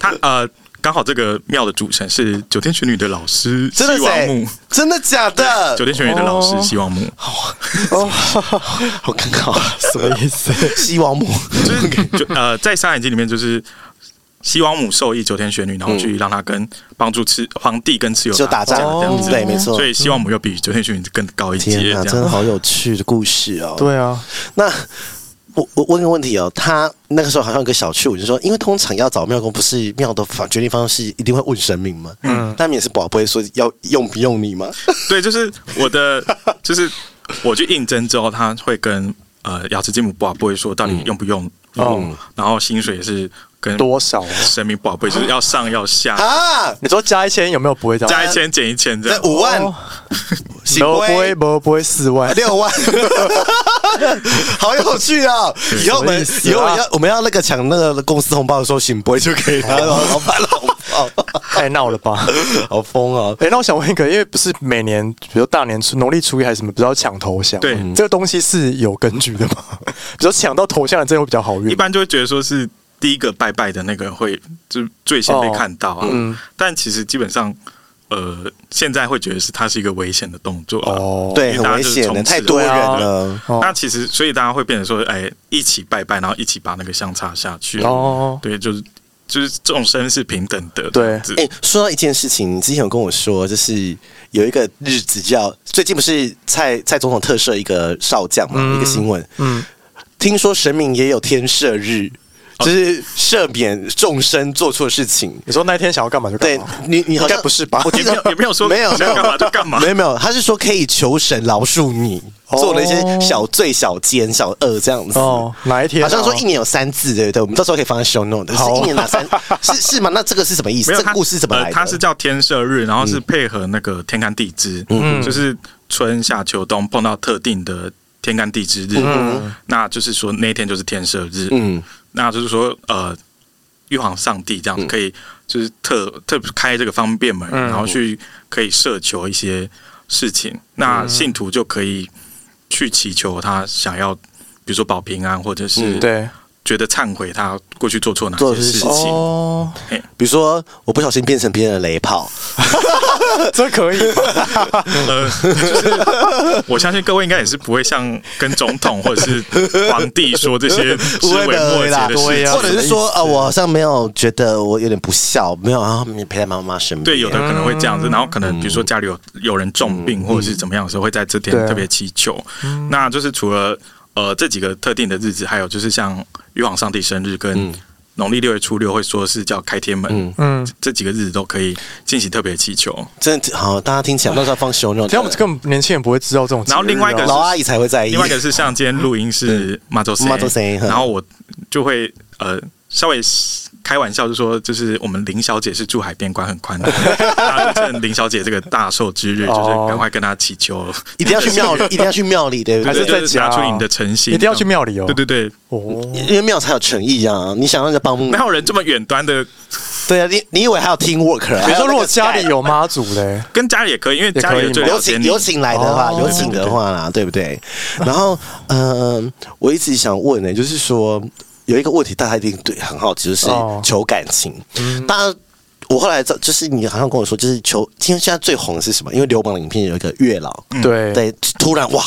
[SPEAKER 3] 他呃刚好这个庙的主神是九天玄女的老师西
[SPEAKER 2] 真的哎
[SPEAKER 3] 王
[SPEAKER 2] 谁
[SPEAKER 3] 木，？
[SPEAKER 2] 真的假的
[SPEAKER 3] 九？天玄女的老师
[SPEAKER 1] 哦
[SPEAKER 3] 西王木，
[SPEAKER 1] 哦，
[SPEAKER 2] 好尴尬，啊
[SPEAKER 1] 什么意 思？
[SPEAKER 2] 西王母，
[SPEAKER 3] 就是就呃，在《山海经》里面，就是西王母授意九天玄女，然后去让她跟帮助蚩皇帝跟蚩尤
[SPEAKER 2] 就打
[SPEAKER 3] 架
[SPEAKER 2] 仗哦
[SPEAKER 3] 这样子。
[SPEAKER 2] 对，没错
[SPEAKER 3] 所。以西王母又比九天玄女更高一阶，
[SPEAKER 2] 天哪，
[SPEAKER 3] 这
[SPEAKER 2] 真的
[SPEAKER 3] 样。
[SPEAKER 2] 好有趣的故事哦。
[SPEAKER 1] 对啊，
[SPEAKER 2] 那我我问个问题哦，他那个时候好像有个小趣，我就说，因为通常要找庙公，不是庙的方决定方式一定会问神明吗？嗯，他们也是宝贝说要用不用你吗？
[SPEAKER 3] 对，就是我的，就是我去应征之后，他会跟呃瑶池金母宝贝说，到底用不用？
[SPEAKER 1] 嗯
[SPEAKER 3] 嗯，然后薪水也是跟
[SPEAKER 1] 多少啊？
[SPEAKER 3] 神明宝贝，就是要上要下，
[SPEAKER 2] 啊，
[SPEAKER 1] 你说加一千有没有不会这样？
[SPEAKER 3] 加一千减一千这
[SPEAKER 2] 这
[SPEAKER 3] 样。
[SPEAKER 2] 五万
[SPEAKER 1] 哦，
[SPEAKER 2] 行
[SPEAKER 1] 不会不会不会四 万，
[SPEAKER 2] 六万，好有趣啊！以后我们
[SPEAKER 1] 什么意思啊
[SPEAKER 2] 以后我们要我们要那个抢那个公司红包的时候，醒波就可以拿到老板的红包，
[SPEAKER 1] 太哎闹了吧？
[SPEAKER 2] 好疯哦！
[SPEAKER 1] 哎、那我想问一个，因为不是每年，比如大年初、农历初一还是什么，比较抢头像，
[SPEAKER 3] 对
[SPEAKER 1] 这个东西是有根据的吗？比如说抢到头像的，真的会比较好运吗。
[SPEAKER 3] 一般就会觉得说是第一个拜拜的那个会就最先被看到啊。
[SPEAKER 1] 嗯，
[SPEAKER 3] 但其实基本上，呃，现在会觉得是它是一个危险的动作啊。
[SPEAKER 1] 哦，
[SPEAKER 2] 对，
[SPEAKER 3] 因为
[SPEAKER 2] 很
[SPEAKER 3] 大家
[SPEAKER 2] 危
[SPEAKER 3] 就是
[SPEAKER 2] 险的，
[SPEAKER 3] 充斥
[SPEAKER 2] 太
[SPEAKER 3] 着
[SPEAKER 2] 多人
[SPEAKER 1] 对啊
[SPEAKER 2] 了。
[SPEAKER 1] 哦
[SPEAKER 3] 那其实，所以大家会变成说，哎，一起拜拜，然后一起把那个香插下去。
[SPEAKER 1] 哦，
[SPEAKER 3] 对，就是就是众生是平等的。
[SPEAKER 1] 对
[SPEAKER 3] 这样子
[SPEAKER 2] 哎、说到一件事情，你之前有跟我说，就是有一个日子叫最近不是蔡蔡总统特赦一个少将嘛，
[SPEAKER 1] 嗯
[SPEAKER 2] 一个新闻，
[SPEAKER 1] 嗯，
[SPEAKER 2] 听说神明也有天赦日，就是赦免众生做错事情。
[SPEAKER 1] 你说那一天想要干嘛就干
[SPEAKER 2] 对
[SPEAKER 1] 嘛，
[SPEAKER 2] 你，你好
[SPEAKER 1] 应
[SPEAKER 2] 像
[SPEAKER 1] 该不是吧？
[SPEAKER 2] 我记
[SPEAKER 3] 也
[SPEAKER 2] 得
[SPEAKER 3] 没有也没有说
[SPEAKER 2] 没有
[SPEAKER 3] 想干嘛就干嘛
[SPEAKER 2] 没有没有，他是说可以求神饶恕你，
[SPEAKER 1] 哦
[SPEAKER 2] 做了一些小罪、小奸、小恶这样子。
[SPEAKER 1] 哦，哪一天啊？
[SPEAKER 2] 好像说一年有三次，对不对？我们到时候可以放在 show note，
[SPEAKER 1] 好啊
[SPEAKER 2] 是一年哪三 是是吗？那这个是什么意思？
[SPEAKER 3] 没有
[SPEAKER 2] 这
[SPEAKER 3] 它
[SPEAKER 2] 个故事怎么来的？
[SPEAKER 3] 呃它是叫天赦日，然后是配合那个天干地支，
[SPEAKER 1] 嗯
[SPEAKER 3] 就是春夏秋冬碰到特定的天干地支日，
[SPEAKER 1] 嗯
[SPEAKER 3] 那就是说那一天就是天赦日，
[SPEAKER 2] 嗯，
[SPEAKER 3] 那就是说呃，玉皇上帝这样子可以就是特特开这个方便门，
[SPEAKER 1] 嗯
[SPEAKER 3] 然后去可以设求一些事情，那信徒就可以去祈求他想要，比如说保平安，或者是
[SPEAKER 1] 嗯对
[SPEAKER 3] 觉得忏悔他过去做错哪
[SPEAKER 2] 做
[SPEAKER 3] 些
[SPEAKER 2] 的
[SPEAKER 3] 事
[SPEAKER 2] 事
[SPEAKER 3] 情。
[SPEAKER 1] 哦，
[SPEAKER 2] 比如说我不小心变成别人的雷炮，
[SPEAKER 1] 这可以吧，
[SPEAKER 3] 呃，就是我相信各位应该也是不会像跟总统或者是皇帝说这些枝微末节的
[SPEAKER 1] 对啊
[SPEAKER 3] 事
[SPEAKER 1] 呀
[SPEAKER 3] 情
[SPEAKER 2] 或。者是说呃，我好像没有觉得我有点不孝，没有啊，没陪在妈妈身边。
[SPEAKER 3] 对，有的可能会
[SPEAKER 2] 嗯
[SPEAKER 3] 这样子，然后可能比如说家里有有人重病或者是怎么样的时候，会在这天
[SPEAKER 1] 对啊
[SPEAKER 3] 特别祈求。那就是除了呃这几个特定的日子，还有就是像玉皇上帝生日
[SPEAKER 2] 嗯
[SPEAKER 3] 跟农历六月初六，会说是叫开天门，
[SPEAKER 1] 嗯。
[SPEAKER 3] 这几个日子都可以进行特别祈求。
[SPEAKER 2] 真的好，大家听起来到时候放 show note，
[SPEAKER 1] 这样我们根本年轻人不会知道这种节日哦。
[SPEAKER 3] 然后另外一个
[SPEAKER 2] 老阿姨才会在意。
[SPEAKER 3] 另外一个是像今天录音是马周
[SPEAKER 2] 马嗯祖生嗯
[SPEAKER 3] 然后我就会呃稍微开玩笑就说，就是我们林小姐是住海边，管很宽 的，那趁林小姐这个大寿之日，就是赶快跟她祈求，
[SPEAKER 2] 哦一定要去 庙里，一定要去庙里，对不
[SPEAKER 1] 还
[SPEAKER 2] 对
[SPEAKER 1] 是？在
[SPEAKER 3] 就是拿
[SPEAKER 1] 家哦
[SPEAKER 3] 出你的诚心，
[SPEAKER 1] 一定要去庙里哦。
[SPEAKER 3] 对对对，
[SPEAKER 1] 哦，
[SPEAKER 2] 因为庙才有诚意啊！你想让人家帮，
[SPEAKER 3] 哪有人这么远端的？
[SPEAKER 2] 对啊，你你以为还有 team work 啊？
[SPEAKER 1] 比如说，如果
[SPEAKER 2] 还有那
[SPEAKER 1] 家
[SPEAKER 2] 个
[SPEAKER 1] 里有妈祖嘞，
[SPEAKER 3] 跟家里也可以，因为家里
[SPEAKER 1] 也可以
[SPEAKER 3] 也最
[SPEAKER 1] 嘛
[SPEAKER 2] 有
[SPEAKER 3] 了解
[SPEAKER 2] 请
[SPEAKER 3] 你。
[SPEAKER 2] 有请来的话，
[SPEAKER 1] 哦
[SPEAKER 2] 有请的话啦，对不对？然后，嗯，我一直想问呢，就是说有一个问题，大家一定对很好奇，就是
[SPEAKER 1] 哦
[SPEAKER 2] 求感情。大家，我后来知道就是你好像跟我说，就是求，今天现在最红的是什么？因为流氓的影片有一个月老，
[SPEAKER 1] 对，
[SPEAKER 2] 对，突然哇，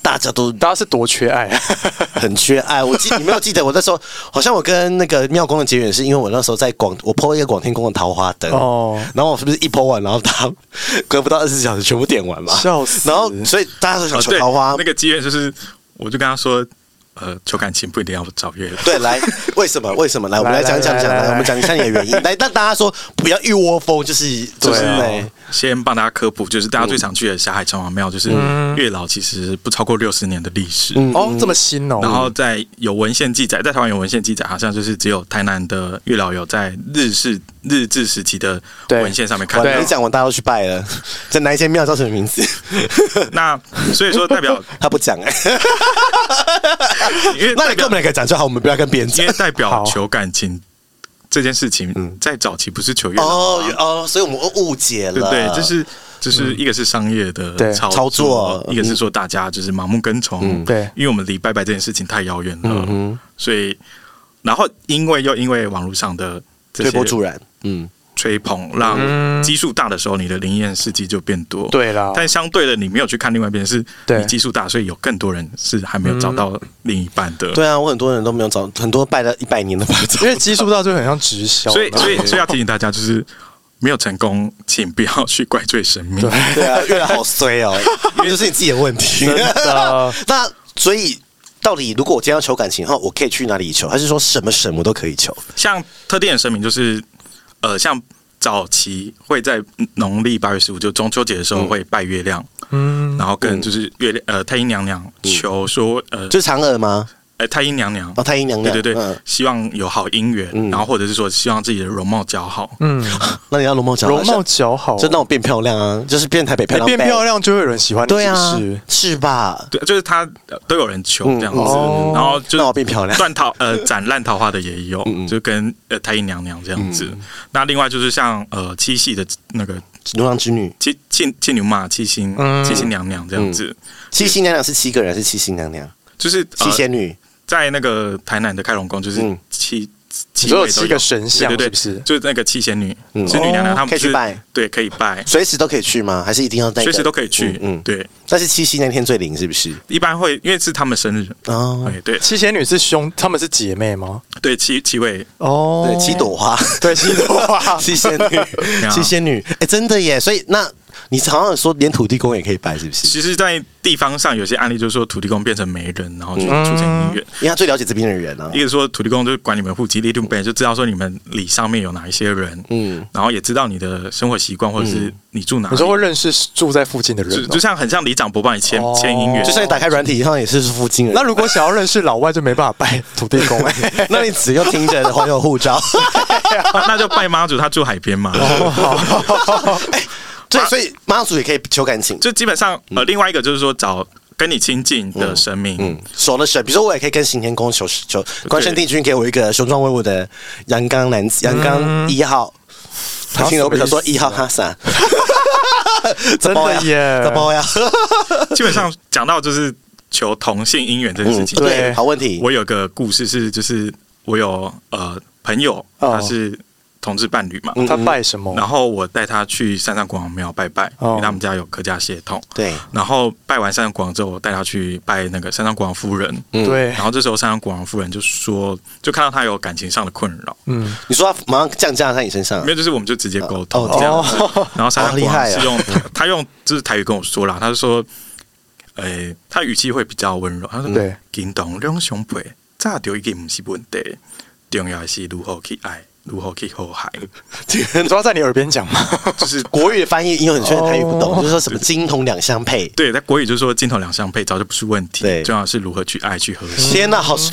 [SPEAKER 2] 大家都
[SPEAKER 1] 大家是多缺爱，
[SPEAKER 2] 很缺爱。我记你没有记得我那时候，好像我跟那个妙公的结缘是因为我那时候在广，我抛一个广天宫的桃花灯
[SPEAKER 1] 哦
[SPEAKER 2] 哦，然后我是不是一抛完，然后他 隔不到二十四小时全部点完嘛，
[SPEAKER 1] 笑死
[SPEAKER 2] 然后所以大家都想
[SPEAKER 3] 哦
[SPEAKER 2] 求
[SPEAKER 3] 对
[SPEAKER 2] 桃花，
[SPEAKER 3] 那个机缘就是，我就跟她说，呃，求感情不一定要找 月老。
[SPEAKER 2] 对，来，为什么？为什么？来，我们
[SPEAKER 1] 来
[SPEAKER 2] 来讲讲
[SPEAKER 1] 来
[SPEAKER 2] 讲，
[SPEAKER 1] 来
[SPEAKER 2] 来，我
[SPEAKER 1] 来
[SPEAKER 2] 们讲一下你的原因。来，让大家说不要一窝蜂，就是就
[SPEAKER 3] 就是
[SPEAKER 1] 啊
[SPEAKER 3] 是
[SPEAKER 2] 对
[SPEAKER 3] 先帮大家科普，就是
[SPEAKER 2] 嗯
[SPEAKER 3] 大家最常去的霞海城隍庙，就是
[SPEAKER 1] 嗯
[SPEAKER 3] 月老其实不超过六十年的历史。
[SPEAKER 1] 哦，这么新哦。
[SPEAKER 3] 然后在有文献记载，在台湾有文献记载，好像就是只有台南的月老有在日式日治时期的
[SPEAKER 1] 对
[SPEAKER 3] 文献上面看
[SPEAKER 2] 完
[SPEAKER 3] 到
[SPEAKER 1] 对啊
[SPEAKER 2] 了，你。讲完大家都去拜了，在哪一间庙叫什么名字？
[SPEAKER 3] 那所以说代表，
[SPEAKER 2] 他不讲哎、
[SPEAKER 3] 因为
[SPEAKER 2] 那
[SPEAKER 3] 代
[SPEAKER 2] 你跟我
[SPEAKER 3] 表
[SPEAKER 2] 们两个讲就好，我们不要跟别人讲
[SPEAKER 3] 因。为代表
[SPEAKER 1] 好嗯
[SPEAKER 3] 求感情这件事情，在早期不是求月老
[SPEAKER 2] 哦
[SPEAKER 3] 啊，
[SPEAKER 2] 哦，所以我们误解
[SPEAKER 3] 对
[SPEAKER 2] 了，
[SPEAKER 3] 不对？就是就是一个是商业
[SPEAKER 1] 嗯对
[SPEAKER 3] 的
[SPEAKER 2] 操
[SPEAKER 3] 操
[SPEAKER 2] 作嗯
[SPEAKER 3] 作，一个是说大家就是盲目跟从，
[SPEAKER 1] 对嗯
[SPEAKER 3] 因为我们离拜拜这件事情太遥远了，所以然后因为又因为网络上的这
[SPEAKER 2] 推波
[SPEAKER 3] 些
[SPEAKER 2] 助澜，嗯。
[SPEAKER 3] 吹捧，让基数大的时候，你的灵验事迹就变多。
[SPEAKER 1] 嗯对啦，
[SPEAKER 3] 但相对的，你没有去看另外一边，是
[SPEAKER 1] 对嗯
[SPEAKER 3] 你基数大，所以有更多人是还没有找到另一半的。
[SPEAKER 2] 对啊，我很多人都没有找，很多拜了一百年的拜不
[SPEAKER 1] 因
[SPEAKER 2] 着。
[SPEAKER 1] 为基数大就很像直销，
[SPEAKER 3] 所以，所以，所以要提醒大家，就是没有成功， 请不要去怪罪神明。
[SPEAKER 2] 对 啊，月亮好衰 哦，因为就是你自己的问题。
[SPEAKER 1] 的
[SPEAKER 2] 那所以到底，如果我今天要求感情后，哦我可以去哪里求？还是说什么神我都可以求？
[SPEAKER 3] 像特定的神明，就是呃，像早期会在农历八月十五，就中秋节的时候会拜月亮，
[SPEAKER 1] 嗯，
[SPEAKER 3] 然后跟就是月亮呃太阴娘娘求说呃，
[SPEAKER 2] 嗯就是嫦娥吗？
[SPEAKER 3] 呃太阴娘娘
[SPEAKER 2] 哦，太阴娘娘。
[SPEAKER 3] 对对对，
[SPEAKER 2] 嗯
[SPEAKER 3] 希望有好姻缘，
[SPEAKER 2] 嗯
[SPEAKER 3] 然后或者是说希望自己的容貌姣好。
[SPEAKER 1] 嗯，
[SPEAKER 2] 那你要容貌啊姣好，
[SPEAKER 1] 容貌姣好，
[SPEAKER 2] 就让我变漂亮啊，就是变台北漂
[SPEAKER 1] 你
[SPEAKER 2] 亮，
[SPEAKER 3] 哎
[SPEAKER 1] 变漂。亮就会有人喜欢你，
[SPEAKER 2] 对啊
[SPEAKER 1] 是不是，
[SPEAKER 2] 是吧？
[SPEAKER 3] 对，就是他呃都有人求这样子，
[SPEAKER 2] 嗯
[SPEAKER 1] 哦
[SPEAKER 3] 然后就
[SPEAKER 2] 那我变漂亮
[SPEAKER 3] 断桃呃斩烂桃花的也有，
[SPEAKER 2] 嗯
[SPEAKER 3] 就跟呃太阴娘娘这样子。那另外就是像呃七系的那个
[SPEAKER 2] 牛郎织女，
[SPEAKER 3] 七七七牛嘛，七星、
[SPEAKER 1] 嗯
[SPEAKER 3] 七星娘娘这样子，
[SPEAKER 2] 七星娘娘是七个人，是七星娘娘，
[SPEAKER 3] 就是、
[SPEAKER 2] 七
[SPEAKER 3] 呃、
[SPEAKER 2] 仙女。
[SPEAKER 3] 在那个台南的开龙宫就是
[SPEAKER 2] 嗯
[SPEAKER 3] 七。
[SPEAKER 1] 你
[SPEAKER 3] 七
[SPEAKER 1] 说有
[SPEAKER 3] 位都
[SPEAKER 1] 七个神像
[SPEAKER 3] 对对
[SPEAKER 1] 是
[SPEAKER 3] 对
[SPEAKER 1] 不是
[SPEAKER 3] 就是那个七仙女、
[SPEAKER 2] 嗯
[SPEAKER 3] 织女娘娘，
[SPEAKER 2] 哦
[SPEAKER 3] 她们
[SPEAKER 2] 可以去
[SPEAKER 3] 就是
[SPEAKER 2] 拜
[SPEAKER 3] 对，可以拜，
[SPEAKER 2] 随时都可以去吗？还是一定要在？
[SPEAKER 3] 随时都可以去。
[SPEAKER 2] 嗯
[SPEAKER 3] 嗯，
[SPEAKER 2] 嗯
[SPEAKER 3] 对，
[SPEAKER 2] 但是七夕那天最灵是不是？
[SPEAKER 3] 一般会因为是他们生日，
[SPEAKER 2] 哦，
[SPEAKER 3] 哎，对
[SPEAKER 1] 七仙女是兄，她们是姐妹吗？
[SPEAKER 3] 对，七七位，
[SPEAKER 1] 哦，
[SPEAKER 2] 对，七朵花，
[SPEAKER 1] 对七朵花
[SPEAKER 2] 七仙女，七仙女，哎，真的耶！所以那你常常说连土地公也可以拜，是不是？
[SPEAKER 3] 其实，在地方上有些案例就是说土地公变成媒人，然后去促成姻缘。
[SPEAKER 2] 因为他最了解这边的人啊
[SPEAKER 3] 一。个说土地公就是管你们户籍地定本，就知道说你们里上面有哪一些人，
[SPEAKER 2] 嗯，
[SPEAKER 3] 然后也知道你的生活习惯或者是你住哪里。
[SPEAKER 1] 你说会认识住在附近的人
[SPEAKER 3] 就
[SPEAKER 1] 哦、
[SPEAKER 3] 就像很像里长伯帮你签
[SPEAKER 1] 哦
[SPEAKER 3] 签姻缘，
[SPEAKER 2] 就像你打开软体上也是附近人，。
[SPEAKER 1] 那如果想要认识老外，就没办法拜土地 公、欸
[SPEAKER 2] 那你只用听着黄有护 照。
[SPEAKER 3] 那那就拜妈祖，她住海边嘛。
[SPEAKER 2] 哎，对，所以妈祖也可以求感情，
[SPEAKER 3] 就基本上呃，另外一个就是说找跟你亲近的神明，
[SPEAKER 2] 嗯，熟了神，比如说我也可以跟行天宫求求关圣帝君给我一个雄壮威武的阳刚男子，阳刚一号。嗯他听了我想说一号哈萨，
[SPEAKER 1] 真的耶
[SPEAKER 2] 这包呀，
[SPEAKER 3] 基本上讲到就是求同性姻缘这件事情。
[SPEAKER 1] 嗯对
[SPEAKER 2] 好问题。
[SPEAKER 3] 我有个故事是，就是我有呃朋友，
[SPEAKER 1] 哦
[SPEAKER 3] 他是同志伴侣嘛，
[SPEAKER 1] 他拜什么？
[SPEAKER 3] 然后我带他去山上国王庙拜拜，
[SPEAKER 1] 哦
[SPEAKER 3] 因为他们家有客家血统。
[SPEAKER 2] 对，
[SPEAKER 3] 然后拜完山上国王之后，我带他去拜那个山上国王夫人。
[SPEAKER 2] 嗯
[SPEAKER 1] 对
[SPEAKER 3] 然，后这时候山上国王夫人就说，就看到他有感情上的困扰，
[SPEAKER 1] 嗯，
[SPEAKER 2] 你说他马上降价在你身 上
[SPEAKER 3] 没，有，就是我们就直接沟通
[SPEAKER 2] 哦
[SPEAKER 3] 这样子。然后山上国
[SPEAKER 2] 好厉害
[SPEAKER 3] 王
[SPEAKER 2] 啊
[SPEAKER 3] 是用他他用就是台语跟我说啦，他就说，诶，他语气会比较温柔，他说，嗯
[SPEAKER 1] 对，
[SPEAKER 3] 行动两相配，早就已经不是问题，重要的是如何去爱，如何去和谐，
[SPEAKER 1] 你说要在你耳边讲吗？
[SPEAKER 3] 就是。
[SPEAKER 2] 国语的翻译，因为很确定台语不懂，
[SPEAKER 1] 哦
[SPEAKER 2] 就是说什么金铜两相配。
[SPEAKER 3] 对，在国语就是说镜头两相配早就不是问题
[SPEAKER 2] 对，
[SPEAKER 3] 重要的是如何去爱去和谐。
[SPEAKER 2] 天哪，好，
[SPEAKER 1] 嗯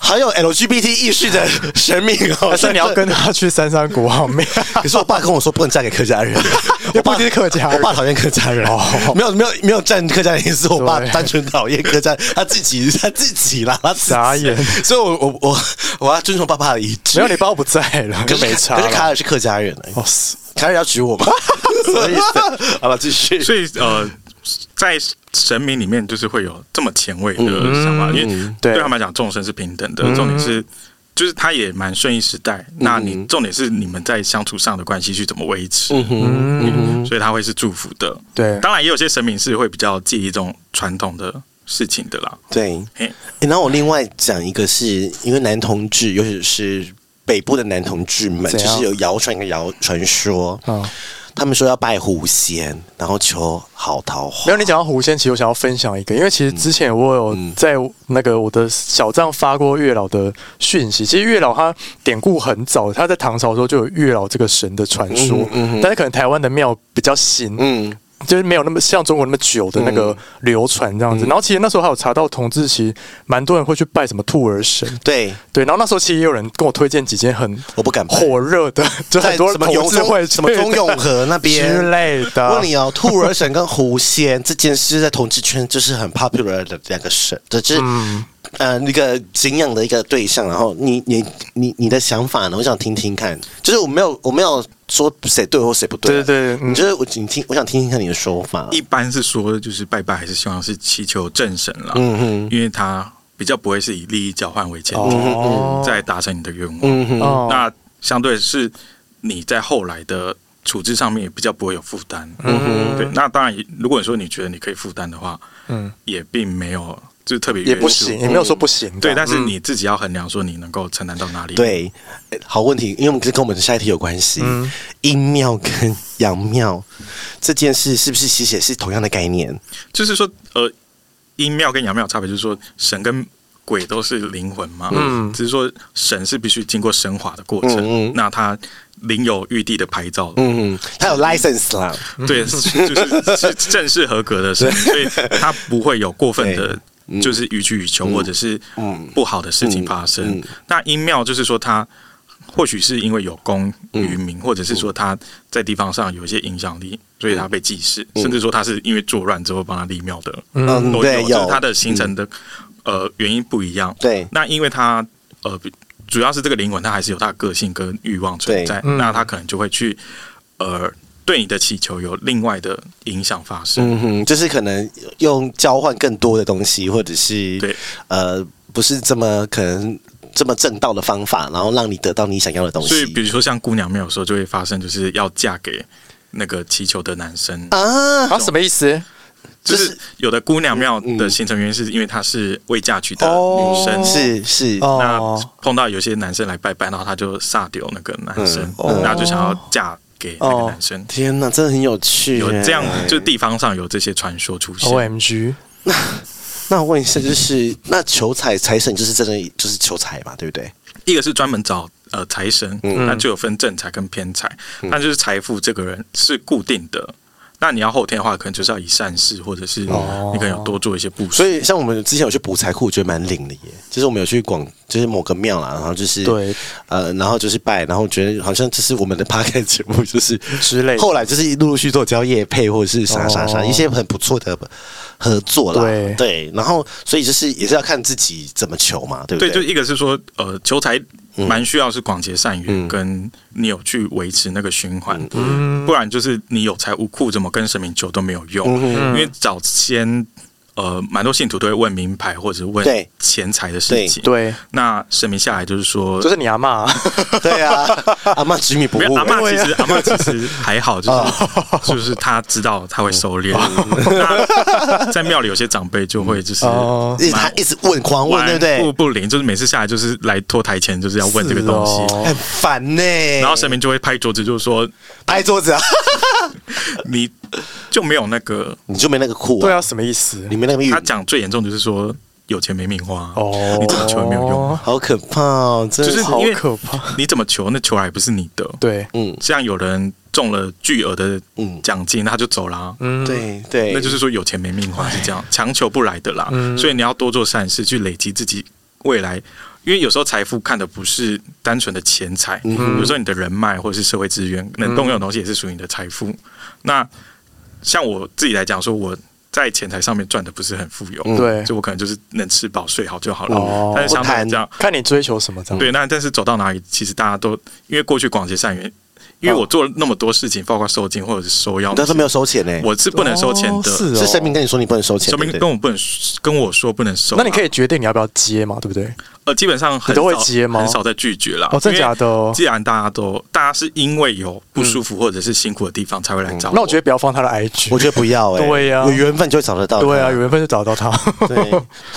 [SPEAKER 2] 好有 LGBT 意识的神明哦！
[SPEAKER 1] 还是你要跟他去三山国王 庙？
[SPEAKER 2] 可是我爸跟我说不能嫁给客家人，
[SPEAKER 1] 也不一定是客家人
[SPEAKER 2] 我爸讨厌客家人，
[SPEAKER 1] 哦
[SPEAKER 2] 没有没有没有站客家人意思，我爸
[SPEAKER 1] 对
[SPEAKER 2] 单纯讨厌客家，他自己 他自己啦，他自己
[SPEAKER 1] 傻眼
[SPEAKER 2] 所以我我我我要遵从爸爸的遗志。
[SPEAKER 1] 没有，你包不在了，
[SPEAKER 2] 可
[SPEAKER 1] 就是没差
[SPEAKER 2] 可是卡
[SPEAKER 1] 了。
[SPEAKER 2] 尔是客家人，
[SPEAKER 1] 哦，是
[SPEAKER 2] 卡尔要娶我吗？ 所以好了，继续。
[SPEAKER 3] 所以呃，在神明里面就是会有这么前卫的想法，因为
[SPEAKER 1] 对
[SPEAKER 3] 对他们来讲众生是平等的，重点是。就是他也蛮顺应时代，那你重点是你们在相处上的关系去怎么维持，
[SPEAKER 1] 嗯
[SPEAKER 3] 所以他会是祝福的。
[SPEAKER 1] 对
[SPEAKER 3] 当然也有些神明是会比较介意这种传统的事情的啦。
[SPEAKER 2] 对，
[SPEAKER 3] 嘿
[SPEAKER 2] 欸然后我另外讲一个是，因为男同志，尤其是北部的男同志们，就
[SPEAKER 1] 怎样
[SPEAKER 2] 是有谣传跟谣传说，
[SPEAKER 1] 嗯
[SPEAKER 2] 他们说要拜狐仙，然后求好桃花。
[SPEAKER 1] 没有，你讲到狐仙，其实我想要分享一个，因为其
[SPEAKER 2] 嗯
[SPEAKER 1] 实之前我有在那个我的小账发过月老的讯息。其实月老他典故很早，他在唐朝的时候就有月老这个神的传说，但是可能台湾的庙比较新，
[SPEAKER 2] 嗯，
[SPEAKER 1] 就是没有那么像中国那么久的那个流传这样
[SPEAKER 2] 嗯
[SPEAKER 1] 子。然后其实那时候还有查到同治期，蛮多人会去拜什么兔儿神，
[SPEAKER 2] 对，
[SPEAKER 1] 对。然后那时候其实也有人跟我推荐几间很
[SPEAKER 2] 我不敢拜
[SPEAKER 1] 火热的，就
[SPEAKER 2] 在
[SPEAKER 1] 很多
[SPEAKER 2] 什么永
[SPEAKER 1] 同志
[SPEAKER 2] 中
[SPEAKER 1] 会
[SPEAKER 2] 什么中永和那边
[SPEAKER 1] 之类的。
[SPEAKER 2] 问你哦，兔儿神跟狐仙这件事在同志圈就是很 popular 的两个神，这、就是、呃一个敬仰的一个对象。然后你你你你的想法呢？我想听听看，就是我没有我没有说谁对或谁不对
[SPEAKER 1] 对
[SPEAKER 2] 啊，
[SPEAKER 1] 对对嗯
[SPEAKER 2] 你就是我你听，我想听听看你的说法。
[SPEAKER 3] 一般是说，就是拜拜还是希望是祈求正神啦，因为他比较不会是以利益交换为前
[SPEAKER 1] 嗯哦
[SPEAKER 3] 提，再达成你的愿望。
[SPEAKER 2] 嗯
[SPEAKER 1] 哦
[SPEAKER 3] 那相对是你在后来的处置上面也比较不会有负担。嗯对，那当然也，如果你说你觉得你可以负担的话，
[SPEAKER 1] 嗯
[SPEAKER 3] 嗯，也并没有就是特别
[SPEAKER 1] 也
[SPEAKER 3] 约束
[SPEAKER 1] 不行，也没有说不行的。
[SPEAKER 3] 对，但是
[SPEAKER 1] 嗯
[SPEAKER 3] 你自己要衡量说你能够承担到哪里。，
[SPEAKER 2] 对，诶好问题，因为我们这跟我们下一题有关系。阴庙跟阳庙这件事是不是其实也是同样的概念？
[SPEAKER 3] 就是说，呃，阴庙跟阳庙的差别就是说，神跟鬼都是灵魂嘛，
[SPEAKER 1] 嗯
[SPEAKER 3] 嗯，只是说神是必须经过升华的过程，
[SPEAKER 2] 嗯嗯
[SPEAKER 3] 那他领有玉帝的牌照，
[SPEAKER 2] 嗯，它有 license 啦，
[SPEAKER 3] 对，是就是是正式合格的事情，所以他不会有 过分的，
[SPEAKER 2] 嗯
[SPEAKER 3] 就是予取予求、或者是不好的事情发生。
[SPEAKER 2] 嗯嗯
[SPEAKER 3] 那阴庙就是说他。或许是因为有功于民，
[SPEAKER 2] 嗯
[SPEAKER 3] 或者是说他在地方上有一些影响力，所以他被祭祀，甚至说他是因为作乱之后帮他立庙的，
[SPEAKER 2] 嗯，
[SPEAKER 3] 都
[SPEAKER 2] 对，
[SPEAKER 3] 有，就是
[SPEAKER 2] 有嗯
[SPEAKER 3] 他的形成的、呃原因不一样。
[SPEAKER 2] 对
[SPEAKER 3] 那因为他呃比主要是这个灵魂，他还是有他的个性跟欲望存在，
[SPEAKER 1] 嗯
[SPEAKER 3] 那他可能就会去呃对你的祈求有另外的影响发生。
[SPEAKER 2] 嗯哼，就是可能用交换更多的东西，或者是
[SPEAKER 3] 对
[SPEAKER 2] 呃，不是这么可能这么正道的方法，然后让你得到你想要的东
[SPEAKER 3] 所以比
[SPEAKER 2] 西
[SPEAKER 3] 如说像姑娘庙有时候就会发生，就是要嫁给那个祈求的男生，
[SPEAKER 2] 啊。
[SPEAKER 1] 啊，什么意思？
[SPEAKER 2] 就
[SPEAKER 3] 就
[SPEAKER 2] 是
[SPEAKER 3] 是有的姑娘庙的形成原因是因为她是未嫁娶的女生，
[SPEAKER 1] 哦
[SPEAKER 2] 是是，
[SPEAKER 3] 那
[SPEAKER 1] 哦
[SPEAKER 3] 碰到有些男生来拜拜，然后她就煞掉那个男生，
[SPEAKER 1] 嗯
[SPEAKER 3] 然后就想
[SPEAKER 2] 哦
[SPEAKER 3] 要嫁给那个男生。
[SPEAKER 2] 天哪，真的很有趣耶。
[SPEAKER 3] 有这样，就地方上有这些传说出现。
[SPEAKER 1] ，O M G，
[SPEAKER 2] 那我问一下，就是那求财财神就是真的就是求财嘛，对不对？
[SPEAKER 3] 一个是专门找呃财神，
[SPEAKER 2] 嗯
[SPEAKER 3] 那就有分正财跟偏财，但就是财富这个人是固定的。那你要后天的话，可能就是要以善事，或者是你可能有多做一些布施。
[SPEAKER 2] 哦所以像我们之前有去补财库，我觉得蛮灵的耶。就是我们有去广，就是某个庙啦，然后就是
[SPEAKER 1] 对，
[SPEAKER 2] 呃，然后就是拜，然后觉得好像这是我们的 p o d c a s 节目，就是
[SPEAKER 1] 之类的
[SPEAKER 2] 后来就是陆陆续续做交业配或者是啥啥啥、
[SPEAKER 1] 哦
[SPEAKER 2] 一些很不错的合作啦。
[SPEAKER 1] 对
[SPEAKER 2] 然后所以就是也是要看自己怎么求嘛，对不
[SPEAKER 3] 对，
[SPEAKER 2] 对？
[SPEAKER 3] 就一个是说，呃，求财蛮需要是广结善缘，
[SPEAKER 2] 嗯
[SPEAKER 3] 跟你有去维持那个循环，
[SPEAKER 1] 嗯
[SPEAKER 3] 不然就是你有财无库，怎么跟神明求都没有
[SPEAKER 2] 嗯
[SPEAKER 3] 用。因为早先，呃，蛮多信徒都会问名牌或者问
[SPEAKER 2] 对
[SPEAKER 3] 钱财的事
[SPEAKER 2] 对
[SPEAKER 3] 情。
[SPEAKER 1] 对，
[SPEAKER 3] 那神明下来就是说，
[SPEAKER 1] 就是你阿妈，嗯
[SPEAKER 2] 对啊，阿妈执迷不
[SPEAKER 3] 没
[SPEAKER 2] 悟
[SPEAKER 3] 有，阿
[SPEAKER 2] 欸
[SPEAKER 3] 嬷其实阿嬷其实还好，
[SPEAKER 2] 哦
[SPEAKER 3] 就是就是她知道她会收敛。那在庙里有些长辈就会就是
[SPEAKER 1] 哦
[SPEAKER 2] 一直他一直问狂问，对不对？
[SPEAKER 3] 不不灵，就是每次下来就是来拖台前就是要问这个东
[SPEAKER 1] 是
[SPEAKER 3] 西，
[SPEAKER 1] 哦
[SPEAKER 2] 很烦呢、
[SPEAKER 3] 然后神明就会拍桌子，就 是说
[SPEAKER 2] 拍桌子啊，
[SPEAKER 3] 你就没有那个。
[SPEAKER 2] 你就没那个酷、
[SPEAKER 1] 对啊，，什么意思
[SPEAKER 2] 你？没那个运
[SPEAKER 3] 他，讲最严重就是说有钱没命花，
[SPEAKER 1] 哦，
[SPEAKER 3] 你怎么求也没有用，
[SPEAKER 2] 好可怕哦，真
[SPEAKER 3] 就
[SPEAKER 2] 的
[SPEAKER 3] 是
[SPEAKER 1] 好
[SPEAKER 3] 因为
[SPEAKER 1] 可怕。
[SPEAKER 3] 你怎么求那球还不是你的。
[SPEAKER 1] 对，
[SPEAKER 2] 嗯
[SPEAKER 3] 像有人中了巨额的
[SPEAKER 2] 嗯
[SPEAKER 3] 奖金，那他就走啦。
[SPEAKER 1] 嗯，
[SPEAKER 2] 对对，
[SPEAKER 3] 那就是说有钱没命花是这样，强求不来的啦。
[SPEAKER 1] 嗯
[SPEAKER 3] 所以你要多做善事，去累积自己未来。因为有时候财富看的不是单纯的钱财，
[SPEAKER 1] 嗯
[SPEAKER 3] 有时候你的人脉或者是社会资源能动用的东西也是属于你的财富。
[SPEAKER 1] 嗯
[SPEAKER 3] 那像我自己来讲，说我在钱财上面赚的不是很富有，
[SPEAKER 1] 对
[SPEAKER 3] 就我可能就是能吃饱睡好就好
[SPEAKER 1] 嗯
[SPEAKER 3] 了。
[SPEAKER 1] 哦
[SPEAKER 3] 但是相对来讲，
[SPEAKER 1] 看你追求什么，这样
[SPEAKER 3] 对，那但是走到哪里，其实大家都因为过去广结善缘，因为
[SPEAKER 1] 哦
[SPEAKER 3] 我做了那么多事情，包括收金或者是收腰，
[SPEAKER 2] 但是没有收钱呢、
[SPEAKER 3] 我是不能收钱的。
[SPEAKER 1] 哦是哦
[SPEAKER 2] 是神明跟你说你不能收钱，
[SPEAKER 3] 小明
[SPEAKER 2] 对不
[SPEAKER 3] 跟
[SPEAKER 2] 对
[SPEAKER 3] 我不能跟我说不能收啊，
[SPEAKER 1] 那你可以决定你要不要接嘛，对不对？
[SPEAKER 3] 呃，基本上很
[SPEAKER 1] 你都会
[SPEAKER 3] 少
[SPEAKER 1] 接吗
[SPEAKER 3] 很少在拒绝啦。
[SPEAKER 1] 哦真的
[SPEAKER 3] 因为
[SPEAKER 1] 假的哦
[SPEAKER 3] 既然大家都大家是因为有不舒服或者是辛苦的地方才会来找
[SPEAKER 1] 嗯
[SPEAKER 3] 我，
[SPEAKER 1] 那我觉得不要放他的 IG，
[SPEAKER 2] 我觉得不要哎、
[SPEAKER 1] 对呀
[SPEAKER 2] 有缘分就会找得到他。
[SPEAKER 1] 对啊，有缘分就找到他。
[SPEAKER 2] 对，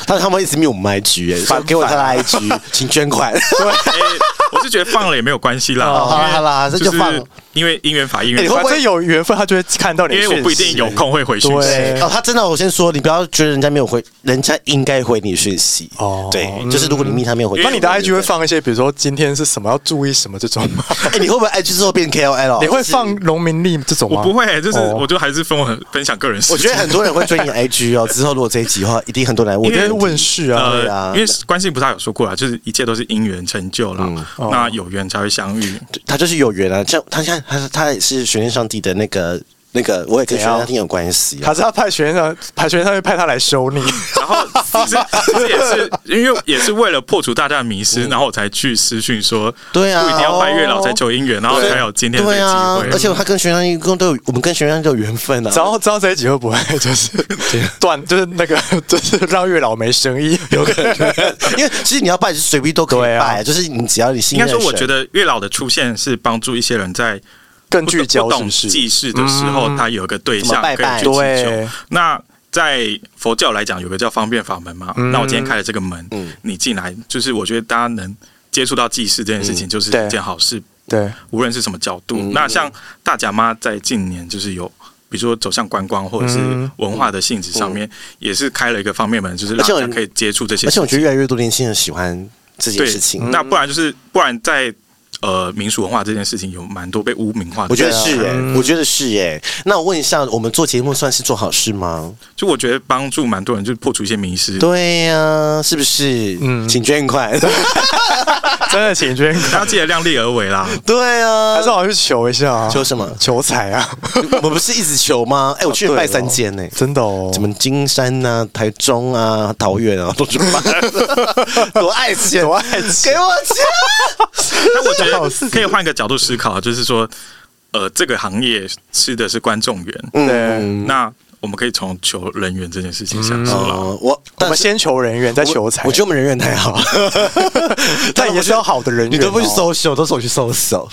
[SPEAKER 2] 但是他们一直密我们 IG 哎、说给我他的 IG，请捐款。
[SPEAKER 3] 哎我是觉得放了也没有关系啦。
[SPEAKER 1] 哦
[SPEAKER 2] 好啦好啦
[SPEAKER 3] 因为
[SPEAKER 2] 这就放
[SPEAKER 3] 是因为因缘法因
[SPEAKER 2] 哎
[SPEAKER 3] 缘
[SPEAKER 2] 会
[SPEAKER 3] 法
[SPEAKER 1] 反
[SPEAKER 2] 不会
[SPEAKER 1] 正有缘分，他就会看到你
[SPEAKER 3] 因
[SPEAKER 1] 的讯息。
[SPEAKER 3] 为我不一定有空会回讯息。
[SPEAKER 1] 对
[SPEAKER 2] 哦，他真的，我先说，你不要觉得人家没有回，人家应该回你讯息。
[SPEAKER 1] 哦嗯
[SPEAKER 2] 对，就是如果你密他没有回，
[SPEAKER 1] 那你的 IG 会
[SPEAKER 2] 放？
[SPEAKER 1] 放一些，比如说今天是什么要注意什么这种吗？
[SPEAKER 2] 哎、你会不会 IG 之后变 KOL？
[SPEAKER 1] 你会放农民历这种吗？
[SPEAKER 3] 我不会，就是
[SPEAKER 1] 哦
[SPEAKER 3] 我就还是分我分享个人事
[SPEAKER 2] 我觉得
[SPEAKER 3] 情。
[SPEAKER 2] 很多人会追你的 IG 哦。之后如果这一集的话，一定很多人来问
[SPEAKER 1] 我
[SPEAKER 2] 你
[SPEAKER 1] 觉
[SPEAKER 2] 问
[SPEAKER 1] 得
[SPEAKER 2] 题。
[SPEAKER 1] 问世啊，
[SPEAKER 2] 对啊
[SPEAKER 3] 呃因为观世音菩萨有说过啦，就是一切都是因缘成就啦，
[SPEAKER 2] 嗯
[SPEAKER 3] 那有缘才会相遇。
[SPEAKER 2] 他就是有缘啊，像他像他他也是玄天上帝的那个那个，我也跟
[SPEAKER 1] 怎
[SPEAKER 2] 玄
[SPEAKER 1] 样
[SPEAKER 2] 天上帝有关系、啊
[SPEAKER 1] 还。是他派学生，派学生会派他来收 你。
[SPEAKER 3] 然后 其实其实也是因为也是为了破除大家的迷失，然后我才去私讯说，
[SPEAKER 2] 嗯对啊
[SPEAKER 3] 不一定要拜月老才求姻缘，然后才有今天的这
[SPEAKER 2] 对
[SPEAKER 3] 个
[SPEAKER 2] 啊，而
[SPEAKER 3] 机
[SPEAKER 2] 且
[SPEAKER 3] 会。
[SPEAKER 2] 他跟玄天上帝共都有，我们跟玄天上帝有缘分啊。
[SPEAKER 1] 然后知道这一集会不会 就是断，就是那个就是让月老没生意？有可能。
[SPEAKER 2] 因为其实你要拜就是随便都可以
[SPEAKER 1] 对啊
[SPEAKER 2] 拜、就是你只要你信
[SPEAKER 3] 应该
[SPEAKER 2] 任
[SPEAKER 3] 说，
[SPEAKER 2] 神。
[SPEAKER 3] 我觉得月老的出现是帮助一些人在
[SPEAKER 1] 更
[SPEAKER 3] 不
[SPEAKER 1] 聚焦
[SPEAKER 3] 不
[SPEAKER 1] 是
[SPEAKER 3] 懂
[SPEAKER 1] 不是？
[SPEAKER 3] 祭祀的时
[SPEAKER 2] 嗯
[SPEAKER 3] 候，他有一个对
[SPEAKER 2] 怎么
[SPEAKER 3] 象可
[SPEAKER 2] 拜
[SPEAKER 3] 以
[SPEAKER 2] 拜
[SPEAKER 3] 去祈
[SPEAKER 1] 对
[SPEAKER 3] 求。那在佛教来讲，有个叫方便法门嘛。
[SPEAKER 2] 嗯
[SPEAKER 3] 那我今天开了这个门，你进来，就是我觉得大家能接触到祭祀这件
[SPEAKER 2] 嗯
[SPEAKER 3] 事情，就是
[SPEAKER 1] 对
[SPEAKER 3] 一件好事，
[SPEAKER 1] 对，
[SPEAKER 3] 无论是什么角度。那像大甲妈在近年就是有。比如说走向观光或者是文化的性质上面，也是开了一个方面门，就是让
[SPEAKER 2] 嗯而且我
[SPEAKER 3] 大家可以接触这些
[SPEAKER 2] 而且
[SPEAKER 3] 事情。
[SPEAKER 2] 我觉得越来越多年轻人喜欢这件
[SPEAKER 3] 对
[SPEAKER 2] 事情。
[SPEAKER 3] 那不然就是不然在呃民俗文化这件事情有蛮多被污名化的。
[SPEAKER 2] 我觉得是耶、我觉得是耶、那我问一下，我们做节目算是做好事吗？
[SPEAKER 3] 就我觉得帮助蛮多人，就是破除一些迷失。
[SPEAKER 2] 对呀、是不是？嗯，请捐款。
[SPEAKER 1] 真的请 捐款，
[SPEAKER 3] 大家记得量力而为啦。
[SPEAKER 2] 对啊
[SPEAKER 1] 还是，好去求一下啊？
[SPEAKER 2] 求什 么
[SPEAKER 1] 求财啊！
[SPEAKER 2] 我们不是一直求吗？哎、我去年拜三间呢、
[SPEAKER 1] 真的哦
[SPEAKER 2] 什。么金山呐、台中啊、桃园啊，都去拜， 多爱钱，多爱钱，给我 钱！
[SPEAKER 3] 但我觉得可以换个角度
[SPEAKER 2] 嗯
[SPEAKER 3] 思考，就是说，呃，这个行业吃的是观众缘，
[SPEAKER 1] 对，
[SPEAKER 3] 那我们可以从求人缘这件事情下手了。
[SPEAKER 2] 哦，我
[SPEAKER 1] 我
[SPEAKER 2] 但
[SPEAKER 1] 们
[SPEAKER 2] 是
[SPEAKER 1] 先求人缘，再求财。
[SPEAKER 2] 我我觉得我们人缘 太好了，
[SPEAKER 1] 但也是要好的人缘哦
[SPEAKER 2] 你都不去搜秀，都是我去搜手。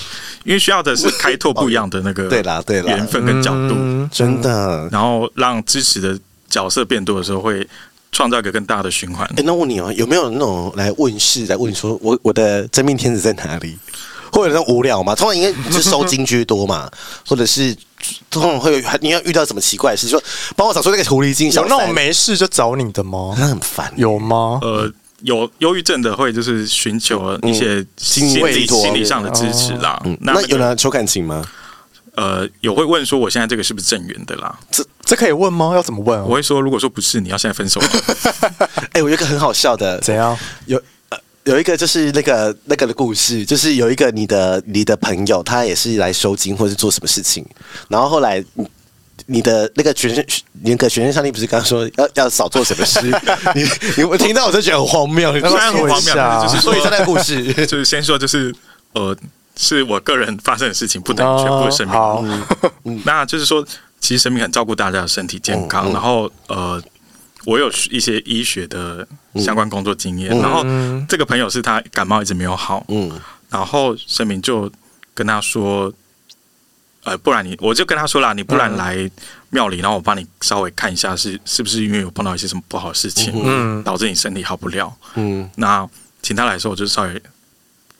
[SPEAKER 3] 因为需要的是开拓不一样的那个
[SPEAKER 2] 对啦对啦
[SPEAKER 3] 缘分跟角度，
[SPEAKER 1] 嗯
[SPEAKER 2] 真的。
[SPEAKER 3] 然后让支持的角色变多的时候，会创造一个更大的循环。
[SPEAKER 2] 哎，那我问你哦，有没有那种来问事来问说，我我的真命天子在哪里？会有那种无聊吗？通常应该是收金居多嘛，或者是通常会有你要遇到什么奇怪的事，说帮我找出那个狐狸精小
[SPEAKER 1] 有
[SPEAKER 2] 三。
[SPEAKER 1] 那种没事就找你的吗？
[SPEAKER 2] 那很烦。
[SPEAKER 1] 有吗？
[SPEAKER 3] 呃，有忧郁症的会就是寻求一些
[SPEAKER 2] 心
[SPEAKER 3] 心
[SPEAKER 2] 嗯慰
[SPEAKER 3] 理、
[SPEAKER 2] 藉
[SPEAKER 3] 心理上的支持啦。
[SPEAKER 2] 那
[SPEAKER 3] 那
[SPEAKER 2] 有人求感情吗？
[SPEAKER 3] 呃有会问说我现在这个是不是正缘的啦？
[SPEAKER 1] 这这可以问吗？要怎么问
[SPEAKER 3] 我
[SPEAKER 1] 啊？
[SPEAKER 3] 会说如果说不是，你要现在分 手吗？
[SPEAKER 2] 哎、我有一个很好笑的，
[SPEAKER 1] 怎样？
[SPEAKER 2] 有呃有一个就是那个那个的故事，就是有一个你的你的朋友，他也是来收金或是做什么事情，然后后来。你你的那个学生，那个学生上帝不是刚刚说要要少做什么 事？你你我听到我就觉得很荒谬，你知道
[SPEAKER 3] 虽
[SPEAKER 2] 吗
[SPEAKER 3] 然很
[SPEAKER 1] 说
[SPEAKER 3] 荒谬，
[SPEAKER 1] 一下啊
[SPEAKER 3] 但是就是
[SPEAKER 2] 所以
[SPEAKER 3] 说
[SPEAKER 2] 这段故事
[SPEAKER 3] 就是先说就是呃，是我个人发生的事情，不等于全部的生命。
[SPEAKER 1] 哦
[SPEAKER 3] 嗯
[SPEAKER 1] 好，嗯
[SPEAKER 3] 那就是说，其实神明很照顾大家的身体健康，然后呃，我有一些医学的
[SPEAKER 1] 嗯
[SPEAKER 3] 相关工作经验，然后这个朋友是他感冒一直没有好，
[SPEAKER 2] 嗯，
[SPEAKER 3] 然后神明就跟他说，呃，不然你我就跟他说啦，你不
[SPEAKER 1] 嗯
[SPEAKER 3] 然来庙里，然后我帮你稍微看一下是是不是因为有碰到一些什么不好的事情，
[SPEAKER 1] 嗯
[SPEAKER 3] 导致你身体好不了，
[SPEAKER 2] 嗯，
[SPEAKER 3] 那请他来的时候，我就稍微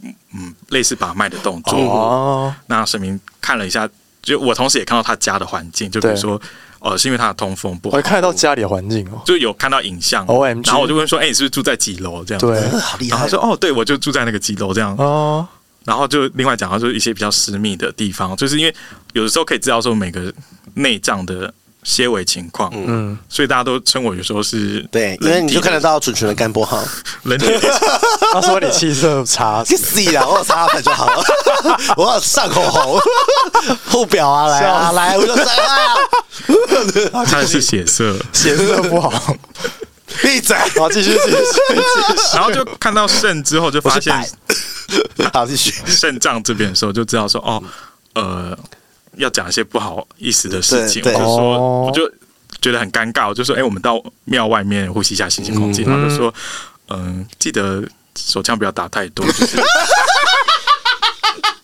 [SPEAKER 3] 嗯嗯类似把脉的动作，
[SPEAKER 1] 哦，
[SPEAKER 3] 那神明看了一下，就我同时也看到他家的环境，就比如
[SPEAKER 1] 对
[SPEAKER 3] 说，呃，是因为他的通风不
[SPEAKER 1] 我
[SPEAKER 3] 好
[SPEAKER 1] 还，看得到家里的环境哦。
[SPEAKER 3] 就有看到影像。
[SPEAKER 1] OMG
[SPEAKER 3] 然后我就问说，哎、你是不是住在几楼？这样。
[SPEAKER 1] 对。
[SPEAKER 2] 呃好厉
[SPEAKER 3] 然
[SPEAKER 2] 害
[SPEAKER 3] 后他说，哦，对，我就住在那个几楼这样。
[SPEAKER 2] 啊
[SPEAKER 1] 哦，
[SPEAKER 3] 然后就另外讲到，就是一些比较私密的地方，就是因为有的时候可以知道说每个内脏的些微情况，
[SPEAKER 1] 嗯，
[SPEAKER 3] 所以大家都称我有时候是
[SPEAKER 2] 对，因为你就看得
[SPEAKER 3] 到
[SPEAKER 2] 到蠢蠢的干波号，
[SPEAKER 3] 人体的
[SPEAKER 1] 他说你气色差
[SPEAKER 2] 去，死啦！我有擦粉就好了， 我有上口红， 后表啊，来啊，来，我就上啊，
[SPEAKER 3] 它是血色，
[SPEAKER 1] 血 色不好。
[SPEAKER 2] 闭嘴，
[SPEAKER 1] 好，继续继续。
[SPEAKER 3] 然后就看到肾之后就发现
[SPEAKER 2] 我是 好，继续。
[SPEAKER 3] 肾脏这边的时候，就知道说哦，呃，要讲一些不好意思的事情，我
[SPEAKER 2] 对对
[SPEAKER 3] 就说，
[SPEAKER 1] 哦
[SPEAKER 3] 我就觉得很尴尬，我就说，哎、我们到庙外面呼吸一下新鲜空气，然后就说，嗯、记得手枪不要打太多，就是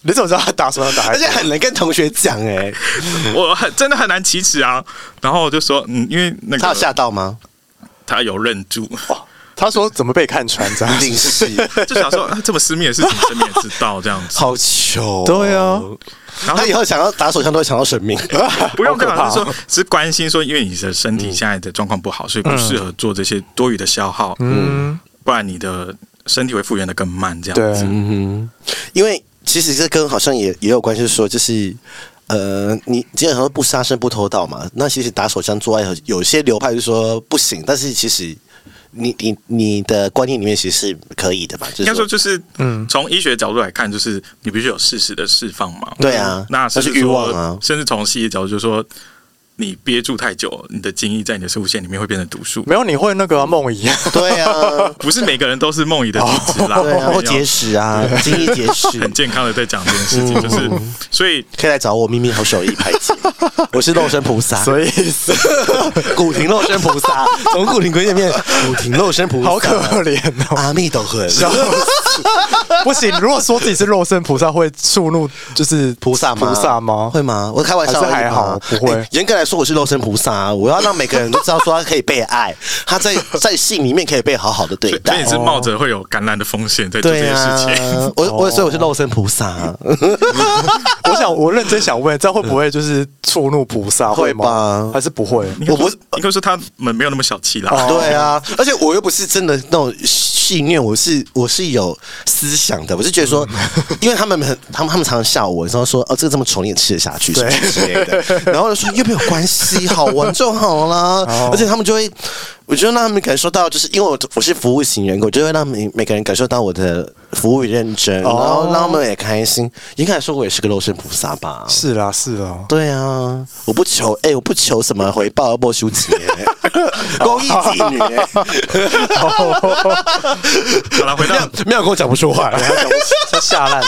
[SPEAKER 1] 你怎么知道他打什么打？
[SPEAKER 2] 而且很能跟同学讲哎、
[SPEAKER 3] 我很真的很难启齿啊。然后我就说，嗯，因为那
[SPEAKER 2] 他有
[SPEAKER 3] 个
[SPEAKER 2] 吓哦到 吗？
[SPEAKER 3] 他有认住，
[SPEAKER 1] 他说怎么被看穿这样
[SPEAKER 2] 一？定是，
[SPEAKER 3] 就想说、啊、这么私密的事情，神明也知道这样 子。
[SPEAKER 2] 好糗、哦
[SPEAKER 1] 对啊，
[SPEAKER 3] 然后
[SPEAKER 2] 他以后想要打手枪都会想到神 明，
[SPEAKER 3] 不用
[SPEAKER 1] 好可怕
[SPEAKER 3] 干嘛，
[SPEAKER 1] 哦
[SPEAKER 3] 就是说只是关心说，因为你的身
[SPEAKER 2] 嗯
[SPEAKER 3] 体现在的状况不好，所以不适合做这些多余的消耗，
[SPEAKER 1] 嗯，
[SPEAKER 3] 不然你的身体会复原的更慢。这样
[SPEAKER 1] 对
[SPEAKER 3] 子，，
[SPEAKER 2] 嗯因为其实这跟好像也也有关系，就是说就是。呃，你经常说不杀生不偷盗嘛，那其实打手枪做爱有有些流派就说不行，但是其实你你你的观念里面其实是可以的吧？就是
[SPEAKER 3] 应该说
[SPEAKER 2] 说
[SPEAKER 3] 就是，
[SPEAKER 1] 嗯
[SPEAKER 3] 嗯，从医学角度来看，就是你必须有适时的释放嘛。嗯
[SPEAKER 2] 对啊
[SPEAKER 3] 那甚
[SPEAKER 2] 那
[SPEAKER 3] 至
[SPEAKER 2] 是欲望
[SPEAKER 3] 说
[SPEAKER 2] 啊
[SPEAKER 3] 甚至从西医角度就是说，你憋住太久，你的精液在你的射物线里面会变成毒素。
[SPEAKER 1] 没有你会那个啊梦遗，
[SPEAKER 2] 对啊，
[SPEAKER 3] 不是每个人都是梦遗的体质 啦，
[SPEAKER 2] 对啊，或
[SPEAKER 3] 我
[SPEAKER 2] 节食 啊，精益节食，
[SPEAKER 3] 很健康的在讲这件事情，就是
[SPEAKER 2] 嗯
[SPEAKER 3] 所以
[SPEAKER 2] 可以来找我秘密好手艺排解，我是肉身菩萨，
[SPEAKER 1] 所以是
[SPEAKER 2] 古亭肉身菩萨，从古亭鬼里面，古亭肉身菩萨，
[SPEAKER 1] 好可怜哦。
[SPEAKER 2] 阿弥陀佛，
[SPEAKER 1] 笑死不行，如果说自己是肉身菩萨，会触怒就是
[SPEAKER 2] 菩萨吗？
[SPEAKER 1] 菩萨吗？
[SPEAKER 2] 会吗？我开玩笑而已嘛，
[SPEAKER 1] 还是还好不会
[SPEAKER 2] 哎严格来说，我是肉身菩萨啊，我要让每个人都知道说他可以被 爱，他在在性里面可以被好好的对
[SPEAKER 3] 所以所以
[SPEAKER 2] 待
[SPEAKER 3] 你。是冒着会有感染的风险在做这
[SPEAKER 2] 对
[SPEAKER 3] 件
[SPEAKER 2] 啊
[SPEAKER 3] 事情。，
[SPEAKER 2] 我我所以我
[SPEAKER 1] 哦
[SPEAKER 2] 是肉身菩萨啊，
[SPEAKER 1] 我想，我认真想问，这样会不会就是触怒菩萨？
[SPEAKER 2] 会
[SPEAKER 1] 吗
[SPEAKER 2] 吧？
[SPEAKER 1] 还是不会？
[SPEAKER 2] 我不是
[SPEAKER 3] 应该说他们没有那么小气啦。
[SPEAKER 1] 哦
[SPEAKER 2] 对啊，而且我又不是真的那种戏虐，我是我是有思想的，我是觉得说，
[SPEAKER 1] 嗯
[SPEAKER 2] 因为他们很，他们他们常常笑我，然后说哦，这个这么丑你也吃得下去，什么之类的， 然后我就说又没有关系，好玩就好啦。
[SPEAKER 1] 哦
[SPEAKER 2] 而且他们就会，我觉得让他们感受到，就是因为我我是服务型人格，我就会让每每个人感受到我的服务与认真，
[SPEAKER 1] 哦
[SPEAKER 2] 然后让他们也开心。应该来说，我也是个肉身菩萨吧。
[SPEAKER 1] 是啦，是啦。
[SPEAKER 2] 对啊，我不求哎、我不求什么回报，不求 钱，公益妓女、
[SPEAKER 3] 好了，回到
[SPEAKER 2] 没有跟我讲不出话，
[SPEAKER 1] 他下 烂，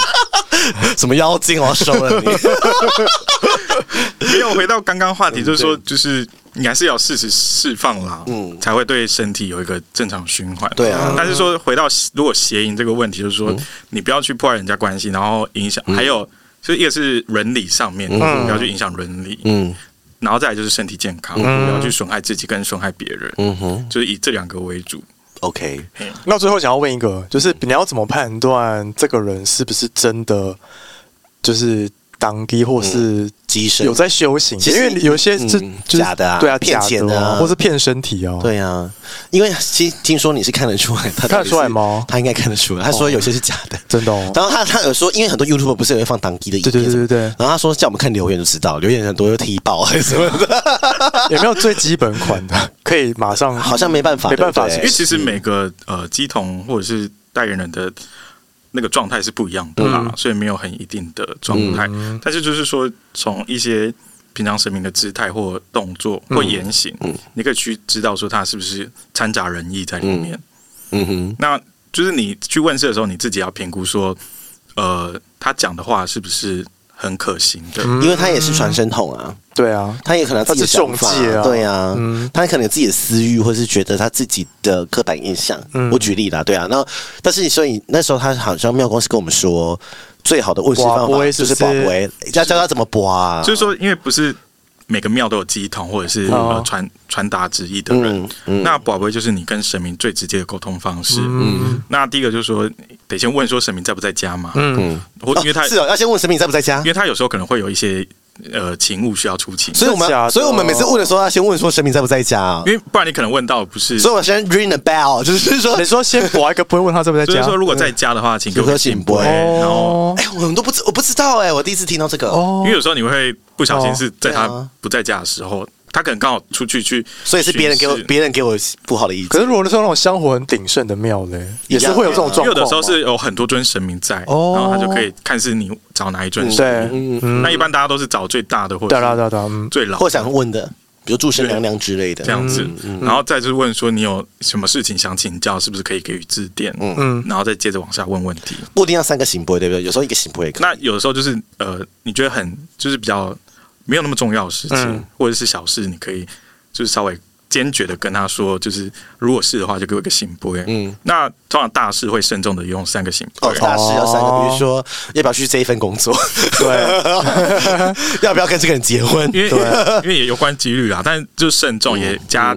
[SPEAKER 2] 什么妖
[SPEAKER 1] 哦
[SPEAKER 2] 精我要收了你。
[SPEAKER 3] 没有回到刚刚话题，就是说，就是你还是要适时释放啦，
[SPEAKER 2] 嗯
[SPEAKER 3] 嗯，才会对身体有一个正常循环。
[SPEAKER 2] 对啊嗯
[SPEAKER 3] 但是说回到如果邪淫这个问题，就是说你不要去破坏人家关系，然后影响，还有就是一个是伦理上面，不要去影响伦理，
[SPEAKER 2] 嗯
[SPEAKER 3] 然后再来就是身体健康，不要去损害自己跟损害别人，
[SPEAKER 2] 嗯哼
[SPEAKER 3] 就是以这两个为主。
[SPEAKER 2] ，OK，
[SPEAKER 1] 那最后想要问一个，就是你要怎么判断这个人是不是真的就是当机或是
[SPEAKER 2] 机身
[SPEAKER 1] 有在修行？
[SPEAKER 2] 嗯其
[SPEAKER 1] 嗯因
[SPEAKER 2] 实
[SPEAKER 1] 为有些是、
[SPEAKER 2] 嗯
[SPEAKER 1] 就是
[SPEAKER 2] 假的啊
[SPEAKER 1] 对啊，
[SPEAKER 2] 骗
[SPEAKER 1] 假的
[SPEAKER 2] 钱啊
[SPEAKER 1] 或是骗身体啊。，
[SPEAKER 2] 对啊，因为听听说你是看得出来，他
[SPEAKER 1] 看得
[SPEAKER 2] 到底
[SPEAKER 1] 出来
[SPEAKER 2] 是
[SPEAKER 1] 吗哦
[SPEAKER 2] 他应该看得出来。他说有些是假的，
[SPEAKER 1] 真的哦
[SPEAKER 2] 然后他他有说，因为很多 YouTube 不是也会放当地的影片
[SPEAKER 1] 对对对
[SPEAKER 2] 什么的
[SPEAKER 1] 对对
[SPEAKER 2] 然后他说叫我们看留言就知道，留言很多又踢爆 还是什么的，
[SPEAKER 1] 有没有最基本款 的可以马上？
[SPEAKER 2] 好像没办法，
[SPEAKER 1] 没办法
[SPEAKER 2] 对
[SPEAKER 3] 因
[SPEAKER 2] 不
[SPEAKER 3] 为
[SPEAKER 2] 对
[SPEAKER 3] 其实每个呃鸡童或者是代言人的那个状态是不一样的啦，所以没有很一定的状态。但是就是说，从一些平常神明的姿态或动作或言行，你可以去知道说他是不是掺杂仁义在里面。
[SPEAKER 2] 嗯哼，
[SPEAKER 3] 那就是你去问世的时候，你自己要评估说，呃，他讲的话是不是很可行的？
[SPEAKER 2] 因为他也是传声筒啊，
[SPEAKER 1] 对 啊，
[SPEAKER 2] 他也可能有自己的想法
[SPEAKER 1] 他是中介啊
[SPEAKER 2] 对啊，他可能有自己的私欲，或是觉得他自己的刻板印象。
[SPEAKER 1] 嗯
[SPEAKER 2] 我举例啦，对啊，那但是所以那时候他好像妙公司跟我们说，最好的问世方
[SPEAKER 1] 博
[SPEAKER 2] 法
[SPEAKER 1] 杯
[SPEAKER 2] 就是是
[SPEAKER 1] 不
[SPEAKER 2] 保
[SPEAKER 1] 是
[SPEAKER 2] 维，要教他怎么博啊，
[SPEAKER 3] 就是说，因为不是每个庙都有鸡童或者是、
[SPEAKER 1] 哦
[SPEAKER 3] 呃传传达旨
[SPEAKER 2] 嗯
[SPEAKER 3] 意的人，那宝贝就是你跟神明最直接的沟通方式。嗯，那第一个就是说，得先问说神明在不在家嘛。嗯，或因为他、
[SPEAKER 2] 哦是哦，要先问神明在不在家
[SPEAKER 3] 因。为他有时候可能会有一些呃勤务需要出勤，
[SPEAKER 2] 所以我们
[SPEAKER 1] 真的假的嗯
[SPEAKER 2] 所以我们每次问的时候，要先问说神明在不在家啊。
[SPEAKER 3] 因为不然你可能问到不是。
[SPEAKER 2] 所以我先 ring the bell，就是说
[SPEAKER 1] 你，说先博一个，不会问他在不在
[SPEAKER 3] 就是
[SPEAKER 1] 家？
[SPEAKER 3] 说，如果在家的话，请给
[SPEAKER 2] 如何
[SPEAKER 3] 我
[SPEAKER 2] 醒
[SPEAKER 3] 信杯。
[SPEAKER 2] 杯
[SPEAKER 3] 然后，
[SPEAKER 1] 哦
[SPEAKER 2] 哎、我们都不知我不知道哎、我第一次听到这个，哦、
[SPEAKER 1] 哦
[SPEAKER 3] 因为有时候你会不小心是在
[SPEAKER 2] 对啊
[SPEAKER 3] 他不在家的时候，他可能刚好出去去巡视，
[SPEAKER 2] 所以是别人给我别人给我不好的意
[SPEAKER 1] 可
[SPEAKER 2] 见。
[SPEAKER 1] 是如果那时候那种香火很鼎盛的庙嘞，也是会有这种状
[SPEAKER 3] 因为
[SPEAKER 1] 况吗。
[SPEAKER 3] 有的时候是有很多尊神明在，
[SPEAKER 1] 哦
[SPEAKER 3] 然后他就可以看是你找哪一尊神
[SPEAKER 2] 嗯
[SPEAKER 3] 明。
[SPEAKER 1] 对，
[SPEAKER 3] 那一般大家都是找最大的或
[SPEAKER 1] 哒哒
[SPEAKER 3] 者
[SPEAKER 1] 哒哒，嗯
[SPEAKER 3] 是，最老
[SPEAKER 2] 或
[SPEAKER 3] 的
[SPEAKER 2] 想问的，比如祝生娘娘之类的，
[SPEAKER 3] 这样子，然后再就是问说你有什么事情想请教，是不是可以给予致电？嗯，然后再接着往下问问题。
[SPEAKER 2] 不一定要三个醒杯，对不对？有时候一个醒杯也可以。
[SPEAKER 3] 那有的时候就是呃，你觉得很就是比较没有那么重要的事情，
[SPEAKER 1] 嗯
[SPEAKER 3] 或者是小事，你可以就是稍微坚决的跟他说，就是如果是的话，就给我一个醒波。嗯，那通常大事会慎重的用三个醒波。
[SPEAKER 2] 哦，大事要三个，
[SPEAKER 1] 哦
[SPEAKER 2] 比如说要不要去这一份工作，
[SPEAKER 1] 对，
[SPEAKER 2] 要不要跟这个人结婚，
[SPEAKER 3] 因为 因为也有关几率啦，但就是慎重也加，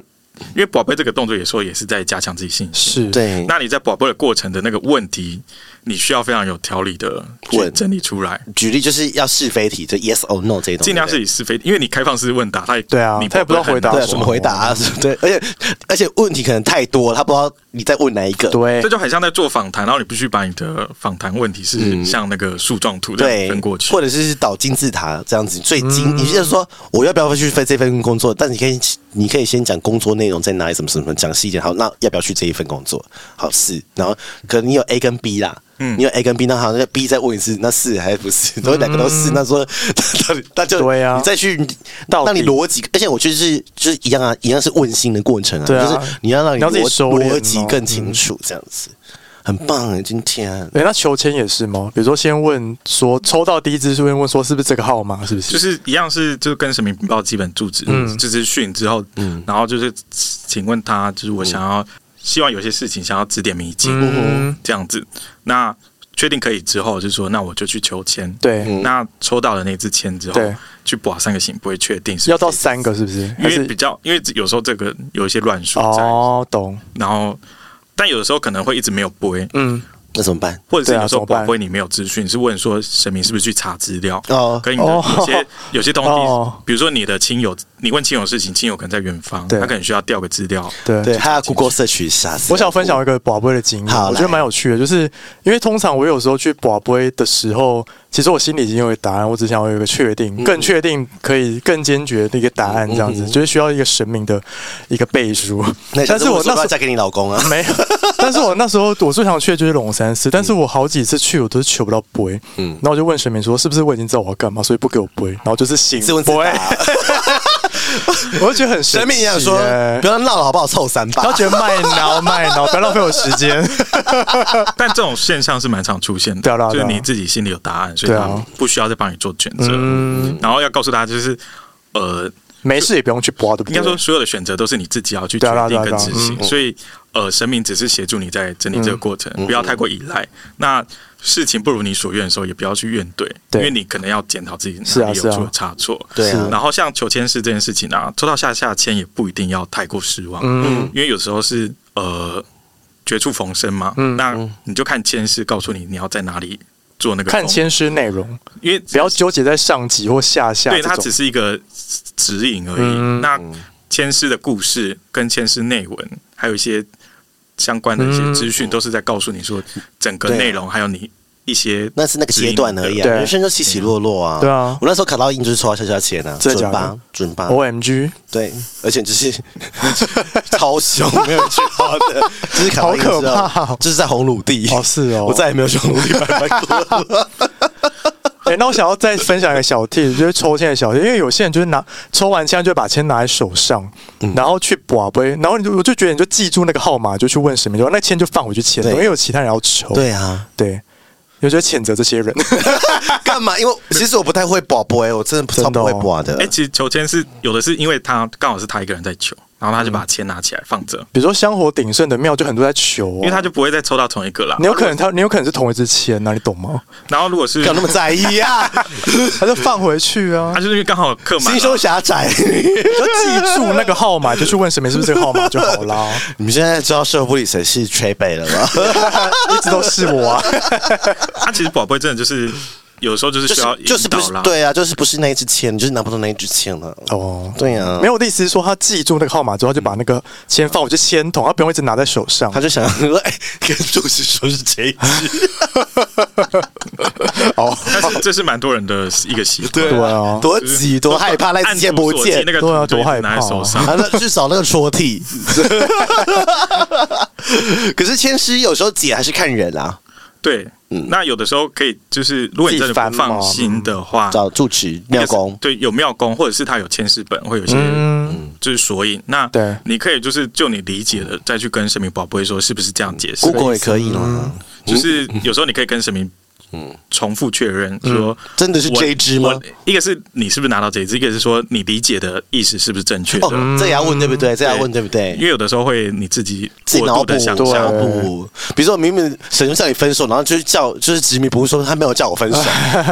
[SPEAKER 3] 因为宝贝这个动作也说也是在加强自己信心。
[SPEAKER 1] 是，
[SPEAKER 2] 对，
[SPEAKER 3] 那你在宝贝的过程的那个问题，你需要非常有条理的去
[SPEAKER 2] 问
[SPEAKER 3] 整理出来，
[SPEAKER 2] 举例就是要是非题，就 yes or no 这一种，
[SPEAKER 3] 尽量
[SPEAKER 2] 对
[SPEAKER 3] 是以是非，因为你开放式问答，他也
[SPEAKER 1] 对啊
[SPEAKER 3] 你
[SPEAKER 1] 他也不知道回答
[SPEAKER 2] 不对对啊，
[SPEAKER 1] 什
[SPEAKER 2] 怎么回答、啊？ 对，而且而且问题可能太多，他不知道你在问哪一个。
[SPEAKER 1] 对
[SPEAKER 3] 这，就很像在做访谈，然后你必须把你的访谈问题是像那个树状图这样
[SPEAKER 2] 嗯对
[SPEAKER 3] 分过，去
[SPEAKER 2] 或。者是倒金字塔这样子，最精。
[SPEAKER 1] 嗯
[SPEAKER 2] 你就是说，我要不要去分这份工作？但你可以，你可以先讲工作内容在哪里，什么什么，讲细一点。好，那要不要去这一份工作？好是，然后可能你有 A 跟 B 啦，
[SPEAKER 1] 嗯
[SPEAKER 2] 你有 A 跟 B，那好，那 B 再问一次，那是还是不是？都两个都是，那说 到底，那就
[SPEAKER 1] 对啊
[SPEAKER 2] 你再去
[SPEAKER 1] 到底
[SPEAKER 2] 那你逻辑，而且我觉得是就是一样啊，一样是问心的过程啊，
[SPEAKER 1] 对啊
[SPEAKER 2] 就是你要让你
[SPEAKER 1] 你要自己
[SPEAKER 2] 逻
[SPEAKER 1] 收敛哦
[SPEAKER 2] 逻辑更清楚，这样子。很棒哎，今天啊
[SPEAKER 1] 哎，那求签也是吗？比如说先问说抽到第一支，顺便问说是不是这个号码，是不？
[SPEAKER 3] 就是是一样是就跟神明禀报基本住址，嗯，这资讯之后，嗯，然后就是请问他，就是我想要、希望有些事情想要指点迷津，
[SPEAKER 1] 嗯
[SPEAKER 3] 这样子。那确定可以之后，就说那我就去求签，。
[SPEAKER 1] 对，
[SPEAKER 3] 那抽到的那支签之后
[SPEAKER 1] 对，
[SPEAKER 3] 去把三个行不会确定是不是
[SPEAKER 1] 要到，三个是不是？
[SPEAKER 3] 因
[SPEAKER 1] 还
[SPEAKER 3] 为比
[SPEAKER 1] 是
[SPEAKER 3] 较因为有时候这个有一些乱数在，
[SPEAKER 1] 哦，懂，
[SPEAKER 3] 然后但有的时候可能会一直没有播，
[SPEAKER 1] 嗯，
[SPEAKER 2] 那怎么办？
[SPEAKER 3] 或者
[SPEAKER 1] 对
[SPEAKER 3] 是
[SPEAKER 1] 啊
[SPEAKER 3] 有时
[SPEAKER 1] 怎
[SPEAKER 3] 候
[SPEAKER 1] 么办
[SPEAKER 3] 宝贝你没有资讯，是问说神明是不是去查资料？
[SPEAKER 2] 哦
[SPEAKER 3] 可以你的
[SPEAKER 1] 哦
[SPEAKER 3] 有些有些东
[SPEAKER 1] 哦
[SPEAKER 3] 西，比如说你的亲友，你问亲友的事情，亲友可能在远方，
[SPEAKER 1] 对
[SPEAKER 3] 他可能需要调个资料。
[SPEAKER 1] 对
[SPEAKER 2] 对，他要 Google 社区一下。
[SPEAKER 1] 我想分享一个宝贝的经验，
[SPEAKER 2] 好
[SPEAKER 1] 我觉得
[SPEAKER 2] 来
[SPEAKER 1] 蛮有趣的，就是因为通常我有时候去宝贝的时候，其实我心里已经有一个答案，我只想要有一个确
[SPEAKER 3] 嗯
[SPEAKER 1] 定，更确定可以更坚决的一个答案，这样子就是需要一个神明的一个背书
[SPEAKER 2] 那。
[SPEAKER 1] 但是我那
[SPEAKER 2] 时候
[SPEAKER 1] 时，
[SPEAKER 2] 嫁给你老公啊
[SPEAKER 1] 没有，但是我那时候我最想去的就是龙山寺，但是我好几次去我都是求不到杯，嗯，然后我就问神明说是不是我已经知道我要干嘛，所以不给我杯，然后就是醒
[SPEAKER 2] 自问自
[SPEAKER 1] 杯，
[SPEAKER 2] 答。
[SPEAKER 1] 我就觉得很神
[SPEAKER 2] 神明
[SPEAKER 1] 秘
[SPEAKER 2] 一样说，不要闹了好不好？凑三
[SPEAKER 1] 然
[SPEAKER 2] 把
[SPEAKER 1] 后。觉得卖挠卖挠，不要浪费我时间。
[SPEAKER 3] 但这种现象是蛮常出现
[SPEAKER 1] 对啊对啊
[SPEAKER 3] 的，就
[SPEAKER 1] 对啊
[SPEAKER 3] 是你自己心里有答案，所以
[SPEAKER 1] 对
[SPEAKER 3] 他
[SPEAKER 1] 啊嗯
[SPEAKER 3] 不需要再帮你做选择。然后要告诉大家就是，呃，
[SPEAKER 1] 没事也不用去刮，对不
[SPEAKER 3] 应
[SPEAKER 1] 对？
[SPEAKER 3] 该说，所有的选择都是你自己要去决
[SPEAKER 1] 对啊对
[SPEAKER 3] 定
[SPEAKER 1] 啊对
[SPEAKER 3] 跟
[SPEAKER 1] 啊
[SPEAKER 3] 执行，
[SPEAKER 1] 嗯
[SPEAKER 3] 所以呃，生命只是协助你在整理这个过程，不要太过依赖。那事情不如你所愿的时候，也不要去怨怼，因
[SPEAKER 1] 对
[SPEAKER 3] 为你可能要检讨自己
[SPEAKER 1] 是
[SPEAKER 3] 哪
[SPEAKER 1] 啊
[SPEAKER 3] 里有
[SPEAKER 1] 是啊
[SPEAKER 3] 出了差错。
[SPEAKER 2] 对啊
[SPEAKER 3] 然后像求签式这件事情啊，抽到下下签也不一定要太过失望，
[SPEAKER 1] 嗯
[SPEAKER 3] 因为有时候是呃绝处逢生嘛。
[SPEAKER 1] 嗯
[SPEAKER 3] 那你就看签式告诉你你要在哪里做那个
[SPEAKER 1] 看
[SPEAKER 3] 风，
[SPEAKER 1] 签诗内容，
[SPEAKER 3] 因为
[SPEAKER 1] 不要纠结在上级或下下
[SPEAKER 3] 对，
[SPEAKER 1] 这
[SPEAKER 3] 它
[SPEAKER 1] 种
[SPEAKER 3] 只。是一个指引而已。
[SPEAKER 1] 嗯
[SPEAKER 3] 那签诗的故事跟签诗内文，还有一些相关的一
[SPEAKER 1] 嗯
[SPEAKER 3] 些资讯，都是在告诉你说整个
[SPEAKER 2] 对啊
[SPEAKER 3] 内容，还有你一些
[SPEAKER 2] 那是那个阶段而已啊，
[SPEAKER 1] 对
[SPEAKER 2] 人生就起起落落啊。
[SPEAKER 1] 对啊
[SPEAKER 2] 我那时候考到英就是抽到下下签啊，
[SPEAKER 1] 真的
[SPEAKER 2] 准
[SPEAKER 1] 假
[SPEAKER 2] 吧
[SPEAKER 1] 的，
[SPEAKER 2] 准吧，
[SPEAKER 1] O M G，
[SPEAKER 2] 对，而且就是 超凶，没有去好的，就是考到英之后
[SPEAKER 1] 好可怕哦
[SPEAKER 2] 就是在红鲁地
[SPEAKER 1] 哦是哦
[SPEAKER 2] 我再也没有去红鲁地拜拜过 了。
[SPEAKER 1] 哎、那我想要再分享一个小 tip，就是抽签的小 tip，因为有些人就是拿抽完签就会把签拿在手上，
[SPEAKER 2] 嗯
[SPEAKER 1] 然后去卜杯，然后你就我就觉得你就记住那个号码，就去问神明，就那签就放回去签，
[SPEAKER 2] 对
[SPEAKER 1] 因为有其他人要抽，
[SPEAKER 2] 对啊，
[SPEAKER 1] 对，有觉得谴责这些人，
[SPEAKER 2] 干嘛？因为其实我不太会卜卜欸，我真的超
[SPEAKER 1] 真的哦
[SPEAKER 2] 不会卜的
[SPEAKER 3] 哎、。其实求签是有的是因为他刚好是他一个人在求，然
[SPEAKER 2] 嗯
[SPEAKER 3] 后他就把签拿起来放着，
[SPEAKER 1] 比如说香火鼎盛的庙就很多在求、哦，
[SPEAKER 3] 因为他就不会再抽到同一个了。
[SPEAKER 1] 你有可能他你有可能是同一支签啊呐、你懂吗？
[SPEAKER 3] 然后如果是
[SPEAKER 2] 不要那么在意 啊，
[SPEAKER 1] 他就放回去啊
[SPEAKER 3] 他，就是因为刚好刻满
[SPEAKER 2] 心胸
[SPEAKER 3] 了，
[SPEAKER 2] 狭 窄。
[SPEAKER 1] 你就记住那个号码，就去问神明是不是这个号码就好啦，
[SPEAKER 2] 你们现在知道社会里谁是吹北了 吗？
[SPEAKER 1] 一直都是我啊。
[SPEAKER 3] 他其实宝贝真的就是有时候就是
[SPEAKER 2] 就
[SPEAKER 3] 需要
[SPEAKER 2] 是就是
[SPEAKER 3] 引
[SPEAKER 2] 不
[SPEAKER 3] 导
[SPEAKER 2] 是
[SPEAKER 3] 啦。嗯
[SPEAKER 2] 对啊，就是不是那一支签，你就是拿不到那一支签了。
[SPEAKER 1] 哦，
[SPEAKER 2] 对啊，
[SPEAKER 1] 没有，我的意思是说，他记住那个号码之后，他就把那个签放回去签筒，他不用一直拿在手上
[SPEAKER 2] 他。就想说，哎、跟主持说是这一 支，
[SPEAKER 1] 哦，
[SPEAKER 3] 但是这是蛮多人的一个习惯，
[SPEAKER 1] 对啊，
[SPEAKER 2] 多
[SPEAKER 3] 就是
[SPEAKER 2] 挤多害怕，那
[SPEAKER 3] 按
[SPEAKER 2] 支签不
[SPEAKER 3] 图索骥
[SPEAKER 2] 见
[SPEAKER 3] 那。个
[SPEAKER 1] 对啊
[SPEAKER 3] 图就
[SPEAKER 1] 多
[SPEAKER 3] 一直
[SPEAKER 1] 害
[SPEAKER 3] 拿在
[SPEAKER 1] 怕啊
[SPEAKER 3] 手上。
[SPEAKER 2] 啊， 那去找那个戳替。 可是签诗有时候解还是看人啊，
[SPEAKER 3] 对，那有的时候可以就是，如果你真的不放心的话，
[SPEAKER 2] 找住持
[SPEAKER 3] 那
[SPEAKER 2] 庙
[SPEAKER 3] 个是
[SPEAKER 2] 公。
[SPEAKER 3] 对有妙工，或者是他有签诗本，会有一些
[SPEAKER 1] 嗯，
[SPEAKER 3] 就是索引。那
[SPEAKER 1] 对
[SPEAKER 3] 你可以就是就你理解的再去跟神明宝贝说是不是这样解释，
[SPEAKER 2] Google 也可以
[SPEAKER 3] 嗯
[SPEAKER 2] 啦，
[SPEAKER 3] 就是有时候你可以跟神明。重复确认说，
[SPEAKER 2] 嗯真的是
[SPEAKER 3] 我
[SPEAKER 2] 这一支吗
[SPEAKER 3] 我一个是你是不是拿到这一支，一个是说你理解的意思是不是正确的？
[SPEAKER 2] 哦，这也要问对不对？这也要问对不
[SPEAKER 3] 因
[SPEAKER 2] 对？
[SPEAKER 3] 为有的时候会你自己
[SPEAKER 2] 自己
[SPEAKER 3] 过
[SPEAKER 2] 脑
[SPEAKER 3] 度
[SPEAKER 2] 补，
[SPEAKER 3] 的想
[SPEAKER 1] 对
[SPEAKER 3] 象
[SPEAKER 2] 脑，补。比如说，明明神就叫你分手，然后就是叫就是执迷不悟说他没有叫我分手。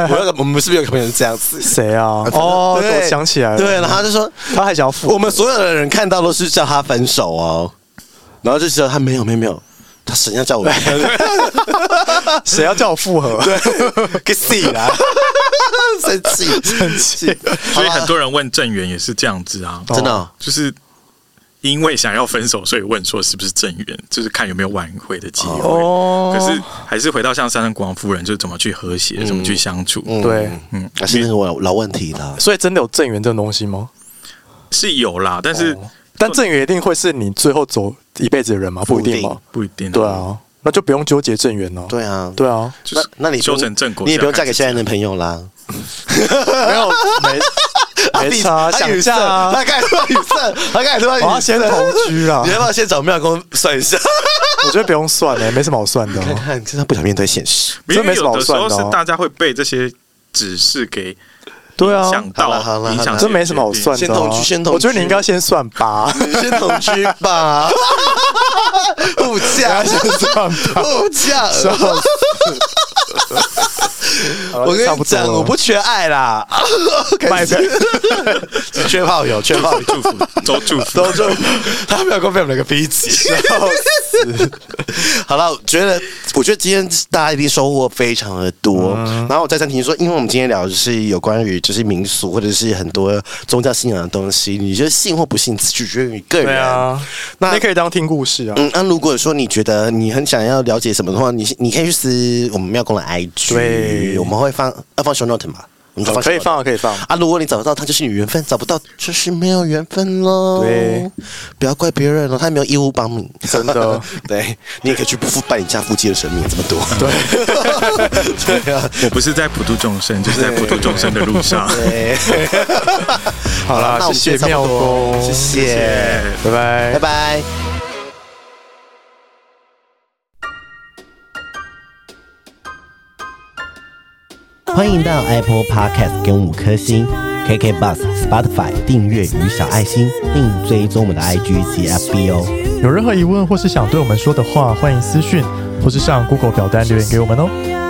[SPEAKER 2] 我要我们是不是有个朋友是这样子？
[SPEAKER 1] 谁啊？哦，
[SPEAKER 2] 对
[SPEAKER 1] 我想起来了，
[SPEAKER 2] 对，然后他就说
[SPEAKER 1] 他还想要付
[SPEAKER 2] 我们所有的人看到都是叫他分手哦，然后就知道他没有没有没有，他神要叫我分手，
[SPEAKER 1] 谁要叫我复合？
[SPEAKER 2] 对，给死啦，生气生气，
[SPEAKER 3] 所以
[SPEAKER 2] 好啦
[SPEAKER 3] 很多人问正缘也是这样子啊，
[SPEAKER 2] 真的哦
[SPEAKER 3] 就是因为想要分手，所以问说是不是正缘，就是看有没有挽回的机会。
[SPEAKER 1] 哦
[SPEAKER 3] 可是还是回到像三山国王夫人，就是怎么去和谐，怎么去相处。
[SPEAKER 1] 对，
[SPEAKER 3] 嗯，
[SPEAKER 2] 还啊是那个老老问题啦。
[SPEAKER 1] 所以真的有正缘这种东西吗？
[SPEAKER 3] 是有啦，但是
[SPEAKER 1] 但正缘一定会是你最后走一辈子的人吗？不一定吗？
[SPEAKER 3] 不一定。
[SPEAKER 1] 对，啊，那就不用纠结正缘了。
[SPEAKER 2] 对啊，
[SPEAKER 1] 对啊，
[SPEAKER 3] 就
[SPEAKER 2] 那
[SPEAKER 3] 是
[SPEAKER 2] 那你不
[SPEAKER 3] 修成正果，
[SPEAKER 2] 你也不用嫁给现在的朋友啦。
[SPEAKER 1] 没有没没差，
[SPEAKER 2] 他
[SPEAKER 1] 想
[SPEAKER 2] 语塞
[SPEAKER 1] 嫁啊，
[SPEAKER 2] 他刚才突然语塞，他刚才突然
[SPEAKER 1] 我要
[SPEAKER 2] 语塞
[SPEAKER 1] 先同居啊
[SPEAKER 2] 你，要不要先找庙公算一下？
[SPEAKER 1] 我觉得不用算了，没什么好算的哦。
[SPEAKER 2] 看看，真的不想面对现实。
[SPEAKER 3] 因
[SPEAKER 1] 这没
[SPEAKER 3] 为
[SPEAKER 1] 什么
[SPEAKER 3] 有
[SPEAKER 1] 好
[SPEAKER 3] 的时
[SPEAKER 1] 算的
[SPEAKER 3] 候
[SPEAKER 1] 哦
[SPEAKER 3] 是大家会被这些指示给
[SPEAKER 1] 对啊，
[SPEAKER 3] 想
[SPEAKER 2] 好啦好啦
[SPEAKER 3] 到，影
[SPEAKER 2] 好
[SPEAKER 3] 响
[SPEAKER 2] 啦
[SPEAKER 3] 自
[SPEAKER 1] 这
[SPEAKER 3] 己的
[SPEAKER 1] 没什么好
[SPEAKER 3] 决定
[SPEAKER 1] 算的、啊。
[SPEAKER 2] 先同居先同居
[SPEAKER 1] 我觉得你应该先算吧，
[SPEAKER 2] 先同居 吧，物价，
[SPEAKER 1] 先算吧。
[SPEAKER 2] 物价。我
[SPEAKER 1] 我
[SPEAKER 2] 跟你讲，我不缺 爱啦，
[SPEAKER 1] 拜拜。
[SPEAKER 2] 只缺炮友，缺炮友。
[SPEAKER 3] 祝福，都祝福。
[SPEAKER 2] 都就他没有跟被我们两个逼急，好了，我觉得我觉得今天大家一定收获非常的多。
[SPEAKER 1] 嗯
[SPEAKER 2] 然后我再暂停说，因为我们今天聊的是有关于就是民俗或者是很多宗教信仰的东西，你觉得信或不信取决于个
[SPEAKER 1] 对
[SPEAKER 2] 人。
[SPEAKER 1] 啊，
[SPEAKER 2] 那
[SPEAKER 1] 那你可以当听故事啊。
[SPEAKER 2] 嗯，那、如果说你觉得你很想要了解什么的话，你你可以去私我们妙公的 IG，
[SPEAKER 1] 对
[SPEAKER 2] 我们会放要放 show note 嘛，我们就放 show
[SPEAKER 1] 可以
[SPEAKER 2] note
[SPEAKER 1] 放啊，可以放。
[SPEAKER 2] 啊，如果你找得到他，就是你缘分；找不到，就是没有缘分喽。
[SPEAKER 1] 对，
[SPEAKER 2] 不要怪别人了，他没有义务帮你。
[SPEAKER 1] 真的，
[SPEAKER 2] 对你也可以去不负拜你家附近的神明，这么多。 对，对啊，
[SPEAKER 3] 我不是在普度众生，就是在普度众生的路上。
[SPEAKER 2] 对。
[SPEAKER 1] 好啦，
[SPEAKER 2] 那我们今
[SPEAKER 1] 谢谢
[SPEAKER 2] 天差
[SPEAKER 1] 妙
[SPEAKER 2] 不多
[SPEAKER 1] 公，
[SPEAKER 2] 谢谢，
[SPEAKER 3] 对
[SPEAKER 1] 拜拜
[SPEAKER 2] 拜。拜。欢迎到 Apple Podcast 给我们五颗星， KK Bus、Spotify 订阅与小爱心，并追踪我们的 IG 及 FB 哦。
[SPEAKER 1] 有任何疑问或是想对我们说的话，欢迎私讯或是上 Google 表单留言给我们哦。